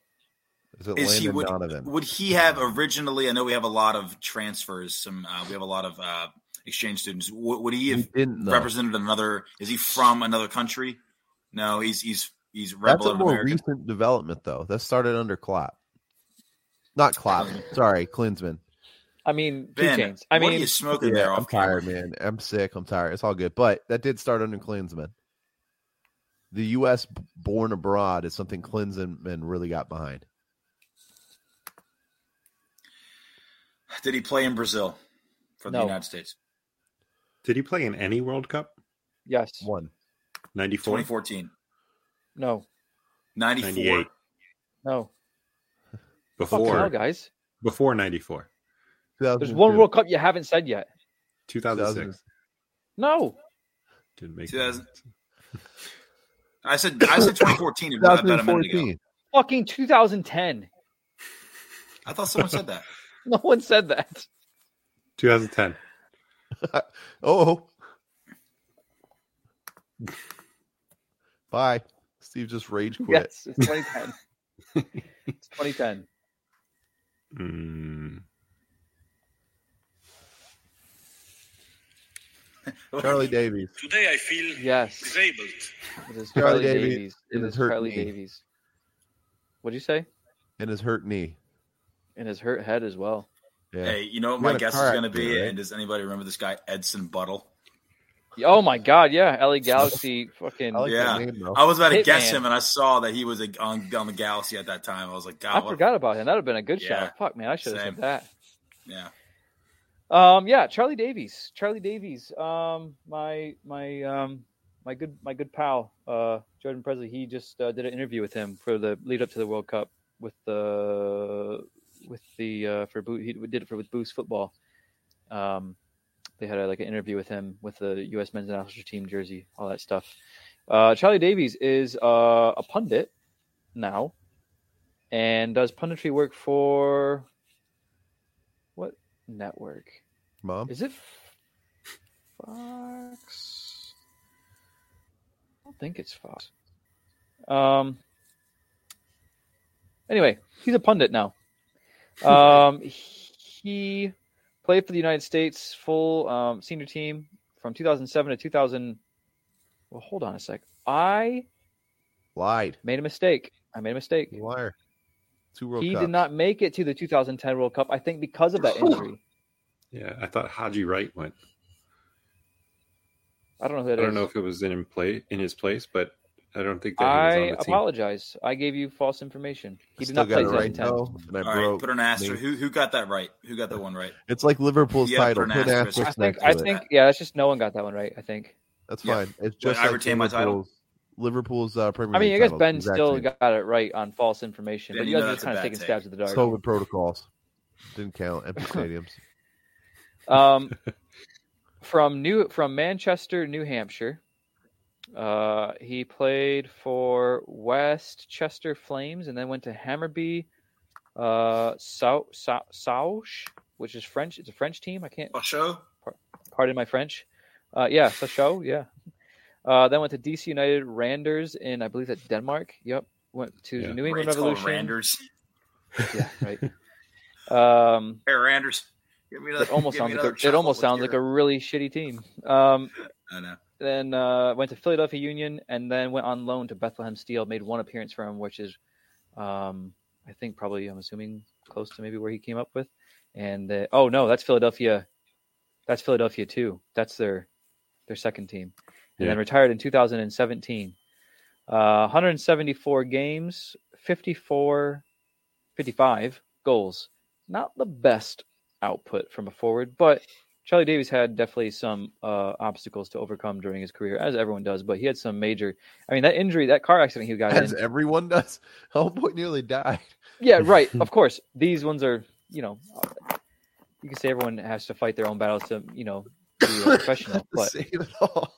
Speaker 2: Is it
Speaker 3: Is
Speaker 2: Landon
Speaker 3: he would,
Speaker 2: Donovan?
Speaker 3: would he have originally? I know we have a lot of transfers. Some uh, we have a lot of uh, exchange students. W- would he
Speaker 2: He
Speaker 3: have
Speaker 2: didn't know.
Speaker 3: represented another? Is he from another country? No, he's he's he's
Speaker 2: That's
Speaker 3: rebel
Speaker 2: a
Speaker 3: in
Speaker 2: more
Speaker 3: America.
Speaker 2: recent development, though. That started under Klopp. Not Klopp. Sorry, Klinsman.
Speaker 4: I mean, two
Speaker 3: Ben,
Speaker 4: chains. I
Speaker 3: what
Speaker 4: mean,
Speaker 3: are you smoking there?
Speaker 2: I'm
Speaker 3: off camera?
Speaker 2: tired, man. I'm sick. I'm tired. It's all good. But that did start under Klinsman. The U.S. b- born abroad is something Klinsman really got behind.
Speaker 3: Did he play in Brazil for the
Speaker 4: No.
Speaker 3: United States?
Speaker 5: Did he play in any World Cup?
Speaker 4: yes.
Speaker 2: One.
Speaker 5: 94.
Speaker 3: 2014,
Speaker 4: No.
Speaker 3: 94.
Speaker 5: 98.
Speaker 4: No. Fucking hell,
Speaker 5: Before
Speaker 4: guys.
Speaker 5: before 94.
Speaker 4: There's one World Cup you haven't said yet.
Speaker 5: 2006.
Speaker 4: No.
Speaker 5: Didn't make
Speaker 3: 2000. I said I said 2014 about a minute ago.
Speaker 2: 2014.
Speaker 4: Fucking 2010.
Speaker 3: I thought someone said that.
Speaker 4: No one said that.
Speaker 5: 2010.
Speaker 2: Oh. Bye. Steve just rage quit.
Speaker 4: Yes, it's 2010. it's 2010.
Speaker 5: Mm.
Speaker 2: Charlie Davies.
Speaker 1: Today I feel
Speaker 4: Yes.
Speaker 1: disabled.
Speaker 4: It is
Speaker 2: Charlie
Speaker 4: Charlie
Speaker 2: Davies
Speaker 4: Davies. It
Speaker 2: and
Speaker 4: is
Speaker 2: his hurt
Speaker 4: Charlie
Speaker 2: knee.
Speaker 4: Davies. What'd you say?
Speaker 2: and his hurt knee.
Speaker 4: And his hurt head as well.
Speaker 2: Yeah.
Speaker 3: Hey, you know what
Speaker 2: You
Speaker 3: my
Speaker 2: got a
Speaker 3: guess is
Speaker 2: car
Speaker 3: going to be?
Speaker 2: accident, right?
Speaker 3: And does anybody remember this guy Edson Buttle?
Speaker 4: Oh my God! Yeah, LA Galaxy. fucking.
Speaker 2: I like
Speaker 3: Yeah.
Speaker 2: that name though.
Speaker 3: I was about to
Speaker 4: Hitman.
Speaker 3: guess him, and I saw that he was a, on, on the Galaxy at that time. I was like,
Speaker 4: I
Speaker 3: God, what?
Speaker 4: forgot about him. That'd have been a good
Speaker 3: Yeah.
Speaker 4: shot. Fuck man, I should have
Speaker 3: Same.
Speaker 4: said that.
Speaker 3: Yeah,
Speaker 4: Um, yeah, Charlie Davies. Charlie Davies. Um, my my um my good my good pal, uh, Jordan Presley. He just uh, did an interview with him for the lead up to the World Cup with the with the uh, for Boo- he did it for with Boost Football. Um, they had a, like an interview with him with the U.S. men's national team jersey, all that stuff. Uh, Charlie Davies is uh, a pundit now, and does punditry work for what network?
Speaker 2: Mom.
Speaker 4: Is it Fox? I don't think it's Fox. Um. Anyway, he's a pundit now. Um, he played for the United States full um, senior team from 2007 to 2000. Well, hold on a sec. I
Speaker 2: Lied.
Speaker 4: made a mistake. I made a mistake.
Speaker 2: You liar. Two World
Speaker 4: he
Speaker 2: Cups.
Speaker 4: did not make it to the 2010 World Cup. I think because of that injury.
Speaker 5: Yeah, I thought Haji Wright went.
Speaker 4: I don't know who that
Speaker 5: I
Speaker 4: is.
Speaker 5: don't know if it was in him play in his place, but I don't think that he was
Speaker 4: I
Speaker 5: on the team.
Speaker 4: apologize. I gave you false information. He did
Speaker 2: Still
Speaker 4: not
Speaker 2: got
Speaker 4: play
Speaker 2: it right
Speaker 4: 2010.
Speaker 2: though, and I
Speaker 3: all right.
Speaker 2: broke.
Speaker 3: Put an asterisk.
Speaker 2: me.
Speaker 3: Who who got that right? Who got that one right?
Speaker 2: It's like Liverpool's
Speaker 3: Yeah,
Speaker 2: title.
Speaker 3: put an
Speaker 2: Put an
Speaker 3: asterisk.
Speaker 4: I
Speaker 2: asterisk
Speaker 4: think.
Speaker 2: next
Speaker 4: I
Speaker 2: to it.
Speaker 4: think. Yeah, that's just no one got that one right. I think.
Speaker 2: That's
Speaker 3: Yeah.
Speaker 2: fine. It's just
Speaker 3: I
Speaker 2: like
Speaker 3: retain my title?
Speaker 2: Liverpool's, Liverpool's uh, Premier
Speaker 4: I mean, I
Speaker 2: League
Speaker 4: guess
Speaker 2: title.
Speaker 4: Ben
Speaker 2: Exact
Speaker 4: still
Speaker 2: same.
Speaker 4: got it right on false information,
Speaker 3: Yeah,
Speaker 4: but
Speaker 3: you
Speaker 4: you guys
Speaker 3: know
Speaker 4: are
Speaker 3: that's
Speaker 4: just
Speaker 3: a
Speaker 4: kind of
Speaker 3: bad
Speaker 4: taking
Speaker 3: take.
Speaker 4: stabs at the dark.
Speaker 2: It's COVID protocols. Didn't count. Empty stadiums.
Speaker 4: um, from New from Manchester, New Hampshire. Uh, he played for Westchester Flames and then went to Hammerby, uh, Sau Sau Sauge, which is French. It's a French team. I can't
Speaker 3: Basho?
Speaker 4: pardon my French. Uh, yeah, Sachau, yeah. Uh, then went to DC United Randers in, I believe, that's Denmark. Yep. Went to
Speaker 5: Yeah.
Speaker 4: the New England
Speaker 3: It's called
Speaker 4: Revolution.
Speaker 3: Randers.
Speaker 4: Yeah, right. um,
Speaker 3: Hey, Randers. Give me another,
Speaker 4: it almost
Speaker 3: give me
Speaker 4: sounds like
Speaker 3: another
Speaker 4: a, it
Speaker 3: chocolate
Speaker 4: almost
Speaker 3: with
Speaker 4: sounds like a
Speaker 3: your-
Speaker 4: really shitty team. Um,
Speaker 3: I know.
Speaker 4: then uh, went to Philadelphia Union and then went on loan to Bethlehem Steel. Made one appearance for him, which is, um, I think, probably I'm assuming close to maybe where he came up with. And uh, oh no, that's Philadelphia. That's Philadelphia too. That's their their second team, and then
Speaker 5: Yeah.
Speaker 4: retired in 2017. Uh, 174 games, 54, 55 goals. Not the best output from a forward, but Charlie Davies had definitely some uh, obstacles to overcome during his career, as everyone does. But he had some major. I mean, that injury, that car accident he got
Speaker 2: As
Speaker 4: in.
Speaker 2: everyone does. Homeboy nearly died.
Speaker 4: Yeah, right. Of course, these ones are. You know, you can say everyone has to fight their own battles to you know be a professional,
Speaker 2: To
Speaker 4: but
Speaker 2: save it all.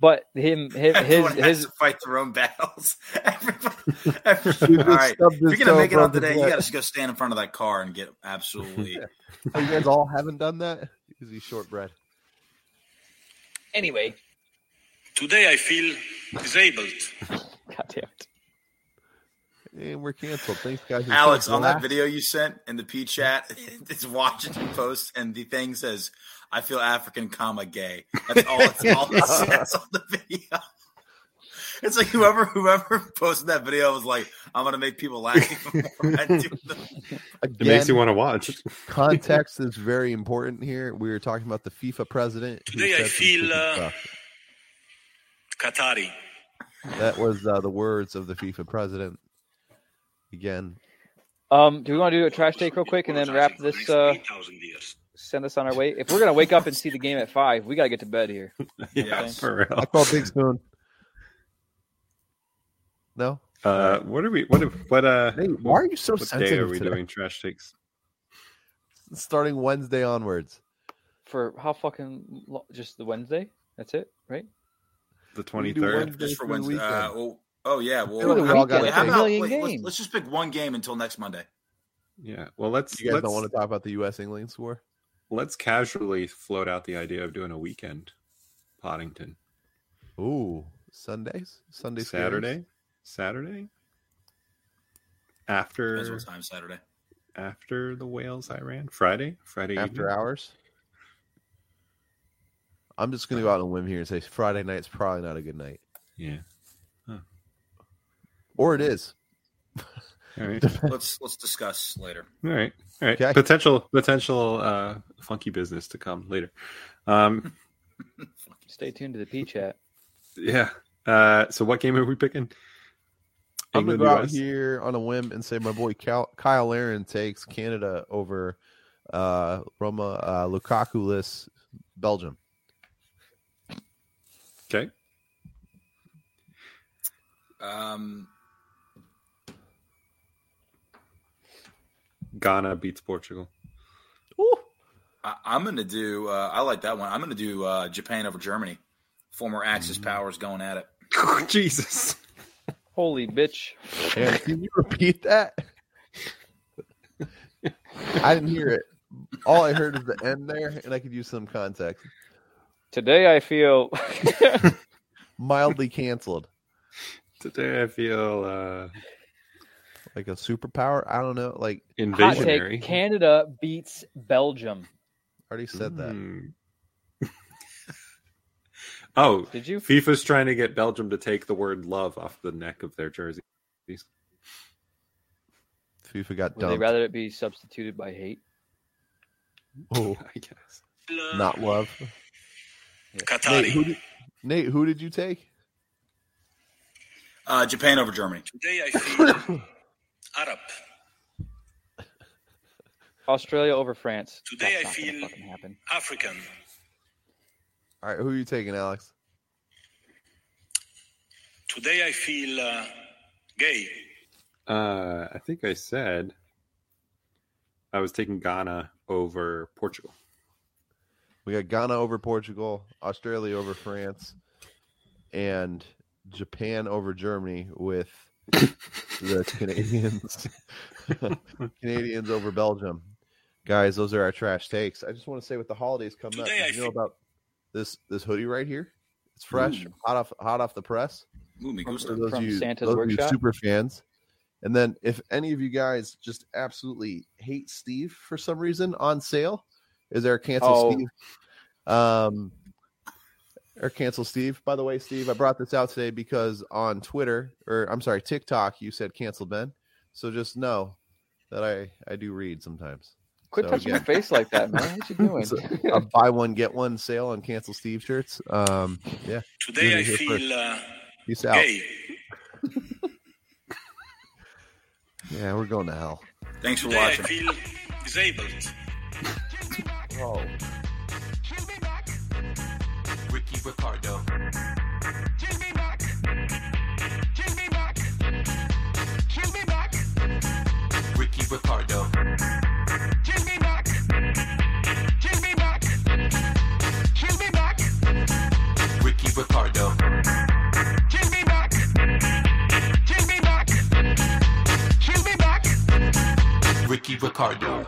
Speaker 4: But him, him his
Speaker 3: Everyone has
Speaker 4: his
Speaker 3: to fight their own battles. Everybody, everybody-
Speaker 2: You
Speaker 3: all
Speaker 2: just
Speaker 3: right.
Speaker 2: stubbed
Speaker 3: If you're
Speaker 2: his
Speaker 3: gonna
Speaker 2: toe
Speaker 3: make it
Speaker 2: above
Speaker 3: on
Speaker 2: his
Speaker 3: today, you
Speaker 2: lip.
Speaker 3: gotta just go stand in front of that car and get absolutely.
Speaker 2: Oh, you guys all haven't done that because he's short bread.
Speaker 4: anyway.
Speaker 1: Today I feel disabled.
Speaker 4: God damn it.
Speaker 2: And we're canceled. Thanks, guys. It's
Speaker 3: Alex,
Speaker 2: been a
Speaker 3: on that
Speaker 2: blast.
Speaker 3: video you sent in the P chat, it's Washington Post, and the thing says, "I feel African, comma gay." That's all. That's all it says on the video. It's like whoever whoever posted that video was like, "I'm gonna make people laugh." even more than I do them."
Speaker 5: It
Speaker 2: Again,
Speaker 5: makes you want to watch.
Speaker 2: context is very important here. We were talking about the FIFA president. who
Speaker 1: Today I
Speaker 2: said some
Speaker 1: feel,
Speaker 2: stupid
Speaker 1: uh,
Speaker 2: stuff.
Speaker 1: Qatari.
Speaker 2: That was uh, the words of the FIFA president. Again,
Speaker 4: Um, do we want to do a trash take real quick and then wrap this? Uh, send us on our way. If we're gonna wake up and see the game at five, we gotta get to bed here.
Speaker 5: yeah,
Speaker 4: thanks.
Speaker 5: for
Speaker 2: I
Speaker 5: real.
Speaker 2: call Big Spoon. No,
Speaker 5: Uh, what are we? What? if- What? Uh,
Speaker 2: Hey, why are you so
Speaker 5: what day are
Speaker 2: sensitive
Speaker 5: we
Speaker 2: today?
Speaker 5: doing trash takes?
Speaker 2: starting Wednesday onwards.
Speaker 4: For how fucking lo- just the Wednesday? That's it, right?
Speaker 5: The
Speaker 2: We
Speaker 5: twenty
Speaker 2: do
Speaker 5: third.
Speaker 2: Wednesday
Speaker 3: Just for
Speaker 2: through
Speaker 3: Wednesday.
Speaker 2: weekend.
Speaker 3: Uh, oh, oh yeah. Well,
Speaker 2: Dude, we
Speaker 3: how-
Speaker 2: all gotta
Speaker 3: wait, how
Speaker 2: pick.
Speaker 3: about-
Speaker 4: Million
Speaker 3: wait, let's,
Speaker 4: games.
Speaker 3: let's just pick one game until next Monday.
Speaker 5: Yeah. Well, let's
Speaker 2: You guys
Speaker 5: let's,
Speaker 2: don't want to talk about the U.S. England score.
Speaker 5: let's casually float out the idea of doing a weekend, Poddington,
Speaker 2: Ooh, Sundays, Sunday, scaries?
Speaker 5: Saturday, Saturday,
Speaker 3: Depends
Speaker 5: after
Speaker 3: what time Saturday.
Speaker 5: after the Wales Iran, Friday, Friday
Speaker 2: after
Speaker 5: evening?
Speaker 2: hours. I'm just gonna go out on a whim here and say Friday night's probably not a good night,
Speaker 5: Yeah.
Speaker 2: or it is.
Speaker 5: All right.
Speaker 3: Let's let's discuss later.
Speaker 5: All right. All right.
Speaker 2: Okay.
Speaker 5: Potential potential uh funky business to come later. Um
Speaker 4: Stay tuned to the P chat.
Speaker 5: yeah. Uh so what game are we picking?
Speaker 2: I'm gonna
Speaker 5: England,
Speaker 2: go out
Speaker 5: US?
Speaker 2: here on a whim and say my boy Cal- Kyle Aaron takes Canada over uh, Roma uh, Lukaku-less Belgium.
Speaker 5: Okay.
Speaker 3: Um,
Speaker 5: Ghana beats Portugal.
Speaker 3: I, I'm gonna do. Uh, I like that one. I'm gonna do uh, Japan over Germany. Former Axis powers going at it.
Speaker 5: Jesus.
Speaker 4: Holy bitch!
Speaker 2: And can you repeat that? I didn't hear it. All I heard is the end there, and I could use some context.
Speaker 4: Today I feel
Speaker 2: Mildly canceled,
Speaker 5: Today I feel uh
Speaker 2: like a superpower. I don't know. Like
Speaker 4: hot
Speaker 5: invasionary.
Speaker 4: take. Canada beats Belgium.
Speaker 2: I already said that.
Speaker 5: Mm. oh,
Speaker 4: Did you?
Speaker 5: FIFA's trying to get Belgium to take the word love off the neck of their jersey.
Speaker 2: FIFA got
Speaker 4: Would they
Speaker 2: dumped.
Speaker 4: rather it be substituted by hate?
Speaker 2: Oh,
Speaker 5: I guess.
Speaker 2: not love.
Speaker 1: Qatari.
Speaker 2: Nate who, did, Nate, who did you take?
Speaker 3: Uh, Japan over Germany.
Speaker 1: Today I feel Arab.
Speaker 4: Australia over France.
Speaker 1: Today
Speaker 4: That's
Speaker 1: I
Speaker 4: not gonna
Speaker 1: feel-
Speaker 4: fucking happen.
Speaker 1: African.
Speaker 2: All right, who are you taking, Alex?
Speaker 1: Today I feel uh, gay.
Speaker 5: Uh, I think I said I was taking Ghana over Portugal.
Speaker 2: We got Ghana over Portugal, Australia over France, and Japan over Germany with the Canadians. Canadians over Belgium. Guys, those are our trash takes. I just want to say with the holidays coming up,
Speaker 1: Today I
Speaker 2: you know
Speaker 1: fe-
Speaker 2: about this this hoodie right here? It's fresh, hot off hot off the press.
Speaker 3: Ooh, me
Speaker 2: For
Speaker 3: gusta.
Speaker 2: those
Speaker 4: from
Speaker 2: of you,
Speaker 4: Santa's
Speaker 2: those of you
Speaker 4: Workshop?
Speaker 2: super fans. And then if any of you guys just absolutely hate Steve for some reason on sale, is there a cancel
Speaker 4: Oh.
Speaker 2: Steve? Um or cancel Steve. By the way, Steve, I brought this out today because on Twitter or I'm sorry, TikTok, you said cancel Ben. So just know that I I do read sometimes.
Speaker 4: Quit
Speaker 2: So,
Speaker 4: touching
Speaker 2: yeah.
Speaker 4: my face like that, man. What you doing?
Speaker 2: So, a buy one get one sale on cancel Steve shirts. Um yeah,
Speaker 1: Today
Speaker 2: You're
Speaker 1: I
Speaker 2: here
Speaker 1: feel uh,
Speaker 2: peace out.
Speaker 1: gay.
Speaker 2: Yeah, we're going to hell.
Speaker 3: Thanks for
Speaker 1: Today I
Speaker 3: watching.
Speaker 1: feel disabled.
Speaker 8: Ricky Ricardo. Ricky Ricardo. Ricky Ricardo. Ricardo.